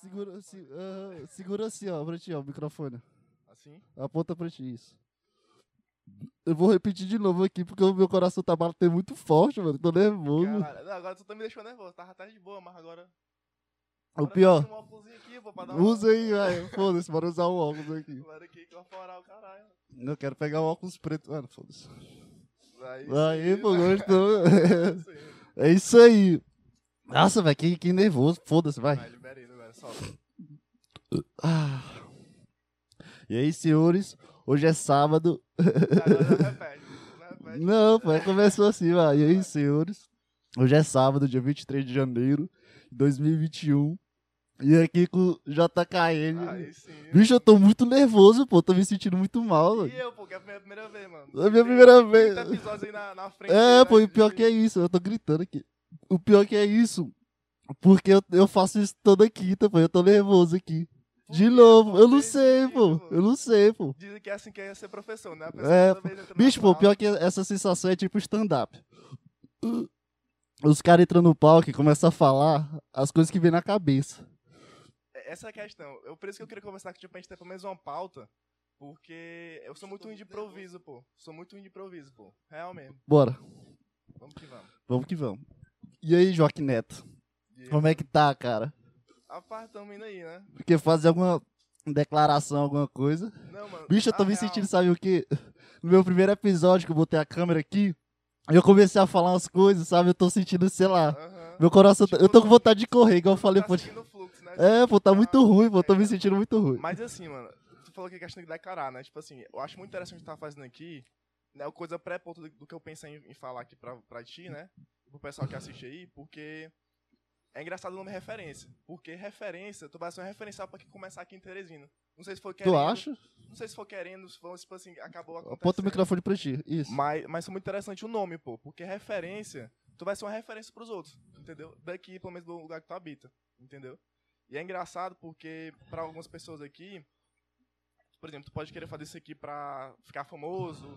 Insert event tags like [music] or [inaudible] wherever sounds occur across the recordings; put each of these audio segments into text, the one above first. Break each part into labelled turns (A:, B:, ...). A: Segura, se, aham, segura assim, ó, pra ti, ó, o microfone.
B: Assim?
A: Aponta pra ti, isso. Eu vou repetir de novo aqui, porque o meu coração tá batendo muito forte, mano. Tô nervoso.
B: Caralho, não, agora tu tá me deixando nervoso. Tava até de boa, mas
A: o
B: agora. agora eu
A: pior,
B: tenho um óculosinho aqui, pô, pra dar uma-
A: usa aí, velho. Foda-se, bora usar o óculos aqui.
B: Agora aqui que eu vou forar o caralho.
A: Não quero pegar o óculos preto. Mano, foda-se.
B: Aí,
A: Aí,
B: sim,
A: pô,
B: né?
A: gostou.
B: [laughs] Sim.
A: [laughs] É isso aí. Nossa, velho, que, que nervoso. Foda-se, vai.
B: Vai, libera aí, libera, solta.
A: Ah. E aí, senhores, hoje é sábado.
B: Agora não repete, não repete.
A: Não, pô, aí começou assim, vai. E aí, senhores, hoje é sábado, dia 23 de janeiro de 2021. E aqui com o JKN.
B: Aí sim.
A: Bicho, eu tô muito nervoso, pô. Tô me sentindo muito mal,
B: E tá
A: velho.
B: eu, pô, que é a minha primeira vez, mano.
A: É a minha primeira vez.
B: Tem episódios aí na, na frente.
A: É,
B: né,
A: pô, e o pior
B: de-
A: que é isso, eu tô gritando aqui. O pior que é isso, porque eu, eu faço isso toda quinta, pô, eu tô nervoso aqui.
B: Por
A: De
B: quê,
A: novo,
B: pô?
A: eu não
B: Desde
A: sei,
B: que,
A: pô, eu não sei, pô.
B: Dizem que é assim que é ser professor, né? A
A: É,
B: toda vez entra na
A: Bicho, pô,
B: sala.
A: pior que essa sensação é tipo stand-up. Os caras entram no palco e começam a falar as coisas que vêm na cabeça.
B: É- Essa é a questão. Eu, por isso que eu queria conversar com tipo, a gente ter pelo menos uma pauta. Porque eu sou muito ruim de improviso, pô. Sou muito ruim de improviso, pô. Real mesmo.
A: Bora,
B: Vamos que vamos.
A: vamos que vamos. E aí, Joaquim Neto,
B: E
A: como é que tá, cara?
B: A parte tamo indo aí, né?
A: Porque fazer alguma declaração, alguma coisa...
B: Não, mano.
A: Bicho, eu tô
B: na
A: me
B: real,
A: sentindo, sabe o quê? No meu primeiro episódio que eu botei a câmera aqui, eu comecei a falar umas coisas, sabe? Eu tô sentindo, sei lá.
B: aham.
A: Meu coração. tá-
B: Tipo,
A: eu tô com
B: não-
A: vontade de correr, igual eu falei,
B: tá
A: pô.
B: seguindo o fluxo, né?
A: É, pô, tá muito ruim, pô. Eu tô
B: É,
A: me
B: cara.
A: sentindo muito ruim.
B: Mas assim, mano, tu falou que a questão de declarar, né? Tipo assim, eu acho muito interessante o que tu tá fazendo aqui, né? Uma coisa pré-ponto do, do que eu pensei em, em falar aqui pra, pra ti, né? E pro pessoal que assiste aí, porque é engraçado o nome referência. Porque referência, tu vai ser um referencial pra que começar aqui em Teresina. Não sei se foi querendo.
A: Tu acha?
B: Não sei se foi querendo, se foi, tipo assim, acabou
A: Aponta o
B: acontecendo.
A: microfone pra ti. Isso.
B: Mas, mas foi muito interessante o nome, pô, porque é referência, tu vai ser uma referência pros outros, entendeu? Daqui, pelo menos do lugar que tu habita, entendeu? E é engraçado porque, pra algumas pessoas aqui, por exemplo, tu pode querer fazer isso aqui pra ficar famoso,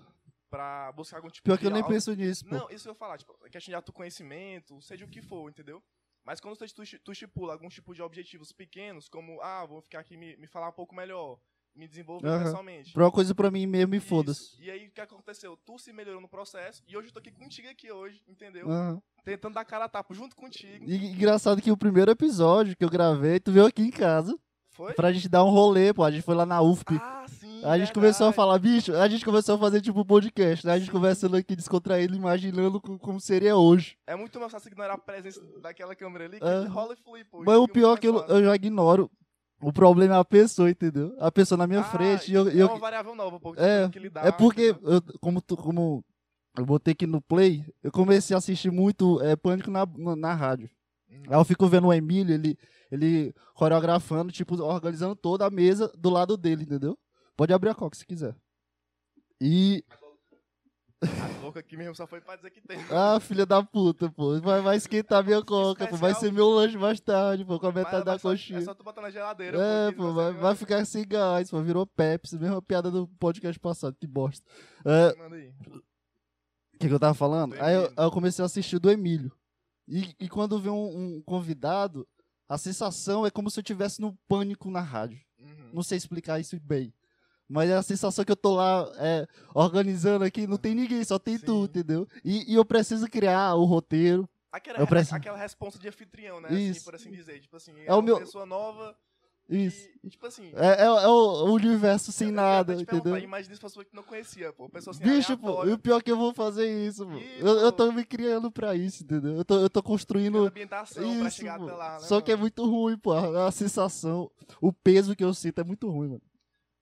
B: pra buscar algum tipo
A: Pior
B: de.
A: que eu nem
B: algo-
A: penso nisso, pô.
B: Não, isso eu ia falar, tipo, é questão de autoconhecimento, seja o que for, entendeu? Mas quando tu, tu, tu estipula algum tipo de objetivos pequenos, como, ah, vou ficar aqui me, me falar um pouco melhor, me desenvolver
A: Aham.
B: pessoalmente.
A: Pra uma coisa pra mim mesmo e
B: Isso.
A: foda-se.
B: E aí o que aconteceu? Tu se melhorou no processo e hoje eu tô aqui contigo aqui hoje, entendeu?
A: Aham.
B: Tentando dar cara a tapa junto contigo.
A: Ah. E engraçado que o primeiro episódio que eu gravei, tu veio aqui em casa
B: Foi?
A: pra gente dar um rolê, pô. A gente foi lá na UFP.
B: Ah, sim.
A: A gente
B: verdade.
A: começou a falar, bicho, a gente começou a fazer tipo um podcast, né? A gente
B: Sim.
A: conversando aqui, descontraído, imaginando co- como seria hoje.
B: É muito mais fácil ignorar a presença daquela câmera ali que
A: É.
B: rola e flui, pô.
A: Mas o
B: Fica
A: pior é
B: muito
A: que eu,
B: mais fácil.
A: eu já ignoro. O problema é a pessoa, entendeu? A pessoa na minha
B: Ah,
A: frente. e Eu,
B: É
A: eu-
B: uma variável nova, pô. que
A: É,
B: tu tem que lidar,
A: é porque,
B: entendeu?
A: eu, como, tu- como eu botei aqui no play, eu comecei a assistir muito é, Pânico na, na, na rádio.
B: Hum.
A: Aí eu fico vendo o Emílio, ele, ele coreografando, tipo, organizando toda a mesa do lado dele, entendeu? Pode abrir a coca se quiser. E
B: A boca tá aqui mesmo só foi pra dizer que tem.
A: Ah, filha da puta, pô. Vai, vai esquentar minha coca, pô. Vai
B: Especial.
A: ser meu lanche mais tarde, pô. Com a metade
B: Mas-
A: da
B: mas só- É
A: coxinha.
B: só tu botar na geladeira,
A: É,
B: que não
A: pô, vai, vai
B: ser nenhuma-
A: ficar sem gás, pô. Virou Pepsi, mesma piada do podcast passado, que bosta. É,
B: Manda aí.
A: O que, que eu tava falando?
B: Do
A: Aí eu,
B: Emílio.
A: aí eu comecei a assistir do Emílio. E, e quando vem um, um convidado, a sensação é como se eu estivesse no pânico na rádio.
B: Uhum.
A: Não sei explicar isso bem. Mas é a sensação que eu tô lá é, organizando aqui, não tem ninguém, só tem tu,
B: Sim.
A: entendeu? E- e eu preciso criar o roteiro.
B: Aquela,
A: eu preciso-
B: aquela resposta de anfitrião, né? Assim,
A: Isso.
B: por assim dizer. Tipo assim, é,
A: o
B: uma
A: meu-
B: pessoa nova.
A: Isso.
B: E, tipo assim,
A: É, é, é o o universo sem
B: Eu quero
A: nada,
B: até te perguntar,
A: entendeu?
B: Imagina se fosse pessoa que não conhecia, pô. Pessoa assim,
A: Bicho, pô, e
B: aleatória,
A: o pior é que eu vou fazer isso, pô.
B: Ih,
A: Eu, eu
B: pô.
A: tô me criando pra isso, entendeu? Eu tô, eu tô
B: pela
A: construindo
B: ambientação pra
A: isso,
B: chegar
A: pô.
B: até lá, né?
A: Só que é
B: mano?
A: muito ruim, pô. A a sensação, o peso que eu sinto é muito ruim, mano.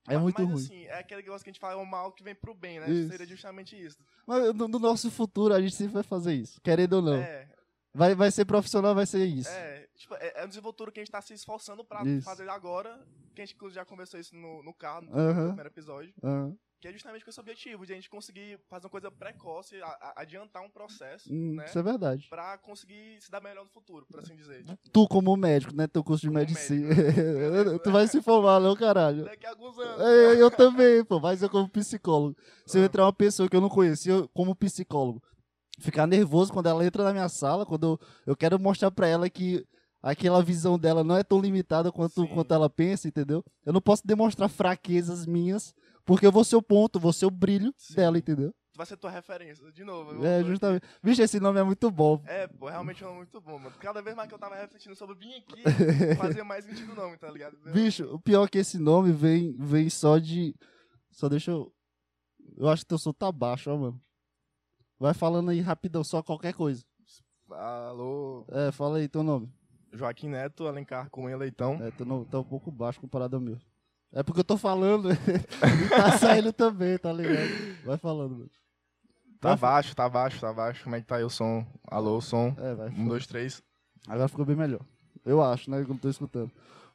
A: É
B: Mas-
A: muito
B: mas,
A: ruim.
B: assim, é aquele negócio que a gente fala, é o mal que vem pro bem, né?
A: Isso. Então,
B: Seria justamente isso.
A: Mas no, no nosso futuro a gente sempre vai fazer isso, querendo ou não.
B: É,
A: Vai, vai ser profissional, vai ser isso.
B: é. Tipo, é, é um desenvoltura que a gente tá se esforçando pra
A: Isso.
B: fazer agora. Que a gente inclusive, já conversou isso no, no carro, no
A: Aham.
B: primeiro episódio.
A: Ah,
B: Que é justamente com esse objetivo, de a gente conseguir fazer uma coisa precoce, a- a- adiantar um processo,
A: hum,
B: né?
A: Isso é verdade.
B: Pra conseguir se dar melhor no futuro, por assim dizer.
A: Tu, como médico, né? Teu curso de
B: Como
A: medicina.
B: médico. né?
A: [laughs] tu vai se formar, não, caralho.
B: Daqui a alguns anos.
A: É, Eu, eu também, pô, mas eu como psicólogo. Se eu entrar uma pessoa que eu não conhecia eu como psicólogo, ficar nervoso quando ela entra na minha sala, quando eu, eu quero mostrar pra ela que aquela visão dela não é tão limitada quanto,
B: Sim.
A: quanto ela pensa, entendeu? Eu não posso demonstrar fraquezas minhas, porque eu vou ser o ponto, vou ser o brilho
B: Sim.
A: dela, entendeu?
B: Tu vai ser tua referência, de novo.
A: É,
B: eu voltou aqui.
A: justamente. Bicho, esse nome é muito bom.
B: É, pô, realmente é um nome muito bom, mano. Cada vez mais que eu tava refletindo sobre vir aqui,
A: [laughs]
B: fazia mais sentido o nome, tá ligado?
A: Bicho, o pior é que esse nome vem, vem só de. Só deixa eu. Eu acho que teu som tá baixo, ó, mano. Vai falando aí rapidão, só qualquer coisa.
B: Alô,
A: É, fala aí teu nome.
B: Joaquim Neto, Alencar Cunha Leitão.
A: É, teu nome tá um pouco baixo comparado ao meu. É porque eu tô falando [laughs] e tá saindo também, tá ligado? Vai falando, mano.
B: Tá
A: Vai fa-
B: baixo, tá baixo, tá baixo. Como é que tá aí o som? Alô, som.
A: É, vai.
B: Um, dois, três.
A: Agora ficou bem melhor. Eu acho, né? Que eu não tô escutando.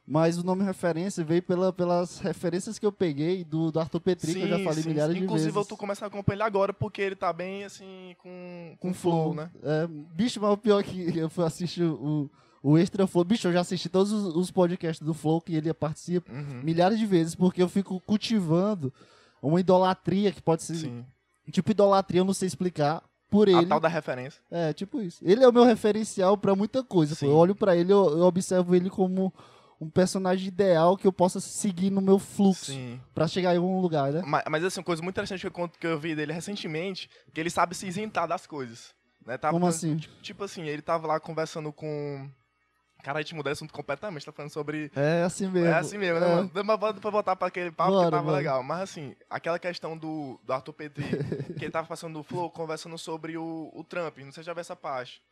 A: Mas o nome referência veio pela, pelas referências que eu peguei do, do Arthur Petri, que eu já falei milhares de vezes.
B: Inclusive, eu tô começando a acompanhar ele agora, porque ele tá bem, assim, com, com flow, né?
A: É, bicho, mas o pior é que [laughs] eu fui assistir o, o Extra Flow. Bicho, eu já assisti todos os, os podcasts do Flow que ele participa
B: Uhum.
A: milhares de vezes, porque eu fico cultivando uma idolatria que pode ser.
B: Sim.
A: Tipo, idolatria, eu não sei explicar. Por
B: A
A: ele.
B: tal da referência.
A: É, tipo isso. Ele é o meu referencial pra muita coisa. pô.
B: Sim.
A: Eu olho pra ele, eu, eu observo ele como um personagem ideal que eu possa seguir no meu fluxo
B: Sim.
A: pra chegar em algum lugar, né?
B: Mas, mas, assim, uma coisa muito interessante que eu, conto- que eu vi dele recentemente, que ele sabe se isentar das coisas. Né? Tava
A: Como
B: tendo-
A: assim?
B: Tipo assim, ele tava lá conversando com. Cara, a gente mudou de assunto completamente, tá falando sobre.
A: É assim mesmo.
B: É assim mesmo, né,
A: É.
B: mano? Mas bota pra voltar pra aquele papo
A: Bora,
B: que tava
A: bora.
B: legal. Mas assim, aquela questão do, do Arthur Petri, que ele tava passando do Flow, conversando sobre o, o Trump, não sei se já viu essa parte.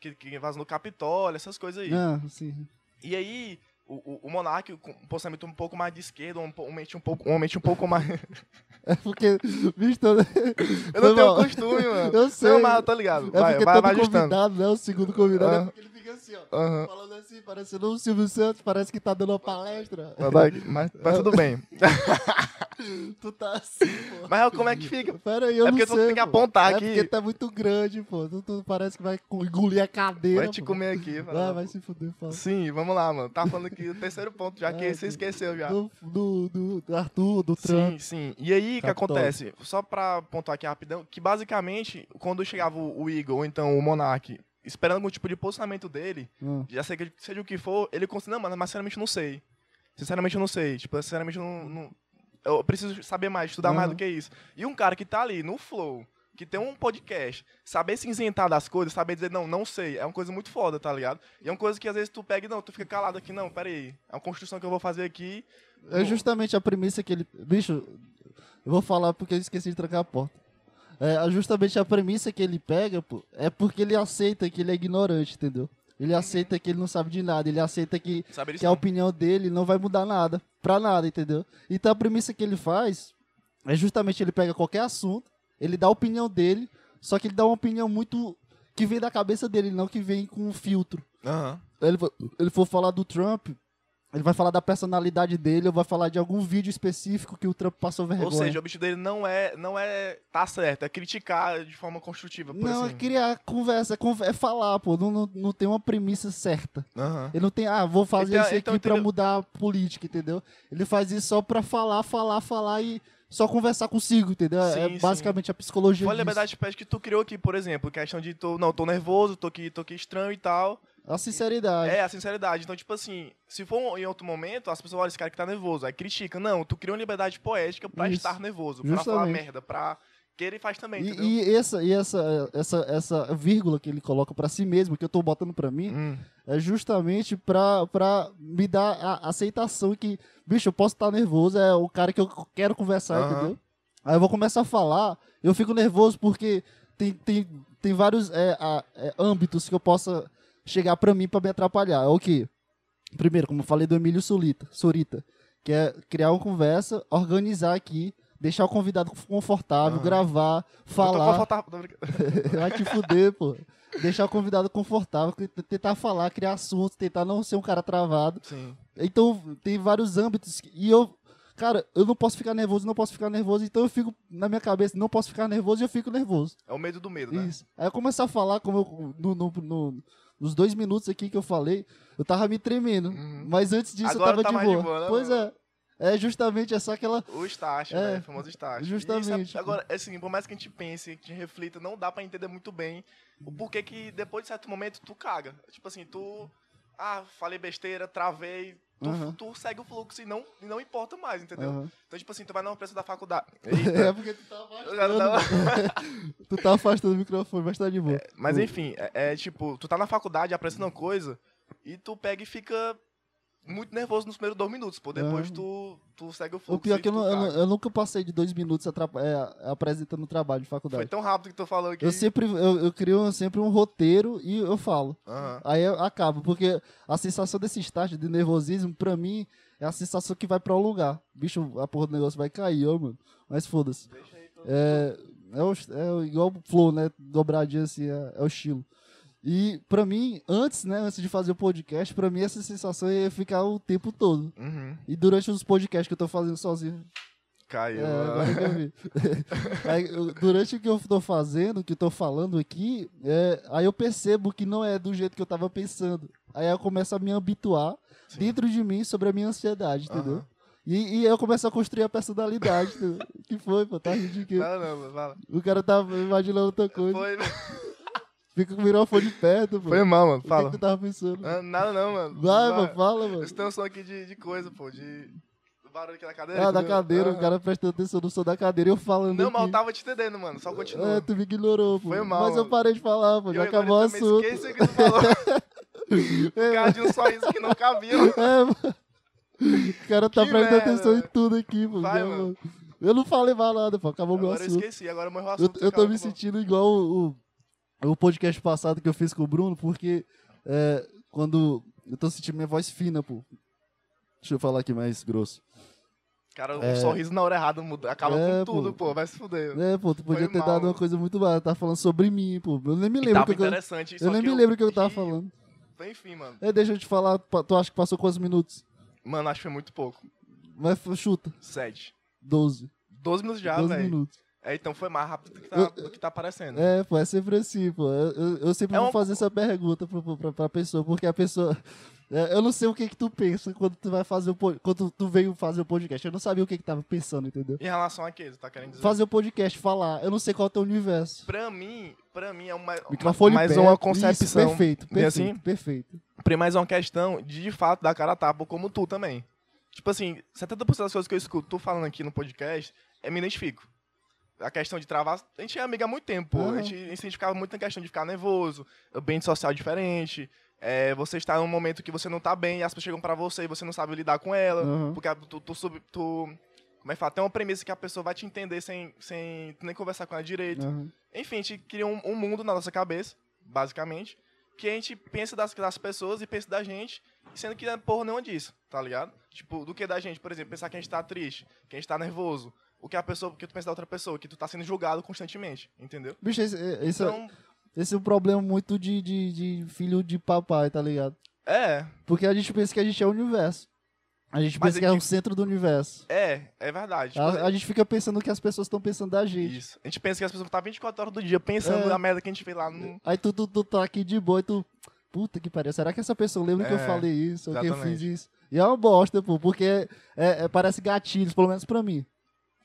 B: Que, que vazou no Capitólio, essas coisas aí.
A: Ah, sim. [laughs]
B: E aí, o, o, o Monark, com um posicionamento um pouco mais de esquerda, um, po- um mente um pouco, um mente um pouco mais. [laughs]
A: É porque, [laughs] bicho, todo...
B: Eu não
A: Foi
B: tenho
A: mal.
B: costume, mano.
A: Eu sei.
B: Não, mas tá ligado.
A: É
B: Vai,
A: porque
B: vai,
A: todo
B: vai ajustando.
A: convidado, né? O segundo convidado
B: Ah.
A: é porque ele fica assim, ó.
B: Aham.
A: Falando assim, parecendo o Silvio Santos, parece que tá dando uma palestra.
B: Mas dá- Mas, mas tudo bem.
A: [laughs] tu tá assim, pô.
B: Mas como é que fica?
A: Pera aí, eu
B: É
A: não
B: porque
A: sei.
B: tu tem que
A: pô.
B: apontar
A: É
B: aqui.
A: porque tá muito grande, pô. Tu, tu parece que vai co- engolir a cadeira.
B: Vai te
A: pô.
B: comer aqui.
A: Ah,
B: fala.
A: vai se fuder, fala.
B: Sim, vamos lá, mano. Tá falando aqui o terceiro ponto,
A: [laughs]
B: já que
A: Ah,
B: você
A: do-
B: esqueceu já.
A: Do, do, do- do Arthur, do Trump.
B: Sim, sim. E aí, o que
A: Capitólio.
B: acontece? Só pra pontuar aqui rapidão, que basicamente, quando chegava o o Eagle, ou então o Monark, esperando algum tipo de posicionamento dele,
A: Ah,
B: já sei que seja o que for, ele considera, não, mano, mas sinceramente eu não sei. Sinceramente eu não sei. Tipo, sinceramente eu não. não- eu preciso saber mais, estudar mais
A: Aham.
B: do que isso. E um cara que tá ali no flow, que tem um podcast, saber se isentar das coisas, saber dizer, não, não sei, é uma coisa muito foda, tá ligado? E é uma coisa que às vezes tu pega e não, tu fica calado aqui, não, peraí. É uma construção que eu vou fazer aqui.
A: É justamente a premissa que ele. Bicho, eu vou falar porque eu esqueci de trancar a porta. É justamente a premissa que ele pega, pô, é porque ele aceita que ele é ignorante, entendeu? Ele aceita que ele não sabe de nada, ele aceita que
B: Saber
A: que é
B: isso.
A: a
B: não.
A: opinião dele não vai mudar nada, pra nada, entendeu? Então a premissa que ele faz é justamente ele pega qualquer assunto, ele dá a opinião dele, só que ele dá uma opinião muito que vem da cabeça dele, não que vem com um filtro.
B: Aham.
A: Ele, for- ele for falar do Trump, ele vai falar da personalidade dele, ou vai falar de algum vídeo específico que o Trump passou vergonha.
B: Ou seja, o objetivo dele não é, não é tá certo, é criticar de forma construtiva, por
A: não,
B: assim.
A: é criar conversa, é, conver- é falar, pô. Não, não, não tem uma premissa certa.
B: Aham.
A: Ele não tem, ah, vou fazer
B: Então-
A: isso aqui
B: então,
A: pra
B: entendeu?
A: mudar a política, entendeu? Ele faz isso só pra falar, falar, falar e só conversar consigo, entendeu? é
B: Sim, sim.
A: basicamente a psicologia
B: Foi a
A: disso.
B: liberdade pede que tu criou aqui, por exemplo, questão de tu, não, tô nervoso, tô aqui, tô aqui estranho e tal.
A: A sinceridade.
B: É, a sinceridade. Então, tipo assim, se for um- em outro momento, as pessoas olham esse cara que tá nervoso, aí critica. Não, tu criou uma liberdade poética pra
A: Isso.
B: estar nervoso, pra falar
A: Justamente.
B: merda, pra. Que ele faz também,
A: E,
B: É, entendeu?
A: e essa, e essa, essa, essa vírgula que ele coloca pra si mesmo, que eu tô botando pra mim,
B: Hum.
A: é justamente pra, pra me dar a aceitação que, bicho, eu posso estar nervoso, é o cara que eu quero conversar,
B: Aham.
A: entendeu? Aí eu vou começar a falar, eu fico nervoso porque tem, tem, tem vários é, a- é, âmbitos que eu possa chegar pra mim pra me atrapalhar. É o quê? Primeiro, como eu falei do Emílio Solita, Sorita, que é criar uma conversa, organizar aqui, deixar o convidado confortável,
B: Aham.
A: gravar,
B: Eu tô
A: falar.
B: confortável- tô brincando.
A: [laughs] Vai te fuder, pô. Deixar o convidado confortável, t- tentar falar, criar assuntos, tentar não ser um cara travado.
B: Sim.
A: Então, tem vários âmbitos. que- E eu, cara, eu não posso ficar nervoso, não posso ficar nervoso. Então, eu fico na minha cabeça, não posso ficar nervoso e eu fico nervoso.
B: É o medo do medo, né?
A: Isso. Aí eu começar a falar, como eu, no- no- no- nos dois minutos aqui que eu falei, eu tava me tremendo.
B: Uhum.
A: Mas antes disso,
B: Agora
A: eu tava
B: tá
A: de
B: mais de
A: boa.
B: boa, né,
A: pois é. É justamente essa aquela.
B: O estágio,
A: É,
B: né? O famoso estágio.
A: justamente.
B: Isso é- agora, é assim, por mais que a gente pense, que a gente reflita, não dá pra entender muito bem o porquê que depois de certo momento tu caga. Tipo assim, tu. ah, falei besteira, travei. Tu,
A: Aham.
B: tu segue o fluxo e não, e não importa mais, entendeu?
A: Aham.
B: Então, tipo assim, tu vai numa empresa da faculdade.
A: [laughs] É porque tu tá
B: Eu já tava-
A: afastando. [laughs] tu tá afastando o microfone, mas tá de boa.
B: Mas
A: Hum.
B: enfim, é, é tipo, tu tá na faculdade aprendendo uma coisa e tu pega e fica muito nervoso nos primeiros dois minutos, pô. Depois
A: Ah.
B: tu, tu segue o fluxo.
A: O pior
B: e
A: é que eu,
B: tu
A: não- eu
B: caga.
A: não- eu nunca passei de dois minutos atrapa- é, apresentando trabalho de
B: Foi
A: faculdade.
B: tão rápido que tu falou que.
A: Eu sempre eu, eu crio sempre um roteiro e eu falo.
B: Aham.
A: Aí eu acabo, porque a sensação desse estágio de nervosismo, pra mim, é a sensação que vai prolongar. Bicho, a porra do negócio vai cair, ó, mano. Mas foda-se.
B: Deixa aí, então. tu-
A: É, é, o, é o- igual o flow, né? Dobradinha assim, é, é o estilo. E pra mim, antes, né? Antes de fazer o podcast, pra mim essa sensação ia ficar o tempo todo.
B: Uhum.
A: E durante os podcasts que eu tô fazendo sozinho.
B: Caiu.
A: É,
B: ah.
A: agora que eu vi. Aí, eu- durante o que eu tô fazendo, o que eu tô falando aqui, é, aí eu percebo que não é do jeito que eu tava pensando. Aí eu começo a me habituar
B: Sim.
A: dentro de mim sobre a minha ansiedade, entendeu?
B: Aham.
A: E, e eu começo a construir a personalidade. entendeu? que foi, pô? Tá ridículo.
B: Não, não, [laughs] fala.
A: O cara tava imaginando outra coisa.
B: Foi,
A: Fica com o microfone perto, pô.
B: foi mal, mano.
A: O que
B: Fala.
A: que tu tava pensando?
B: Ah, Nada não, mano.
A: Vai,
B: Fala.
A: mano, fala, mano.
B: Esse tem um som aqui de, de coisa, pô, de. Do barulho aqui da cadeira.
A: Ah, da
B: entendeu?
A: cadeira,
B: Aham.
A: o cara prestando atenção no som da cadeira e eu falando
B: Não,
A: aqui.
B: mas eu tava te entendendo, mano. Só continua.
A: É, tu me ignorou, pô.
B: Foi mal,
A: Mas eu
B: mano.
A: parei de falar, pô.
B: Eu
A: Já
B: agora
A: acabou o
B: também
A: assunto.
B: Esqueci o que tu falou.
A: [laughs]
B: Por causa de um sorriso que não cabia. mano.
A: É, mano. O cara tá
B: Que
A: prestando
B: merda,
A: atenção em
B: velho.
A: tudo aqui, pô.
B: Vai,
A: Já,
B: mano.
A: mano. Eu não falei mais nada, pô. Acabou o meu
B: Agora eu
A: assunto.
B: esqueci, agora morreu o
A: Eu,
B: assunto.
A: eu tô
B: cara,
A: me
B: tá bom.
A: sentindo igual o, o, o podcast passado que eu fiz com o Bruno, porque é, quando. Eu tô sentindo minha voz fina, pô. Deixa eu falar aqui mais grosso.
B: Cara, um
A: É.
B: sorriso na hora errada muda, acaba
A: É,
B: com tudo,
A: pô.
B: pô. Vai se fuder.
A: É, pô, tu podia
B: Foi
A: ter
B: mal,
A: dado uma
B: mano.
A: coisa muito mais. Tá falando sobre mim, pô. Eu nem me
B: E
A: lembro.
B: tava
A: o que eu,
B: interessante. só
A: eu nem
B: que
A: me lembro o que eu tava
B: Ih,
A: falando.
B: Enfim, mano.
A: É, deixa eu te falar. pa- Tu acha que passou quantos minutos?
B: Mano, acho que foi muito pouco.
A: Mas f- chuta.
B: Sete.
A: 12.
B: Doze minutos já,
A: 12
B: velho.
A: minutos.
B: É, então foi mais rápido do que tá,
A: Eu-
B: do que tá aparecendo.
A: É, pô, é sempre assim, pô. Eu, eu- eu sempre
B: É
A: vou
B: um-
A: fazer essa pergunta pra, pra, pra pessoa, porque a pessoa. [laughs] É, Eu não sei o que que tu pensa quando tu vai fazer o pod- quando tu veio fazer o podcast. Eu não sabia o que que tava pensando, entendeu?
B: Em relação a que você tá querendo dizer?
A: Fazer o podcast, falar. Eu não sei qual é o teu universo.
B: Pra mim, pra mim é uma,
A: Microfone
B: mais
A: perto,
B: uma
A: isso,
B: concepção.
A: perfeito,
B: E
A: perfeito,
B: assim?
A: perfeito.
B: Pra mais uma questão de, de fato, dar cara a tapa, como tu também. Tipo assim, 70% das coisas que eu escuto tu falando aqui no podcast, eu me identifico. A questão de travar, a gente é amigo há muito tempo.
A: Aham.
B: A gente se identificava muito na questão de ficar nervoso, ambiente social diferente. é, você está num momento que você não tá bem, e as pessoas chegam pra você e você não sabe lidar com ela.
A: Aham.
B: Porque a- tu, tu, sub- tu- Como é que fala? Tem uma premissa que a pessoa vai te entender sem, sem tu nem conversar com ela direito.
A: Aham.
B: Enfim, a gente cria um, um mundo na nossa cabeça, basicamente, que a gente pensa das, das pessoas e pensa da gente, sendo que porra não é disso, tá ligado? Tipo, do que da gente, por exemplo, pensar que a gente tá triste, que a gente tá nervoso, o que a pessoa, o que tu pensa da outra pessoa, que tu tá sendo julgado constantemente, entendeu?
A: Bicho, esse, esse, é-
B: Então,
A: esse é um problema muito de, de, de filho de papai, tá ligado?
B: é,
A: Porque a gente pensa que a gente é o universo. A gente
B: Mas
A: pensa
B: é
A: que é o
B: que-
A: centro do universo.
B: é, é verdade. Tipo,
A: A, a gente fica pensando o que as pessoas estão pensando da gente.
B: isso. A gente pensa que as pessoas tá 24 horas do dia pensando
A: É.
B: na merda que a gente fez lá no.
A: Aí tu, tu, tu tá aqui de boa e tu. Puta que pariu, será que essa pessoa lembra que eu
B: É,
A: falei isso? Ou que eu fiz
B: exatamente.
A: isso? E é uma bosta, pô, porque é- é- parece gatilhos, pelo menos pra mim.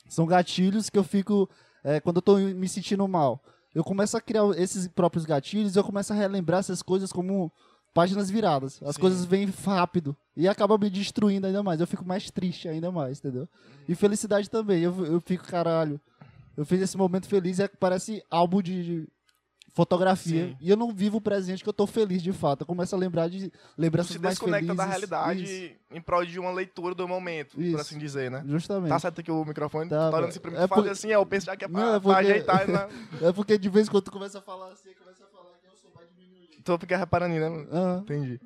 A: São gatilhos que eu fico. é, quando eu tô me sentindo mal, eu começo a criar esses próprios gatilhos e eu começo a relembrar essas coisas como páginas viradas. As
B: Sim.
A: coisas vêm rápido e acabam me destruindo ainda mais. Eu fico mais triste ainda mais, entendeu? E felicidade também. Eu, eu fico, caralho. Eu fiz esse momento feliz e é que parece álbum de, de fotografia.
B: Sim.
A: E eu não vivo o presente que eu tô feliz de fato. Eu começo a lembrar de
B: Tu
A: lembranças
B: se
A: mais
B: desconecta
A: felizes.
B: da realidade
A: Isso,
B: em prol de uma leitura do momento,
A: Isso.
B: por assim dizer, né?
A: justamente.
B: Tá certo aqui o microfone?
A: Tá,
B: tá
A: mano.
B: olhando assim pra mim,
A: É
B: tu faz
A: por-
B: assim, é, eu penso já que é pra,
A: Não, é
B: pra
A: porque-
B: ajeitar,
A: [laughs]
B: né?
A: É porque de vez em quando tu começa a falar assim, começa a falar que eu sou mais diminuído.
B: Tu fica reparando, né? mano?
A: Ah,
B: Entendi.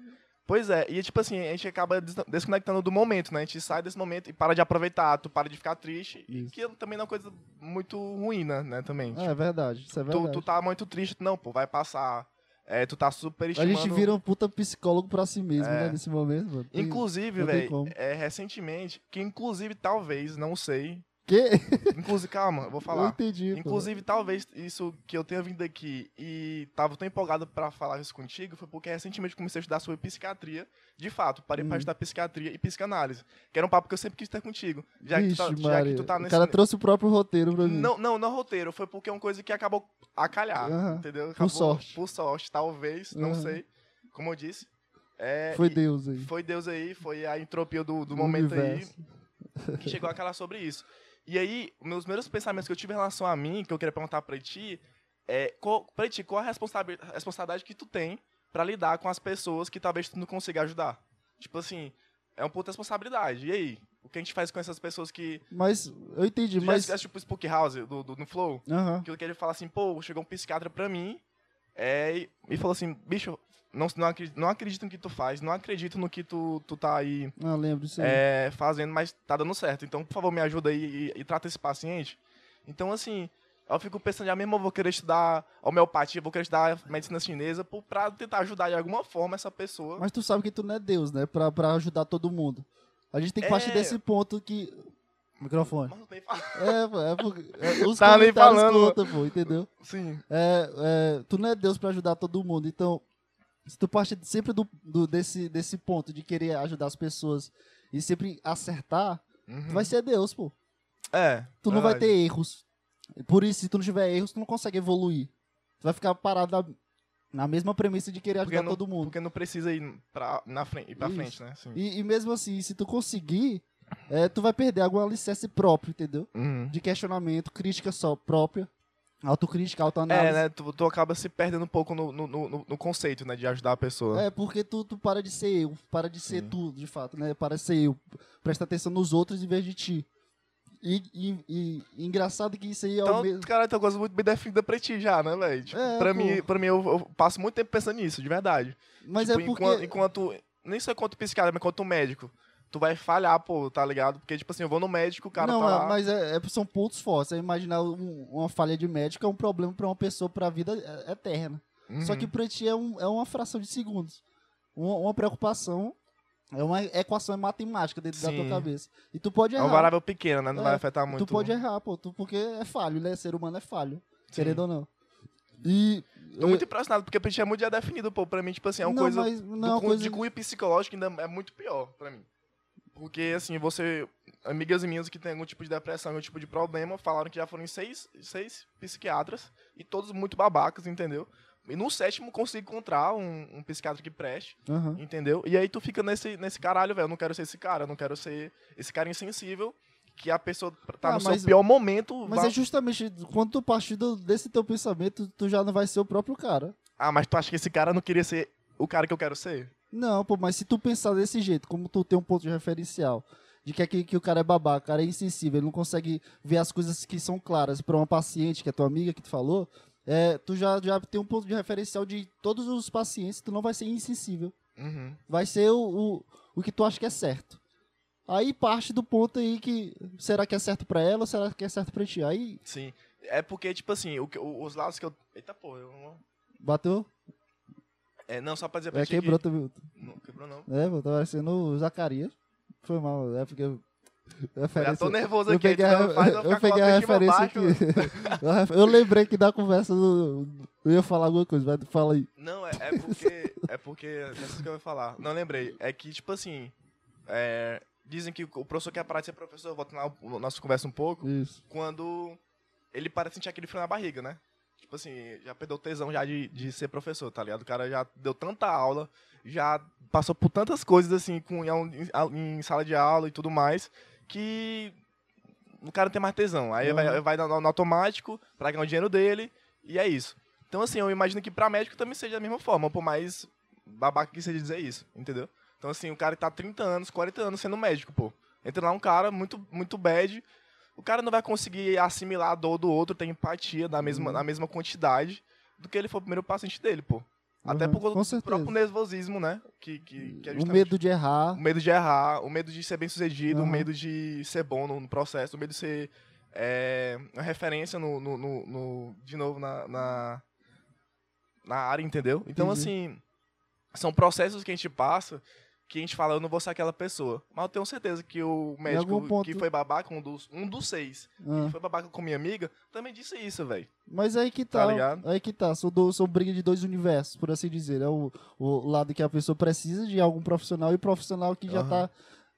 B: Pois é, e tipo assim, a gente acaba des- desconectando do momento, né? A gente sai desse momento e para de aproveitar, tu para de ficar triste, e
A: Isso.
B: que também não é uma coisa muito ruim, né? né, também.
A: é verdade, isso é
B: tu,
A: verdade.
B: tu tá muito triste, não, pô, vai passar. É, tu tá super
A: a
B: estimando...
A: gente vira um puta psicólogo pra si mesmo,
B: É.
A: né, nesse momento, mano. Tem-
B: Inclusive,
A: não tem
B: velho,
A: como.
B: é, recentemente, que inclusive talvez, não sei...
A: Que?
B: Inclusive, calma, eu
A: [laughs]
B: vou
A: Eu
B: falar.
A: entendi, pô.
B: Inclusive, talvez isso que eu tenha vindo aqui e tava tão empolgado pra falar isso contigo foi porque recentemente comecei a estudar sobre psiquiatria. De fato, parei
A: Hum.
B: pra estudar psiquiatria e psicanálise, que era um papo que eu sempre quis ter contigo. Já,
A: Vixe,
B: que, tu tá, já
A: Maria.
B: que tu tá
A: O
B: nesse.
A: cara trouxe o próprio roteiro pra mim.
B: não, não, não roteiro, foi porque é uma coisa que acabou a calhar,
A: Aham.
B: entendeu? Acabou,
A: sorte.
B: Por sorte, talvez, não
A: Aham.
B: sei, como eu disse. É,
A: Foi
B: e-
A: Deus aí.
B: Foi Deus aí, foi a entropia do, do
A: No
B: momento aí.
A: universo.
B: que chegou a falar sobre isso. E aí, meus primeiros pensamentos que eu tive em relação a mim, que eu queria perguntar pra ti, é qual, pra ti, qual a responsabi- responsabilidade que tu tem pra lidar com as pessoas que talvez tu não consiga ajudar? Tipo assim, é um puta responsabilidade. E aí? O que a gente faz com essas pessoas que.
A: Mas eu entendi,
B: Tu já
A: mas.
B: assistiu, tipo Spook House do, do, no Flow?
A: Aham.
B: Aquilo que ele fala assim, pô, chegou um psiquiatra pra mim é, e, e falou assim, bicho, não, não, acredito, não acredito no que tu faz, não acredito no que tu, tu tá aí
A: Ah, lembro disso. aí.
B: é, fazendo, mas tá dando certo. Então, por favor, me ajuda aí e, e trata esse paciente. Então, assim, eu fico pensando, já mesmo eu vou querer estudar homeopatia, vou querer estudar medicina chinesa por, pra tentar ajudar de alguma forma essa pessoa.
A: Mas tu sabe que tu não é Deus, né? Pra, pra ajudar todo mundo. A gente tem que partir
B: É.
A: desse ponto que. Microfone.
B: [laughs] Mas não tem fa-
A: É, pô, é porque. É, os
B: Tava nem
A: comentários
B: Tá falando,
A: contam, pô, entendeu?
B: Sim,
A: É, é, tu não é Deus pra ajudar todo mundo. Então, se tu parte sempre do, do- desse, desse ponto de querer ajudar as pessoas e sempre acertar, tu vai ser Deus, pô.
B: Uhum. é.
A: Tu não vai
B: verdade.
A: ter erros. E Por isso, se tu não tiver erros, tu não consegue evoluir. Tu vai ficar parado na, na mesma premissa de querer
B: Porque
A: ajudar
B: não-
A: todo mundo.
B: Porque não precisa ir pra, na frente, ir pra
A: Isso.
B: frente, né? Sim.
A: E, e mesmo assim, se tu conseguir, é, tu vai perder algum alicerce próprio, entendeu?
B: Uhum.
A: De questionamento, crítica só própria, autocrítica, autoanálise.
B: É, né? Tu, tu acaba se perdendo um pouco no, no, no, no conceito, né? De ajudar a pessoa.
A: É, porque tu, tu para de ser eu, para de ser
B: Sim.
A: tu, de fato, né? Para de ser eu. Presta atenção nos outros em vez de ti. E, e- e- e engraçado que isso aí é o
B: Então,
A: mesmo.
B: cara, tem uma coisa muito bem definida pra ti já, né, velho? Tipo,
A: É,
B: pra,
A: pô.
B: mim, pra mim, eu, eu passo muito tempo pensando nisso, de verdade.
A: Mas
B: Tipo,
A: é porque.
B: enquanto, enquanto- Nem só enquanto psiquiatra, mas enquanto médico. Tu vai falhar, pô, tá ligado? Porque, tipo assim, eu vou no médico, o cara
A: não,
B: tá
A: é-
B: lá...
A: mas é- é- são pontos fortes. É imaginar um- uma falha de médico é um problema pra uma pessoa pra vida é- eterna.
B: Uhum.
A: Só que pra ti é, um- é uma fração de segundos. Uma, uma preocupação é uma equação matemática dentro da tua
B: Sim.
A: cabeça. E tu pode
B: É
A: errar.
B: uma variável pequena, né? Não
A: É,
B: vai afetar muito.
A: tu pode errar, pô, tu, porque é falho, né? Ser humano é falho,
B: Sim.
A: querendo ou não. E.
B: Tô muito impressionado, porque pra ti é muito já definido, pô. Pra munho, tipo assim, é uma
A: não,
B: coisa...
A: mas não
B: do
A: é uma
B: cunho-
A: coisa.
B: De cunho psicológico ainda é muito pior pra mim. Porque, assim, você... Amigas minhas que têm algum tipo de depressão, algum tipo de problema, falaram que já foram em seis, seis psiquiatras, e todos muito babacas, entendeu? E no sétimo consigo encontrar um, um psiquiatra que preste,
A: Aham.
B: entendeu? E aí tu fica nesse, nesse caralho, velho, eu não quero ser esse cara, eu não quero ser esse cara insensível, que a pessoa tá
A: Ah,
B: no seu
A: mas-
B: pior momento...
A: Mas
B: vai-
A: é justamente quando tu partir do- desse teu pensamento, tu já não vai ser o próprio cara.
B: Ah, mas tu acha que esse cara não queria ser o cara que eu quero ser?
A: Não, pô, mas se tu pensar desse jeito, como tu tem um ponto de referencial, de que, aqui, que o cara é babaca, o cara é insensível, ele não consegue ver as coisas que são claras pra uma paciente, que é tua amiga que tu falou, é, tu já, já tem um ponto de referencial de todos os pacientes, tu não vai ser insensível.
B: Uhum.
A: Vai ser o, o, o que tu acha que é certo. Aí parte do ponto aí que será que é certo pra ela ou será que é certo pra ti? Aí
B: Sim. É porque, tipo assim, o que- o- os lados que eu... Eita, porra, eu não...
A: bateu,
B: É, não, só pra dizer pra
A: é,
B: ti que-
A: quebrou também.
B: Não, quebrou não.
A: É, pô, tá parecendo o Zacarias. Foi mal, é porque.
B: Já
A: [laughs]
B: tô
A: Referência-
B: nervoso
A: eu
B: aqui.
A: peguei, a,
B: então faz eu
A: eu
B: ficar com
A: peguei a
B: autoestima
A: referência
B: baixa, né? mano.
A: aqui. [laughs] eu lembrei que da conversa do, eu ia falar alguma coisa, mas fala aí.
B: Não, é, é porque... [laughs] É porque... É isso que eu ia falar. Não, lembrei. É que, tipo assim... é, dizem que o professor quer parar de ser professor. Voltando lá na nossa conversa um pouco.
A: Isso.
B: Quando ele para de sentir aquele frio na barriga, né? Tipo assim, já perdeu o tesão já de, de ser professor, tá ligado? O cara já deu tanta aula, já passou por tantas coisas, assim, com, em, em sala de aula e tudo mais, que o cara não tem mais tesão. Aí
A: Uhum.
B: vai, vai no, no automático pra ganhar o dinheiro dele, e é isso. Então, assim, eu imagino que pra médico também seja da mesma forma, por mais babaca que seja dizer isso, entendeu? Então, assim, o cara tá 30 anos, 40 anos sendo médico, pô. Entra lá um cara muito, muito bad, o cara não vai conseguir assimilar a dor do outro, ter empatia na mesma,
A: Uhum.
B: na mesma quantidade do que ele foi o primeiro paciente dele, pô. Até
A: Uhum,
B: por conta
A: com
B: do próprio
A: certeza.
B: nervosismo, né? Que, que, que é
A: o
B: justamente
A: medo de errar.
B: o medo de errar, o medo de ser bem sucedido, o
A: Uhum.
B: medo de ser bom no, no processo, o medo de ser é, uma referência no, no, no- no- de novo na, na, na área, entendeu? Então,
A: Entendi.
B: assim, são processos que a gente passa que a gente fala, eu não vou ser aquela pessoa. Mas eu tenho certeza que o médico
A: algum ponto-
B: que foi babaca, um dos, um dos seis,
A: Ah,
B: que foi babaca com minha amiga, também disse isso, velho.
A: Mas aí que
B: Tá
A: tá.
B: ligado?
A: aí que tá. São, do, são briga de dois universos, por assim dizer. É o, o lado que a pessoa precisa de algum profissional e o profissional que já
B: Aham.
A: tá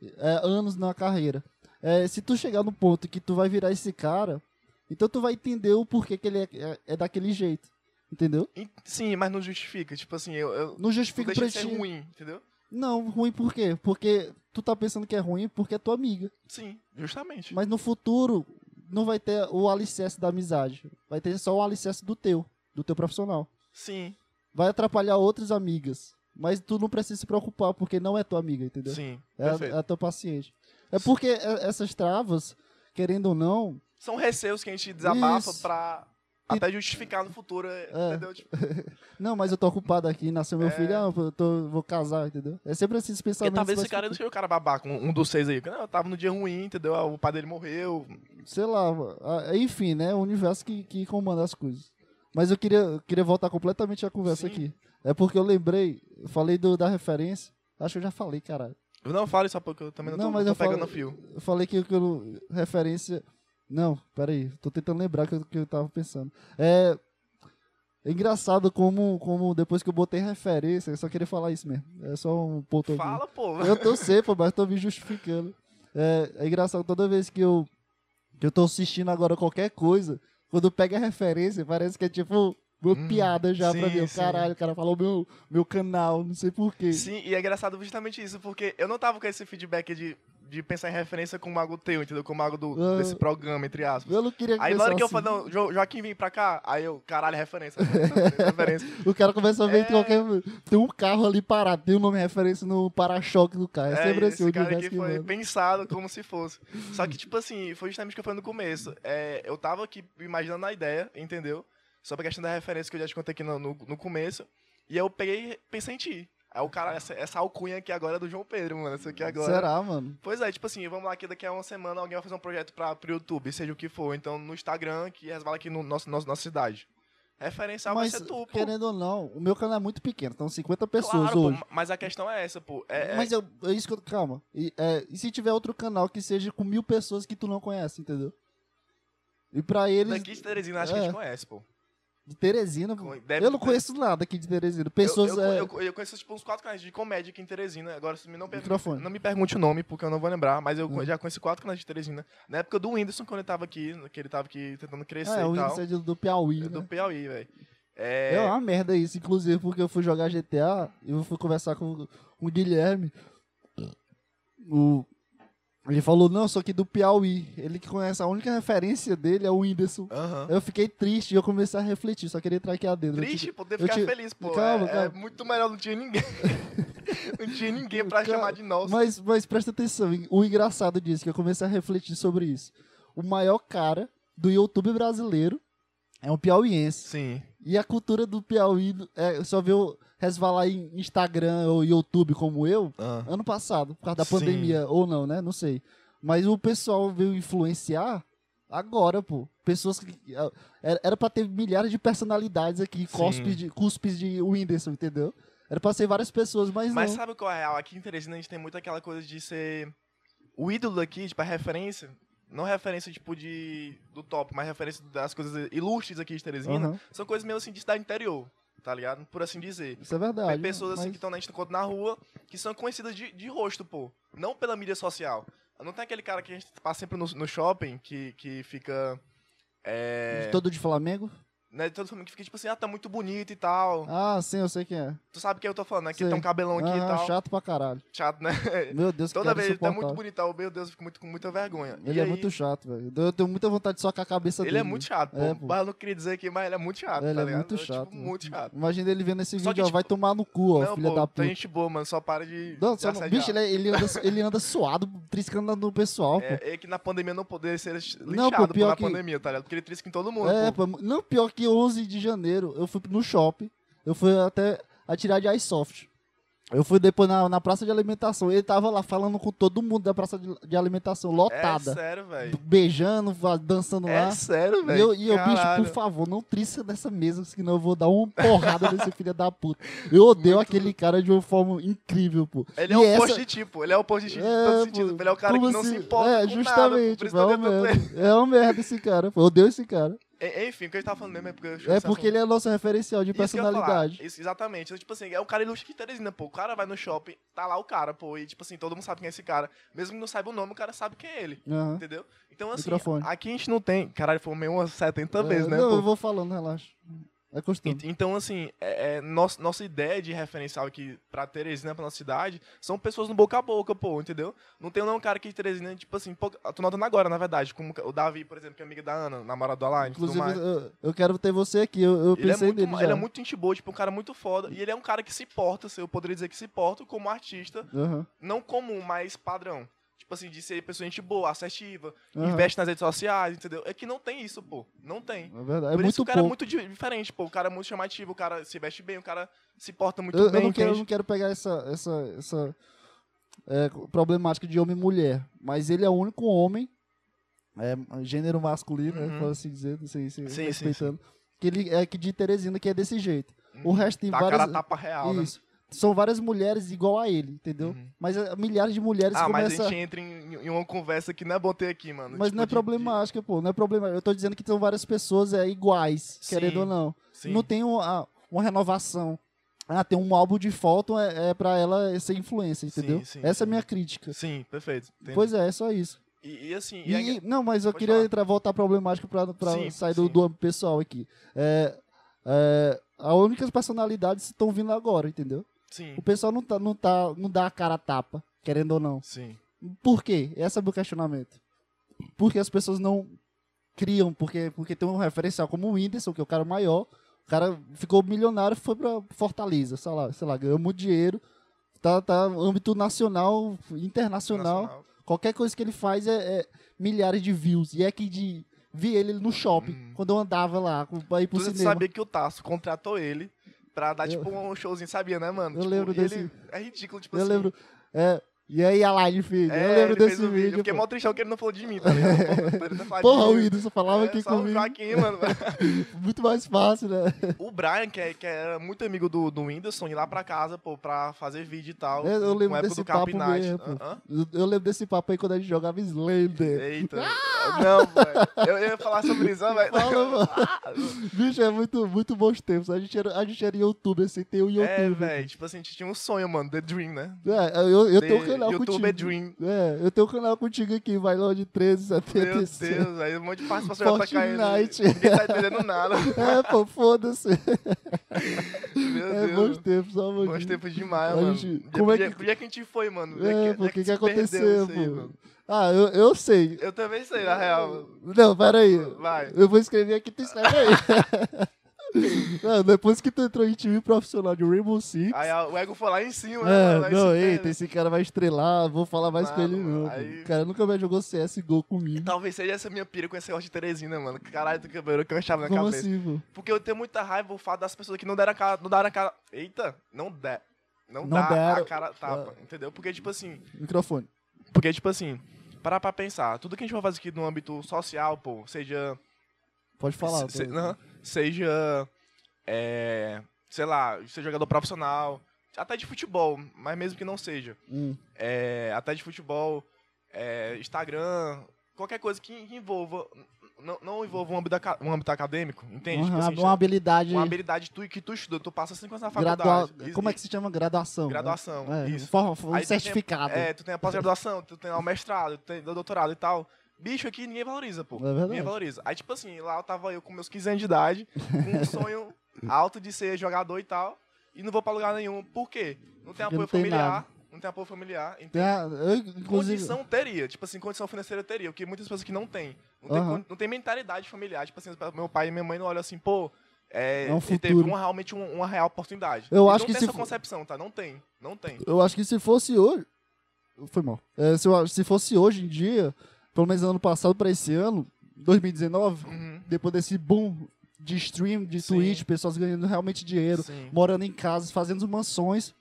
A: é, anos na carreira. É, se tu chegar no ponto que tu vai virar esse cara, então tu vai entender o porquê que ele é- é- é daquele jeito. Entendeu?
B: E- Sim, mas não justifica. Tipo assim, eu, eu
A: Não
B: não
A: justifica
B: deixa
A: pra
B: de ser
A: ti. né?
B: ruim, entendeu?
A: Não, ruim por quê? Porque tu tá pensando que é ruim porque é tua amiga.
B: Sim, justamente.
A: Mas no futuro não vai ter o alicerce da amizade. Vai ter só o alicerce do teu, do teu profissional.
B: Sim,
A: Vai atrapalhar outras amigas. Mas tu não precisa se preocupar, porque não é tua amiga, entendeu?
B: sim.
A: é, a-
B: perfeito.
A: é a tua paciente. É porque é- essas travas, querendo ou não,
B: São receios que a gente desabafa
A: Isso. É.
B: pra até justificar no futuro, entendeu? Tipo,
A: não, mas eu tô ocupado aqui, nasceu meu
B: É.
A: filho, ah, eu tô- vou casar, entendeu? É sempre esses
B: porque
A: pensamentos.
B: talvez
A: mais
B: esse cara não
A: futuros.
B: seja o cara babaca, um, um dos seis aí. que, Não, eu tava no dia ruim, entendeu? O pai dele morreu.
A: Sei lá, ah, enfim, né? O universo que, que comanda as coisas. Mas eu queria, eu queria voltar completamente à conversa
B: Sim.
A: aqui. É porque eu lembrei, eu falei do- da referência. Acho que eu já falei, caralho.
B: Eu não falo isso porque eu também não,
A: Não,
B: tô,
A: mas
B: tô
A: eu falo-
B: pegando fio.
A: Eu falei que que eu, referência. Não, peraí, tô tentando lembrar o que, eu- que eu tava pensando. É. é engraçado como, como depois que eu botei referência, eu só queria falar isso mesmo. É só um ponto.
B: Fala, pô.
A: Eu tô sempre, mas tô me justificando. É, é engraçado, toda vez que eu, que eu tô assistindo agora qualquer coisa, quando pega a referência, parece que é tipo uma
B: Hum,
A: piada já pra
B: sim,
A: mim. Eu,
B: sim.
A: Caralho, o cara falou meu, meu canal, não sei porquê.
B: Sim, e é engraçado justamente isso, porque eu não tava com esse feedback de, de pensar em referência como algo teu, entendeu? Como algo do,
A: Ah.
B: desse programa, entre aspas.
A: Eu não queria assim.
B: Aí na hora que eu
A: pensar
B: falei, não, Jo- Joaquim vem pra cá, aí eu, caralho, é
A: [laughs]
B: referência, referência, referência.
A: assim. O cara começa a ver
B: É.
A: que qualquer. Tem um carro ali parado, tem o nome de referência no para-choque do carro. É sempre assim, o
B: esse cara
A: universo
B: aqui
A: que
B: foi
A: manda.
B: pensado como se fosse. Só que, tipo assim, foi justamente o que eu falei no começo. É, eu tava aqui imaginando a ideia, entendeu? Sobre a questão da referência que eu já te contei aqui no, no, no começo. E eu peguei, pensei em ti. Aí o cara, essa, essa alcunha aqui agora é do João Pedro, mano. Essa aqui agora.
A: Será, mano?
B: Pois é, tipo assim, vamos lá que daqui a uma semana alguém vai fazer um projeto pra, pro YouTube, seja o que for. Então, no Instagram, que resvala aqui no nosso, nosso- nossa cidade. Referencial
A: Mas,
B: vai ser tu, pô.
A: querendo ou não, o meu canal é muito pequeno, então 50 pessoas
B: claro, pô,
A: hoje.
B: mas a questão é essa, pô. É, é-
A: Mas eu, é isso que eu. Calma. E, é, e se tiver outro canal que seja com mil pessoas que tu não conhece, entendeu? E pra eles. é.
B: daqui de Teresina, acho que a gente conhece, pô.
A: De Teresina.
B: Con- deve-
A: eu não conheço nada aqui de Teresina. Pessoas.
B: Eu, eu,
A: é,
B: eu- eu conheço, tipo, uns quatro canais de comédia aqui em Teresina. Agora, se me não, per...
A: Microfone. Uhum.
B: não me pergunte o nome, porque eu não vou lembrar, mas eu co- já conheci quatro canais de Teresina. Na época do Whindersson, quando ele tava aqui, que ele tava aqui tentando crescer
A: Ah, é,
B: e
A: o
B: tal.
A: índice é do, do Piauí.
B: É do
A: né?
B: Piauí, velho.
A: É...
B: É,
A: uma merda isso, inclusive, porque eu fui jogar GTA e eu fui conversar com, com o Guilherme. O. Ele falou, não, eu sou aqui do Piauí. Ele que conhece, a única referência dele é o Whindersson.
B: aham.
A: Eu fiquei triste e eu comecei a refletir, só queria entrar aqui adentro.
B: Triste poder
A: eu
B: ficar
A: te-
B: feliz, pô.
A: Calma,
B: é, é
A: calma.
B: muito melhor, não tinha ninguém. [laughs] não tinha ninguém pra
A: Calma,
B: chamar de nosso.
A: Mas, mas presta atenção, o engraçado disso, que eu comecei a refletir sobre isso. O maior cara do YouTube brasileiro é um piauiense.
B: Sim.
A: E a cultura do Piauí é, só viu resvalar em Instagram ou YouTube como eu
B: Ah.
A: ano passado, por causa da
B: Sim.
A: pandemia, ou não, né? Não sei. Mas o pessoal veio influenciar agora, pô. Pessoas que. Era era pra ter milhares de personalidades aqui, cuspes de, cuspes de Whindersson, entendeu? Era pra ser várias pessoas, mas,
B: Mas
A: não.
B: sabe qual é a real? Aqui em Teresina a gente tem muito aquela coisa de ser. O ídolo aqui, tipo, a referência. Não referência, tipo, de. do top, mas referência das coisas ilustres aqui de Teresina.
A: Aham.
B: São coisas meio assim de cidade interior, tá ligado? Por assim dizer.
A: Isso é verdade.
B: Tem pessoas assim
A: mas-
B: que estão na gente encontra na rua que são conhecidas de, de rosto, pô. Não pela mídia social. Não tem aquele cara que a gente passa sempre no, no shopping que, que fica. É.
A: De Todo de Flamengo?
B: Né, todo mundo que fica tipo assim, ah, tá muito bonito e tal.
A: Ah, sim, eu sei quem é.
B: Tu sabe quem eu tô falando, né? Que
A: Sei.
B: tem um cabelão aqui e
A: Ah,
B: tal.
A: chato pra caralho.
B: chato né?
A: Meu Deus, que
B: Toda
A: cara
B: vez ele tá muito
A: insuportável.
B: bonitão, meu Deus, eu fico muito, com muita vergonha.
A: Ele
B: E
A: é
B: aí,
A: muito chato, velho. Eu tenho muita vontade de socar a cabeça
B: Ele
A: dele.
B: é muito chato, pô.
A: É, pô.
B: Mas eu não queria dizer aqui, mas ele é muito chato,
A: Ele
B: tá
A: é
B: ligado?
A: muito
B: Eu, tipo,
A: chato, mano.
B: muito chato.
A: Imagina ele vendo esse
B: Só que,
A: vídeo, ó,
B: tipo,
A: vai tomar no cu, ó,
B: não,
A: filha
B: pô,
A: da
B: tem
A: puta.
B: gente boa, mano, só para de.
A: Não,
B: de
A: só não,
B: assediar.
A: bicho, ele, é ele
B: [laughs]
A: anda, ele anda suado, triscando no pessoal, pô.
B: É, é que na pandemia não poderia ser linchado
A: Não, pô,
B: pô,
A: pior
B: na
A: que-
B: pandemia, tá ligado? Porque ele trisca em todo mundo,
A: É,
B: pô.
A: pô, não, pior que 11 de janeiro, eu fui no shopping, eu fui até atirar de iSoft. Eu fui depois na, na praça de alimentação, ele tava lá falando com todo mundo da praça de, de alimentação,
B: É
A: lotada.
B: sério, velho.
A: beijando, va- dançando
B: É
A: lá.
B: sério,
A: E eu,
B: velho.
A: e eu, bicho,
B: Caralho.
A: por favor, não trisca nessa mesa, senão eu vou dar uma porrada nesse filho da puta. Eu odeio
B: Muito-
A: aquele cara de uma forma incrível, pô.
B: Ele
A: E
B: é o
A: essa-
B: oposto de ti, pô. Ele é o oposto de ti em todo
A: pô,
B: sentido. Ele é o cara que
A: como
B: não se
A: assim?
B: importa
A: É,
B: com
A: justamente,
B: nada. pô. Por isso que eu
A: é uma
B: [laughs] odeio tanto ele.
A: merda. É uma merda esse cara, pô. Eu odeio esse cara.
B: É, Enfim, o que a gente tava falando mesmo é porque... eu
A: É
B: esqueci esse assunto.
A: porque ele é nosso referencial de
B: Isso que eu ia falar.
A: personalidade.
B: Isso, exatamente. Então, tipo assim, é o cara ilustre que Teresina, pô. O cara vai no shopping, tá lá o cara, pô. E, tipo assim, todo mundo sabe quem é esse cara. Mesmo que não saiba o nome, o cara sabe quem é ele.
A: Aham.
B: Entendeu? Então, assim,
A: Microfone.
B: aqui a gente não tem. Caralho, foi meio umas 70 vezes,
A: É,
B: né,
A: não,
B: pô?
A: eu vou falando, relaxa. É costume.
B: Ent- Então, assim, é- é, nossa, nossa ideia de referencial aqui pra Teresina, pra nossa cidade, são pessoas no boca a boca, pô, entendeu? Não tem nenhum cara aqui de Teresina, tipo assim, pô, eu tô notando agora, na verdade, como o Davi, por exemplo, que é amigo da Ana, namorado do Alain, e tudo
A: Inclusive,
B: mais.
A: eu, eu quero ter você aqui. Eu, eu
B: Ele é,
A: pensei
B: muito,
A: nele
B: ma-
A: já.
B: ele é muito gente boa, tipo, um cara muito foda. E ele é um cara que se porta, assim, eu poderia dizer que se porta como artista,
A: Aham,
B: não comum, mas padrão. Tipo assim, de ser pessoa gente boa, assertiva,
A: aham.
B: investe nas redes sociais, entendeu? É que não tem isso, pô. Não tem.
A: É verdade. É
B: Por isso
A: muito
B: o cara
A: pouco.
B: é muito di- diferente, pô. O cara é muito chamativo, o cara se veste bem, o cara se porta muito
A: eu, eu
B: bem,
A: não quero, eu
B: entende?
A: não quero pegar essa, essa, essa é, problemática de homem e mulher, mas ele é o único homem, é, gênero masculino, né,
B: Uhum.
A: por assim dizer, sem, sem,
B: Sim, sim,
A: respeitando, que ele é aqui de Teresina, que é desse jeito. O
B: Hum,
A: resto tem
B: Tá a
A: várias...
B: cara a tapa real, né?
A: Isso. São várias mulheres igual a ele, entendeu?
B: Uhum.
A: Mas é, milhares de mulheres
B: Ah, mas
A: começam...
B: a gente entra em, em uma conversa que não é bom ter aqui, mano.
A: Mas
B: Tipo,
A: não é
B: de-
A: problemática, pô. Não é problema. Eu tô dizendo que são várias pessoas é, iguais,
B: Sim,
A: querendo ou não.
B: de- sim.
A: Não tem uma, uma renovação. Ah, tem um álbum de foto é, é pra ela ser influência,
B: Sim,
A: entendeu?
B: sim,
A: Essa é a
B: sim.
A: minha crítica.
B: Sim, perfeito. entendi.
A: Pois é, é só isso.
B: E, e assim,
A: E,
B: e aí-
A: não, mas eu
B: Pode
A: queria
B: falar.
A: entrar, voltar à problemática pra, pra
B: Sim,
A: sair do,
B: sim.
A: do âmbito pessoal aqui. É, é, as únicas personalidades estão vindo agora, entendeu?
B: sim,
A: O pessoal não, tá, não, tá, não dá a cara a tapa, querendo ou não.
B: sim.
A: Por quê? Esse é o meu questionamento. Porque as pessoas não criam, porque, porque tem um referencial como o Whindersson, que é o cara maior, o cara ficou milionário foi pra Fortaleza, sei lá, sei lá ganhou muito dinheiro, tá, tá âmbito nacional, internacional,
B: Nacional.
A: qualquer coisa que ele faz é, é milhares de views, e é que de vi ele no shopping,
B: Hum.
A: quando eu andava lá com- pra ir pro
B: Tu
A: cinema.
B: sabia que o Tasso contratou ele pra dar,
A: Eu-
B: tipo, um showzinho, sabia, né, mano?
A: Eu
B: Tipo,
A: lembro
B: e ele-
A: desse-
B: É ridículo, tipo
A: eu
B: assim.
A: lembro, é, e aí a Line filho,
B: É,
A: eu lembro
B: ele
A: desse
B: fez o
A: vídeo,
B: Eu fiquei
A: pô.
B: mó tristão que ele não falou de mim, tá
A: [laughs]
B: ligado? Pô, pra ele ter falado de
A: Porra,
B: mim,
A: o Whindersson falava
B: é,
A: aqui
B: só o
A: comigo,
B: Joaquim,
A: [laughs]
B: mano.
A: muito mais fácil, né?
B: O Brian, que, é, que era muito amigo do, do Whindersson, ir lá pra casa, pô, pra fazer vídeo e tal.
A: É, eu
B: com
A: lembro
B: a época
A: desse
B: do
A: papo
B: Capinage.
A: mesmo. pô.
B: Hã?
A: Eu- Eu lembro desse papo aí quando a gente jogava Slender. [laughs]
B: Eita. Não, velho. Eu ia falar sobre isso, mas...
A: Fala, mano. Bicho, é muito, muito bons tempos. A gente era, a gente era YouTube, assim, tem o
B: [laughs] é,
A: YouTube.
B: velho. Tipo assim, a gente tinha um sonho, mano. The Dream, né?
A: É, eu, eu tenho um
B: The-
A: canal
B: YouTube
A: contigo.
B: é Dream.
A: É, eu tenho um canal contigo aqui, vai lá de 13,
B: Meu
A: 76.
B: Deus, aí um monte de participação já tá caindo.
A: Fortnite.
B: Ninguém tá entendendo nada.
A: [laughs] É, pô, foda-se.
B: Meu
A: É bons
B: Deus.
A: tempos, só mano.
B: Bons tempos demais,
A: A
B: mano.
A: gente-
B: Dia-
A: como é
B: dia-
A: que-
B: Pro dia que a gente foi, mano. Dia
A: É,
B: dia
A: pô, o que, que
B: se perdeu
A: aconteceu,
B: isso aí,
A: pô?
B: mano.
A: Ah, eu, eu sei.
B: Eu também sei, na real.
A: Não, peraí.
B: Vai.
A: Eu vou escrever aqui, tu escreve
B: [laughs]
A: aí. Não, depois que tu entrou em time profissional de Rainbow Six.
B: Aí a- o ego foi lá em cima, né?
A: É,
B: mano? Aí
A: não,
B: se perde.
A: eita, esse cara vai estrelar, vou falar mais com
B: Mano,
A: ele não. pô.
B: aí-
A: O cara nunca mais jogou CSGO comigo.
B: Talvez seja essa minha pira com esse negócio de Teresina, mano. Caralho, tu quebrou que eu achava na
A: Como
B: cabeça.
A: assim, pô?
B: Porque eu tenho muita raiva o fato das pessoas que não deram a cara. Não deram a cara. Eita, não der. Não,
A: Não
B: dá
A: deram. É.
B: a cara tapa, entendeu? Porque, tipo assim.
A: Microfone.
B: Porque, tipo assim, parar pra pensar. Tudo que a gente vai fazer aqui no âmbito social, pô, seja
A: Pode falar.
B: se- se-
A: pô.
B: aham. seja. é, sei lá, ser jogador profissional. Até de futebol, mas mesmo que não seja.
A: Hum.
B: é, até de futebol, é, Instagram, qualquer coisa que envolva, não, não envolva um âmbito, aca- um âmbito acadêmico, entende?
A: Uma,
B: Tipo assim,
A: uma habilidade
B: uma habilidade tu, que tu estuda, tu passa cinco anos na
A: gradua...
B: faculdade. e-
A: Como é que se chama? Graduação.
B: e- Graduação,
A: né? É,
B: isso.
A: forma- forma-
B: Aí
A: um
B: tu tem-
A: certificado.
B: É, tu tem a pós-graduação, tu tem lá o mestrado, tu tem o doutorado e tal. Bicho aqui ninguém valoriza, pô.
A: É verdade.
B: Ninguém valoriza. Aí, tipo assim, lá eu tava eu com meus 15 anos de idade,
A: [laughs]
B: com um sonho alto de ser jogador e tal, e não vou pra lugar nenhum. Por quê? Não tem
A: Porque
B: apoio
A: não tem
B: familiar, não tem apoio familiar, entende?
A: Tem a- eu, inclusive,
B: Condição teria, tipo assim, condição financeira teria, o que muitas pessoas que não têm. Não tem,
A: Aham.
B: con- não tem mentalidade familiar, tipo assim, meu pai e minha mãe não olham assim, pô, é,
A: É um
B: ele teve
A: futuro.
B: uma, realmente um- uma real oportunidade.
A: Eu
B: Eles
A: acho
B: não
A: que
B: tem
A: se
B: essa
A: fo-
B: concepção, tá? Não tem, não tem.
A: eu acho que se fosse hoje. Foi mal. É, se, eu- se fosse hoje em dia, pelo menos ano passado pra esse ano, 2019,
B: Uhum.
A: depois desse boom de stream, de
B: Sim.
A: Twitch, pessoas ganhando realmente dinheiro,
B: Sim.
A: morando em casas, fazendo mansões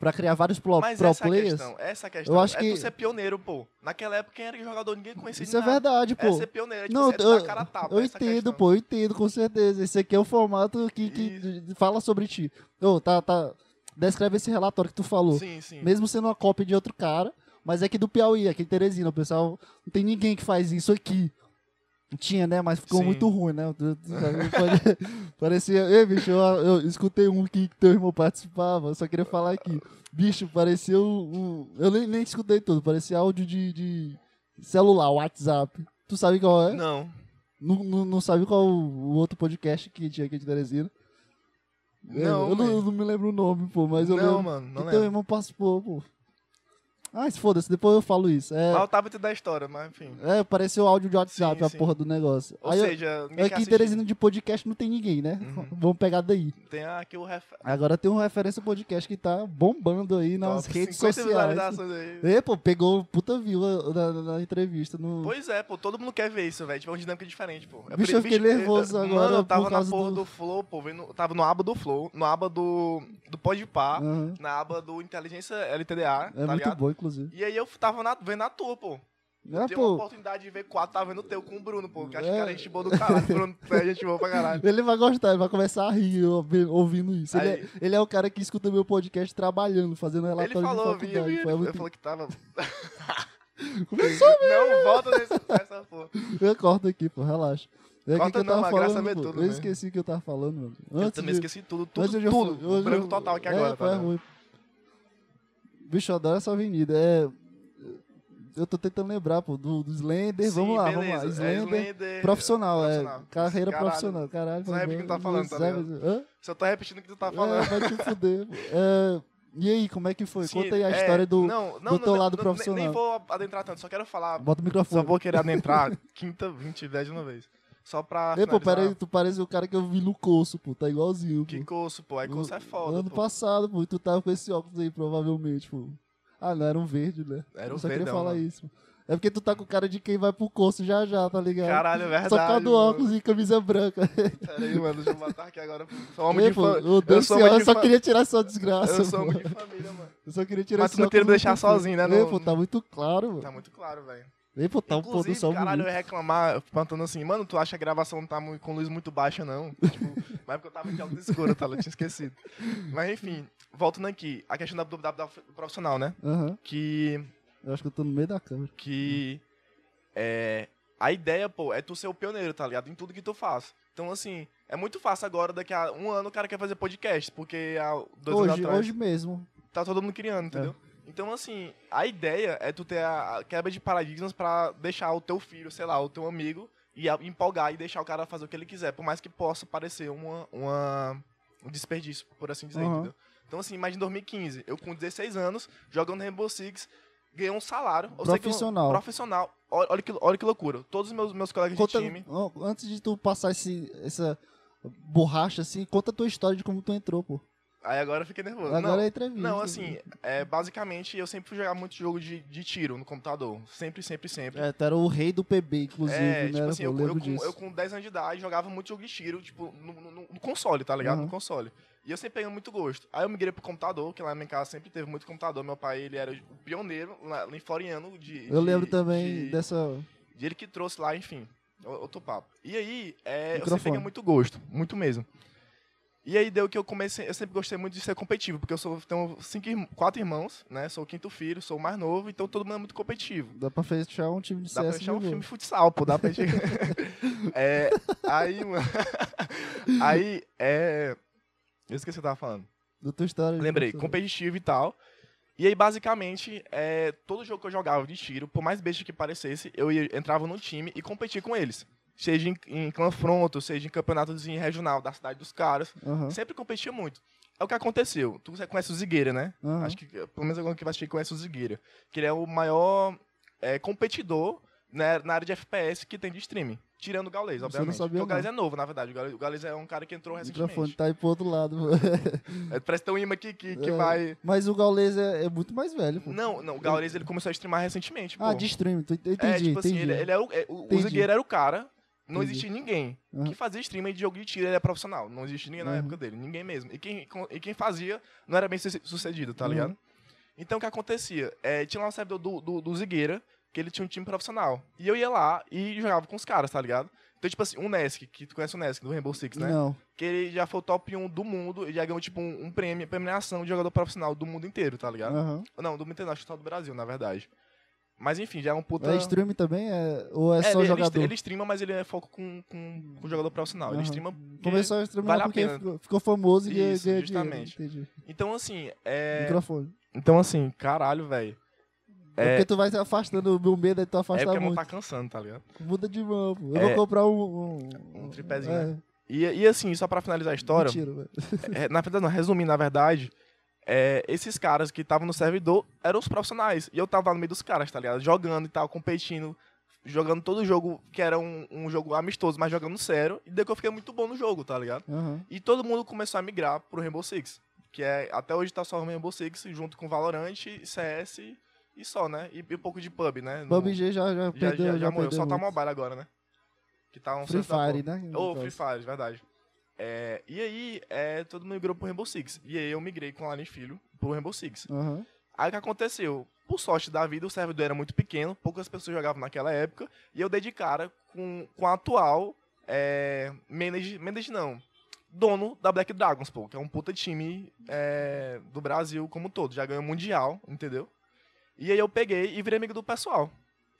A: pra criar vários pro,
B: Mas
A: pro
B: essa é a
A: players.
B: questão, essa é a questão.
A: Eu acho
B: é
A: que-
B: tu ser pioneiro, pô. Naquela época, quem era jogador, ninguém conhecia
A: Isso é
B: nada.
A: verdade, pô.
B: É ser pioneiro, é, tipo,
A: Não,
B: é tu dar
A: eu-
B: a cara a tapa.
A: Eu
B: essa é a
A: entendo,
B: questão.
A: pô, eu entendo, com certeza. Esse aqui é o formato que, que fala sobre ti. Ô, tá, tá. Descreve esse relatório que tu falou.
B: Sim, sim.
A: Mesmo sendo uma cópia de outro cara, mas é que do Piauí, aqui em Teresina, o pessoal. Não tem ninguém que faz isso aqui. Tinha, né? Mas ficou
B: Sim.
A: muito ruim, né? [laughs] parecia. Ei, bicho, eu, eu escutei um que teu irmão participava, eu só queria falar aqui. Bicho, parecia um. um- eu nem, nem escutei tudo, parecia áudio de, de celular, WhatsApp. Tu sabe qual é?
B: Não.
A: Não, não, não sabe qual o, o outro podcast que tinha aqui de Teresina.
B: Não,
A: eu, não,
B: mano.
A: eu não me lembro o nome, pô, mas eu
B: não,
A: lembro.
B: mano, não
A: que teu
B: lembro.
A: Então, irmão participou, pô. Ah, se foda-se, depois eu falo isso. É,
B: Faltava te da história, mas enfim.
A: é pareceu áudio de WhatsApp,
B: Sim,
A: a
B: sim.
A: porra do negócio.
B: Ou
A: Aí eu-
B: seja, ninguém
A: é
B: quer
A: que em
B: assistir.
A: Teresina de podcast não tem ninguém, né?
B: Uhum.
A: [laughs] Vamos pegar daí.
B: Tem ah, aqui o ref...
A: Agora tem um referência podcast que tá bombando aí nas
B: top,
A: redes
B: 50
A: sociais.
B: visualizações aí.
A: É, pô, pegou puta view na, na- na entrevista. No...
B: Pois é, pô, todo mundo quer ver isso, velho. Tipo, é uma dinâmica diferente, pô. É
A: Bicho,
B: por-
A: eu fiquei nervoso
B: eu-
A: agora
B: Mano, eu tava
A: por
B: na
A: causa
B: porra
A: do-
B: do... Flow, pô. Vendo, tava no aba do Flow, no aba do, do Podpah,
A: Aham.
B: na aba do Inteligência LTDA,
A: Ah. É
B: é. tá
A: muito
B: ligado?
A: bom, inclusive.
B: E aí eu tava na- vendo a tua, pô.
A: É,
B: Deu a
A: pô,
B: oportunidade de ver quatro, tava vendo o teu com o Bruno, pô. Que acho
A: É.
B: que cara é gente boa do caralho. O Bruno é gente boa
A: [laughs]
B: pra caralho.
A: ele vai gostar, ele vai começar a rir ouvi- ouvindo isso. Ele
B: Aí-
A: é, ele é o cara que escuta meu podcast trabalhando, fazendo
B: Ele
A: relatório
B: falou,
A: de
B: vi, vi,
A: faculdade.
B: ele
A: Foi muito-
B: falou
A: [laughs]
B: que tava. é
A: Começou,
B: Não, volta nessa, nessa porra.
A: Eu corto aqui, pô, relaxa. É o que
B: Corta
A: que eu
B: não,
A: tava
B: a graça
A: falando,
B: é
A: pô.
B: tudo,
A: eu
B: né?
A: esqueci o que eu tava falando, mano.
B: Eu
A: Antes
B: também
A: de-
B: esqueci tudo,
A: Antes
B: tudo,
A: de eu-
B: tudo.
A: hoje eu-
B: O branco total aqui
A: é,
B: agora,
A: pô, é
B: tá vendo?
A: ruim. Bicho, eu adoro essa avenida. É... Eu tô tentando lembrar, pô, do, do Slender.
B: Sim,
A: vamos lá, vamos
B: beleza.
A: lá.
B: É,
A: Slender,
B: Slender-
A: profissional, é.
B: profissional.
A: Carreira
B: Caralho.
A: profissional, caralho.
B: Só repete o que tá falando, tá ligado?
A: Hã?
B: Só tô repetindo o que tu tá
A: É,
B: falando.
A: vai te fuder. pô. É, E aí, como é que foi?
B: Sim,
A: Conta aí a
B: é,
A: história do...
B: não,
A: do teu lado
B: nem-
A: profissional.
B: Nem vou adentrar tanto, só quero falar.
A: Bota o
B: Só
A: microfone.
B: vou querer adentrar [laughs] quinta, 20 e 10 de uma vez. Só pra.
A: Ei, pô,
B: finalizar.
A: pera aí, tu parece o cara que eu vi no curso, pô. Tá igualzinho, pô.
B: Que curso, pô. Aí curso é foda.
A: Ano
B: pô.
A: passado, pô, e tu tava com esse óculos aí, provavelmente, pô. Ah, não, era um verde, né?
B: Era
A: Eu
B: um
A: só queria
B: verdão,
A: falar
B: mano.
A: isso. É porque tu tá com cara de quem vai pro curso já já, tá ligado?
B: Caralho, é verdade.
A: Só por causa do
B: mano.
A: óculos e camisa branca.
B: Pera aí, mano, deixa eu matar aqui agora.
A: [laughs]
B: Sou homem
A: Ei,
B: de
A: pô,
B: fã.
A: eu, Deus do céu,
B: sou homem
A: eu
B: de
A: só
B: fa-
A: queria tirar essa desgraça.
B: Eu sou
A: pô.
B: homem de família, mano.
A: Eu só queria tirar
B: Mas
A: esse
B: tu não queria
A: óculos
B: deixar
A: muito, pô.
B: sozinho, né,
A: Ei,
B: não-
A: pô, tá muito claro, mano.
B: Tá muito claro, velho.
A: Ei, pô, tá um pôr do
B: Inclusive,
A: sol
B: caralho, eu
A: bonito.
B: ia reclamar, perguntando assim, mano, tu acha que a gravação tá mu- com luz muito baixa, não? Tipo, [laughs] mas porque eu tava de óculos escuro, tá? Eu tinha esquecido. Mas enfim, voltando aqui, a questão da- do, da- da- do profissional, né?
A: Aham,
B: Que.
A: eu acho que eu tô no meio da câmera.
B: que é, a ideia, pô, é tu ser o pioneiro, tá ligado? Em tudo que tu faz. Então, assim, é muito fácil agora, daqui a um ano o cara quer fazer podcast, porque há dois anos
A: Hoje,
B: atrás
A: hoje mesmo.
B: tá todo mundo criando,
A: É.
B: entendeu? Então, assim, a ideia é tu ter a a quebra de paradigmas pra deixar o teu filho, sei lá, o teu amigo, e a- empolgar e deixar o cara fazer o que ele quiser, por mais que possa parecer uma, uma- um desperdício, por assim dizer,
A: Aham.
B: entendeu? Então, assim, imagina em 2015, eu com 16 anos, jogando Rainbow Six, ganhei um salário. eu sei que eu-
A: Profissional.
B: profissional. Olha, olha que, olha que loucura. Todos os meus, meus colegas
A: Conta,
B: de time...
A: ó, antes de tu passar esse, essa borracha assim, conta a tua história de como tu entrou, pô.
B: Aí agora eu fiquei nervoso.
A: Agora
B: Não,
A: é entrevista.
B: Não, assim, é, basicamente eu sempre fui jogar muito jogo de, de tiro no computador. Sempre, sempre, sempre.
A: É, tu era o rei do PB, inclusive,
B: É,
A: né?
B: tipo assim,
A: eu,
B: eu,
A: lembro
B: eu, com,
A: disso.
B: eu com 10 anos de idade jogava muito jogo de tiro, tipo, no, no- no console, tá ligado?
A: Aham.
B: No console. E eu sempre peguei muito gosto. Aí eu migrei pro computador, que lá na minha casa sempre teve muito computador. Meu pai, ele era o pioneiro lá, em Floriano de.
A: Eu
B: de-
A: lembro também
B: de,
A: dessa.
B: de ele que trouxe lá, enfim. o- Outro papo. E aí, é, eu
A: Microfone.
B: sempre peguei muito gosto, muito mesmo. E aí deu que eu comecei, eu sempre gostei muito de ser competitivo, porque eu sou, tenho cinco, irm- quatro irmãos, né? Sou o quinto filho, sou o mais novo, então todo mundo é muito competitivo.
A: Dá pra fechar um time de
B: Dá pra
A: CS.
B: fechar um
A: de
B: filme
A: novo.
B: futsal, pô, dá pra gente. [laughs] é, aí, mano. [laughs] aí, é. Eu esqueci o que eu tava falando.
A: Da tua história.
B: Lembrei,
A: competitivo.
B: competitivo e tal. E aí, basicamente, é, todo jogo que eu jogava de tiro, por mais besta que parecesse, eu ia- entrava num time e competia com eles. Seja em, em confronto, seja em campeonatozinho regional da cidade dos caras.
A: Aham.
B: Sempre competia muito. É o que aconteceu. Tu conhece o Zigueira, né?
A: aham.
B: Acho que, pelo menos alguém que vai assistir conhece o Zigueira. Que ele é o maior é, competidor né, na área de FPS que tem de streaming. Tirando o
A: Você
B: Gaules,
A: não
B: obviamente.
A: sabia,
B: Porque o
A: não.
B: Gaules é novo, na verdade. O Gaules- O Gaules é um cara que entrou
A: O
B: recentemente.
A: microfone tá aí pro outro lado.
B: É, parece que tem um imã aqui que, que
A: É.
B: vai...
A: [laughs] Mas o Gaules é, é muito mais velho, pô.
B: Não, não, o Gaules ele começou a streamar recentemente, pô.
A: ah, de stream, tu entendi,
B: é, tipo assim,
A: entendi.
B: ele, ele era o, é, o- o
A: Entendi.
B: Zigueira era o cara, não
A: Entendi. Ah.
B: existia ninguém
A: Aham.
B: que fazia streaming de jogo de tiro, ele é profissional, não existia ninguém na
A: Aham.
B: época dele, ninguém mesmo. E quem, com- e quem fazia não era bem suce- sucedido, tá
A: Aham.
B: ligado? Então o que acontecia? É, tinha lá um servidor do, do, do Zigueira, que ele tinha um time profissional, e eu ia lá e jogava com os caras, tá ligado? Então, tipo assim, o Nesk, que tu conhece o Nesk, do Rainbow Six, né?
A: Não.
B: Que ele já foi o top 1 do mundo, ele já ganhou, tipo, um, um prêmio, premiação de jogador profissional do mundo inteiro, tá ligado?
A: Aham.
B: Não, do Nintendo, acho que só do Brasil, na verdade. Mas enfim, já é um puta.
A: É stream também? É... Ou é,
B: É,
A: só
B: ele, ele,
A: jogador?
B: stre- ele streama, mas ele é foco com, com, com jogador profissional.
A: Aham.
B: Ele streama. porque-
A: Começou a streamar
B: vale a
A: porque
B: pena.
A: ficou, ficou famoso e ganhou
B: Isso,
A: dinheiro.
B: justamente.
A: Entendi.
B: Então, assim, é.
A: Microfone.
B: Então, assim, caralho, velho.
A: É...
B: É,
A: porque tu vai se afastando, o meu medo é tu
B: é
A: afastar
B: porque a mão
A: muito.
B: tá cansando, tá ligado?
A: Muda de mão, pô. Eu
B: É.
A: vou comprar um... Um,
B: Um tripézinho,
A: é.
B: E, e assim, só pra finalizar a história,
A: Mentira, velho.
B: é, na verdade, não, resumindo, na verdade, é, esses caras que estavam no servidor eram os profissionais. E eu tava lá no meio dos caras, tá ligado? Jogando e tal, competindo, jogando todo jogo que era um, um jogo amistoso, mas jogando sério. E daí que eu fiquei muito bom no jogo, tá ligado?
A: Aham.
B: E todo mundo começou a migrar pro Rainbow Six. Que é, até hoje tá só o Rainbow Six, junto com Valorant, CS e só, né? E, e um pouco de PUB, né? No-
A: PUBG Uhum. já, já
B: já,
A: perdeu,
B: já,
A: já,
B: já morreu.
A: perdeu
B: Só tá
A: muito.
B: mobile agora, né? Que tá um
A: Free
B: sucesso da
A: Fire,
B: porra.
A: né? no
B: Ou
A: caso.
B: Free Fire, verdade. É, e aí, é, todo mundo migrou pro Rainbow Six. E aí eu migrei com o Alan Filho pro Rainbow Six.
A: Aham.
B: Aí o que aconteceu? Por sorte da vida, o servidor era muito pequeno, poucas pessoas jogavam naquela época, e eu dei de cara com, com a atual é, manage, manage não, dono da Black Dragons, pô, que é um puta time é, do Brasil como um todo, já ganhou mundial, entendeu? E aí eu peguei e virei amigo do pessoal.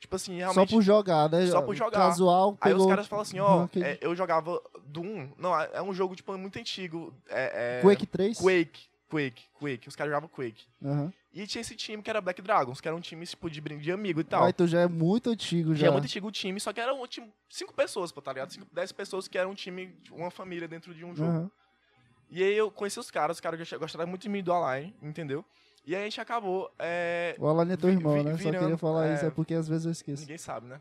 B: Tipo assim,
A: Só
B: realmente...
A: por jogar, né?
B: Só por jogar.
A: Casual,
B: Aí
A: pegou tipo,
B: os caras falam assim, ó,
A: Ranked.
B: é, eu jogava Doom, não, é é um jogo, tipo, muito antigo, é... é
A: Quake 3.
B: Quake, Quake, Quake, os caras jogavam Quake.
A: Aham.
B: E tinha esse time que era Black Dragons, que era um time tipo de brin- de amigo e tal.
A: Aí tu já é muito antigo
B: que
A: já.
B: é muito antigo o time, só que era um time, cinco pessoas, pô, tá ligado? Cinco, dez pessoas que eram um time, uma família dentro de um jogo.
A: Aham.
B: E aí eu conheci os caras, os caras gost- gostaram muito de mim do Align, entendeu? E aí a gente acabou, é,
A: O Alan é teu
B: Vi-
A: irmão,
B: vi-
A: né? Só
B: virando,
A: queria falar
B: é,
A: isso, é porque às vezes eu esqueço.
B: Ninguém sabe, né?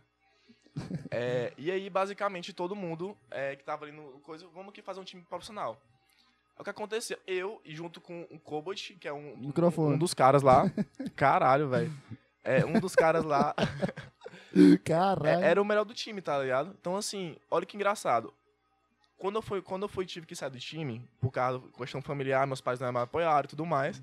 B: [laughs] É, e aí, basicamente, todo mundo é, que tava ali no coisa, vamos aqui fazer um time profissional. É O que aconteceu? Eu, e junto com o Cobalt, que é um,
A: Microfone.
B: um dos caras
A: [laughs]
B: lá. Caralho, velho. É, um dos caras lá é,
A: [laughs] Caralho.
B: era o melhor do time, tá ligado? Então, assim, olha que engraçado. Quando eu fui, quando eu fui tive que sair do time, por causa da questão familiar, meus pais não me apoiaram e tudo mais.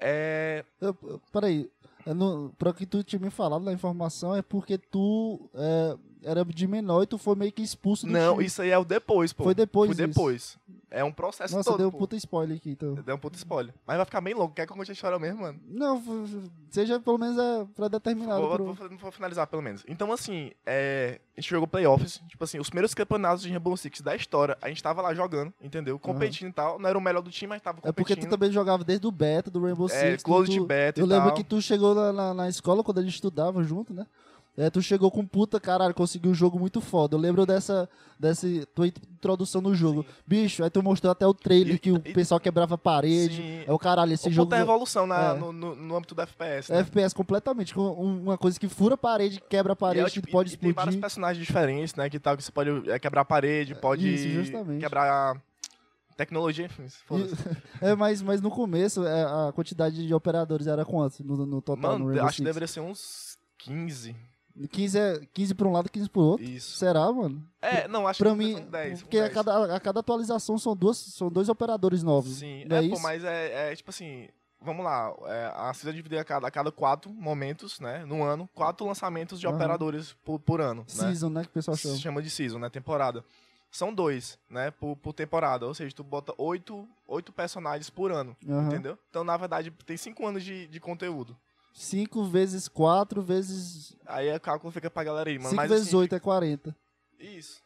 B: É,
A: Eu- eu- peraí. Eu não- pra que tu tinha me falado da informação é porque tu é, era de menor e tu foi meio que expulso do
B: não,
A: time.
B: isso aí é o depois, pô.
A: Foi depois
B: Foi
A: disso.
B: depois. É um processo
A: Nossa,
B: todo,
A: deu
B: pô.
A: puta spoiler aqui, então.
B: Deu um puto spoiler. Mas vai ficar bem longo. Quer que eu conte a história mesmo, mano?
A: Não, f- f- seja pelo menos é pra determinado.
B: Vou,
A: pro-
B: vou- vou- vou finalizar, pelo menos. Então, assim, é, a gente jogou playoffs. Tipo assim, os primeiros campeonatos de Rainbow Six da história, a gente tava lá jogando, entendeu? Competindo e tal. Não era o melhor do time, mas tava
A: É porque tu
B: competindo.
A: também jogava desde o beta do Rainbow
B: É,
A: Six. tu-
B: Closed
A: tu-
B: Beta e
A: Eu lembro
B: tal.
A: que tu chegou na, na, na escola quando a gente estudava junto, né? É, tu chegou com puta, caralho, conseguiu um jogo muito foda. Eu lembro dessa, dessa tua in- introdução no jogo. Bicho, aí tu mostrou até o trailer
B: E-
A: que o
B: e-
A: pessoal quebrava a parede.
B: Sim.
A: É o caralho, esse
B: Ou
A: jogo.
B: puta revolução na-
A: É.
B: no, no- no âmbito do FPS,
A: É
B: né?
A: FPS completamente, com um- uma coisa que fura a parede, quebra a
B: E é,
A: parede,
B: tipo,
A: que pode
B: e- e tem vários
A: explodir.
B: personagens diferentes, né? Que tal, que você pode é, quebrar a parede, pode
A: isso, justamente.
B: quebrar tecnologia, enfim, foda-se.
A: [laughs] É, mas, mas no começo é, a quantidade de operadores era quanto no, no total no
B: Mano,
A: Rainbow
B: acho que
A: Six?
B: deveria ser uns 15.
A: 15, é, 15 pra um lado, 15 pro outro.
B: Isso.
A: Será, mano?
B: É, não, acho
A: Pra
B: que
A: mim,
B: são 10. são
A: porque a
B: 10.
A: cada, a cada atualização são, duas, são dois operadores novos.
B: Sim,
A: não é,
B: é, pô,
A: isso?
B: mas é, é, tipo assim, vamos lá, é, a Cisa dividir a cada, a cada quatro momentos, né, no ano, quatro lançamentos de
A: Aham.
B: operadores por, por ano, né?
A: Season, né? que o pessoal
B: Se
A: chama.
B: chama de season, né, temporada. São dois, né, por, por temporada, ou seja, tu bota oito, oito personagens por ano,
A: Aham.
B: entendeu? Então, na verdade, tem cinco anos de, de conteúdo.
A: Cinco vezes quatro vezes...
B: Aí o cálculo fica pra galera aí, mano.
A: cinco
B: mas,
A: vezes
B: assim,
A: oito é 40.
B: Isso.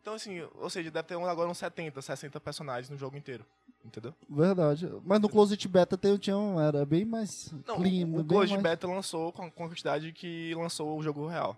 B: Então, assim, ou seja, deve ter um- agora uns 70, 60 personagens no jogo inteiro, entendeu?
A: Verdade. Mas no Closet Beta tem, tinha um... Era bem mais
B: Não,
A: clean.
B: o, o
A: bem
B: Ghost
A: mais-
B: Beta lançou com a, com a quantidade que lançou o jogo real.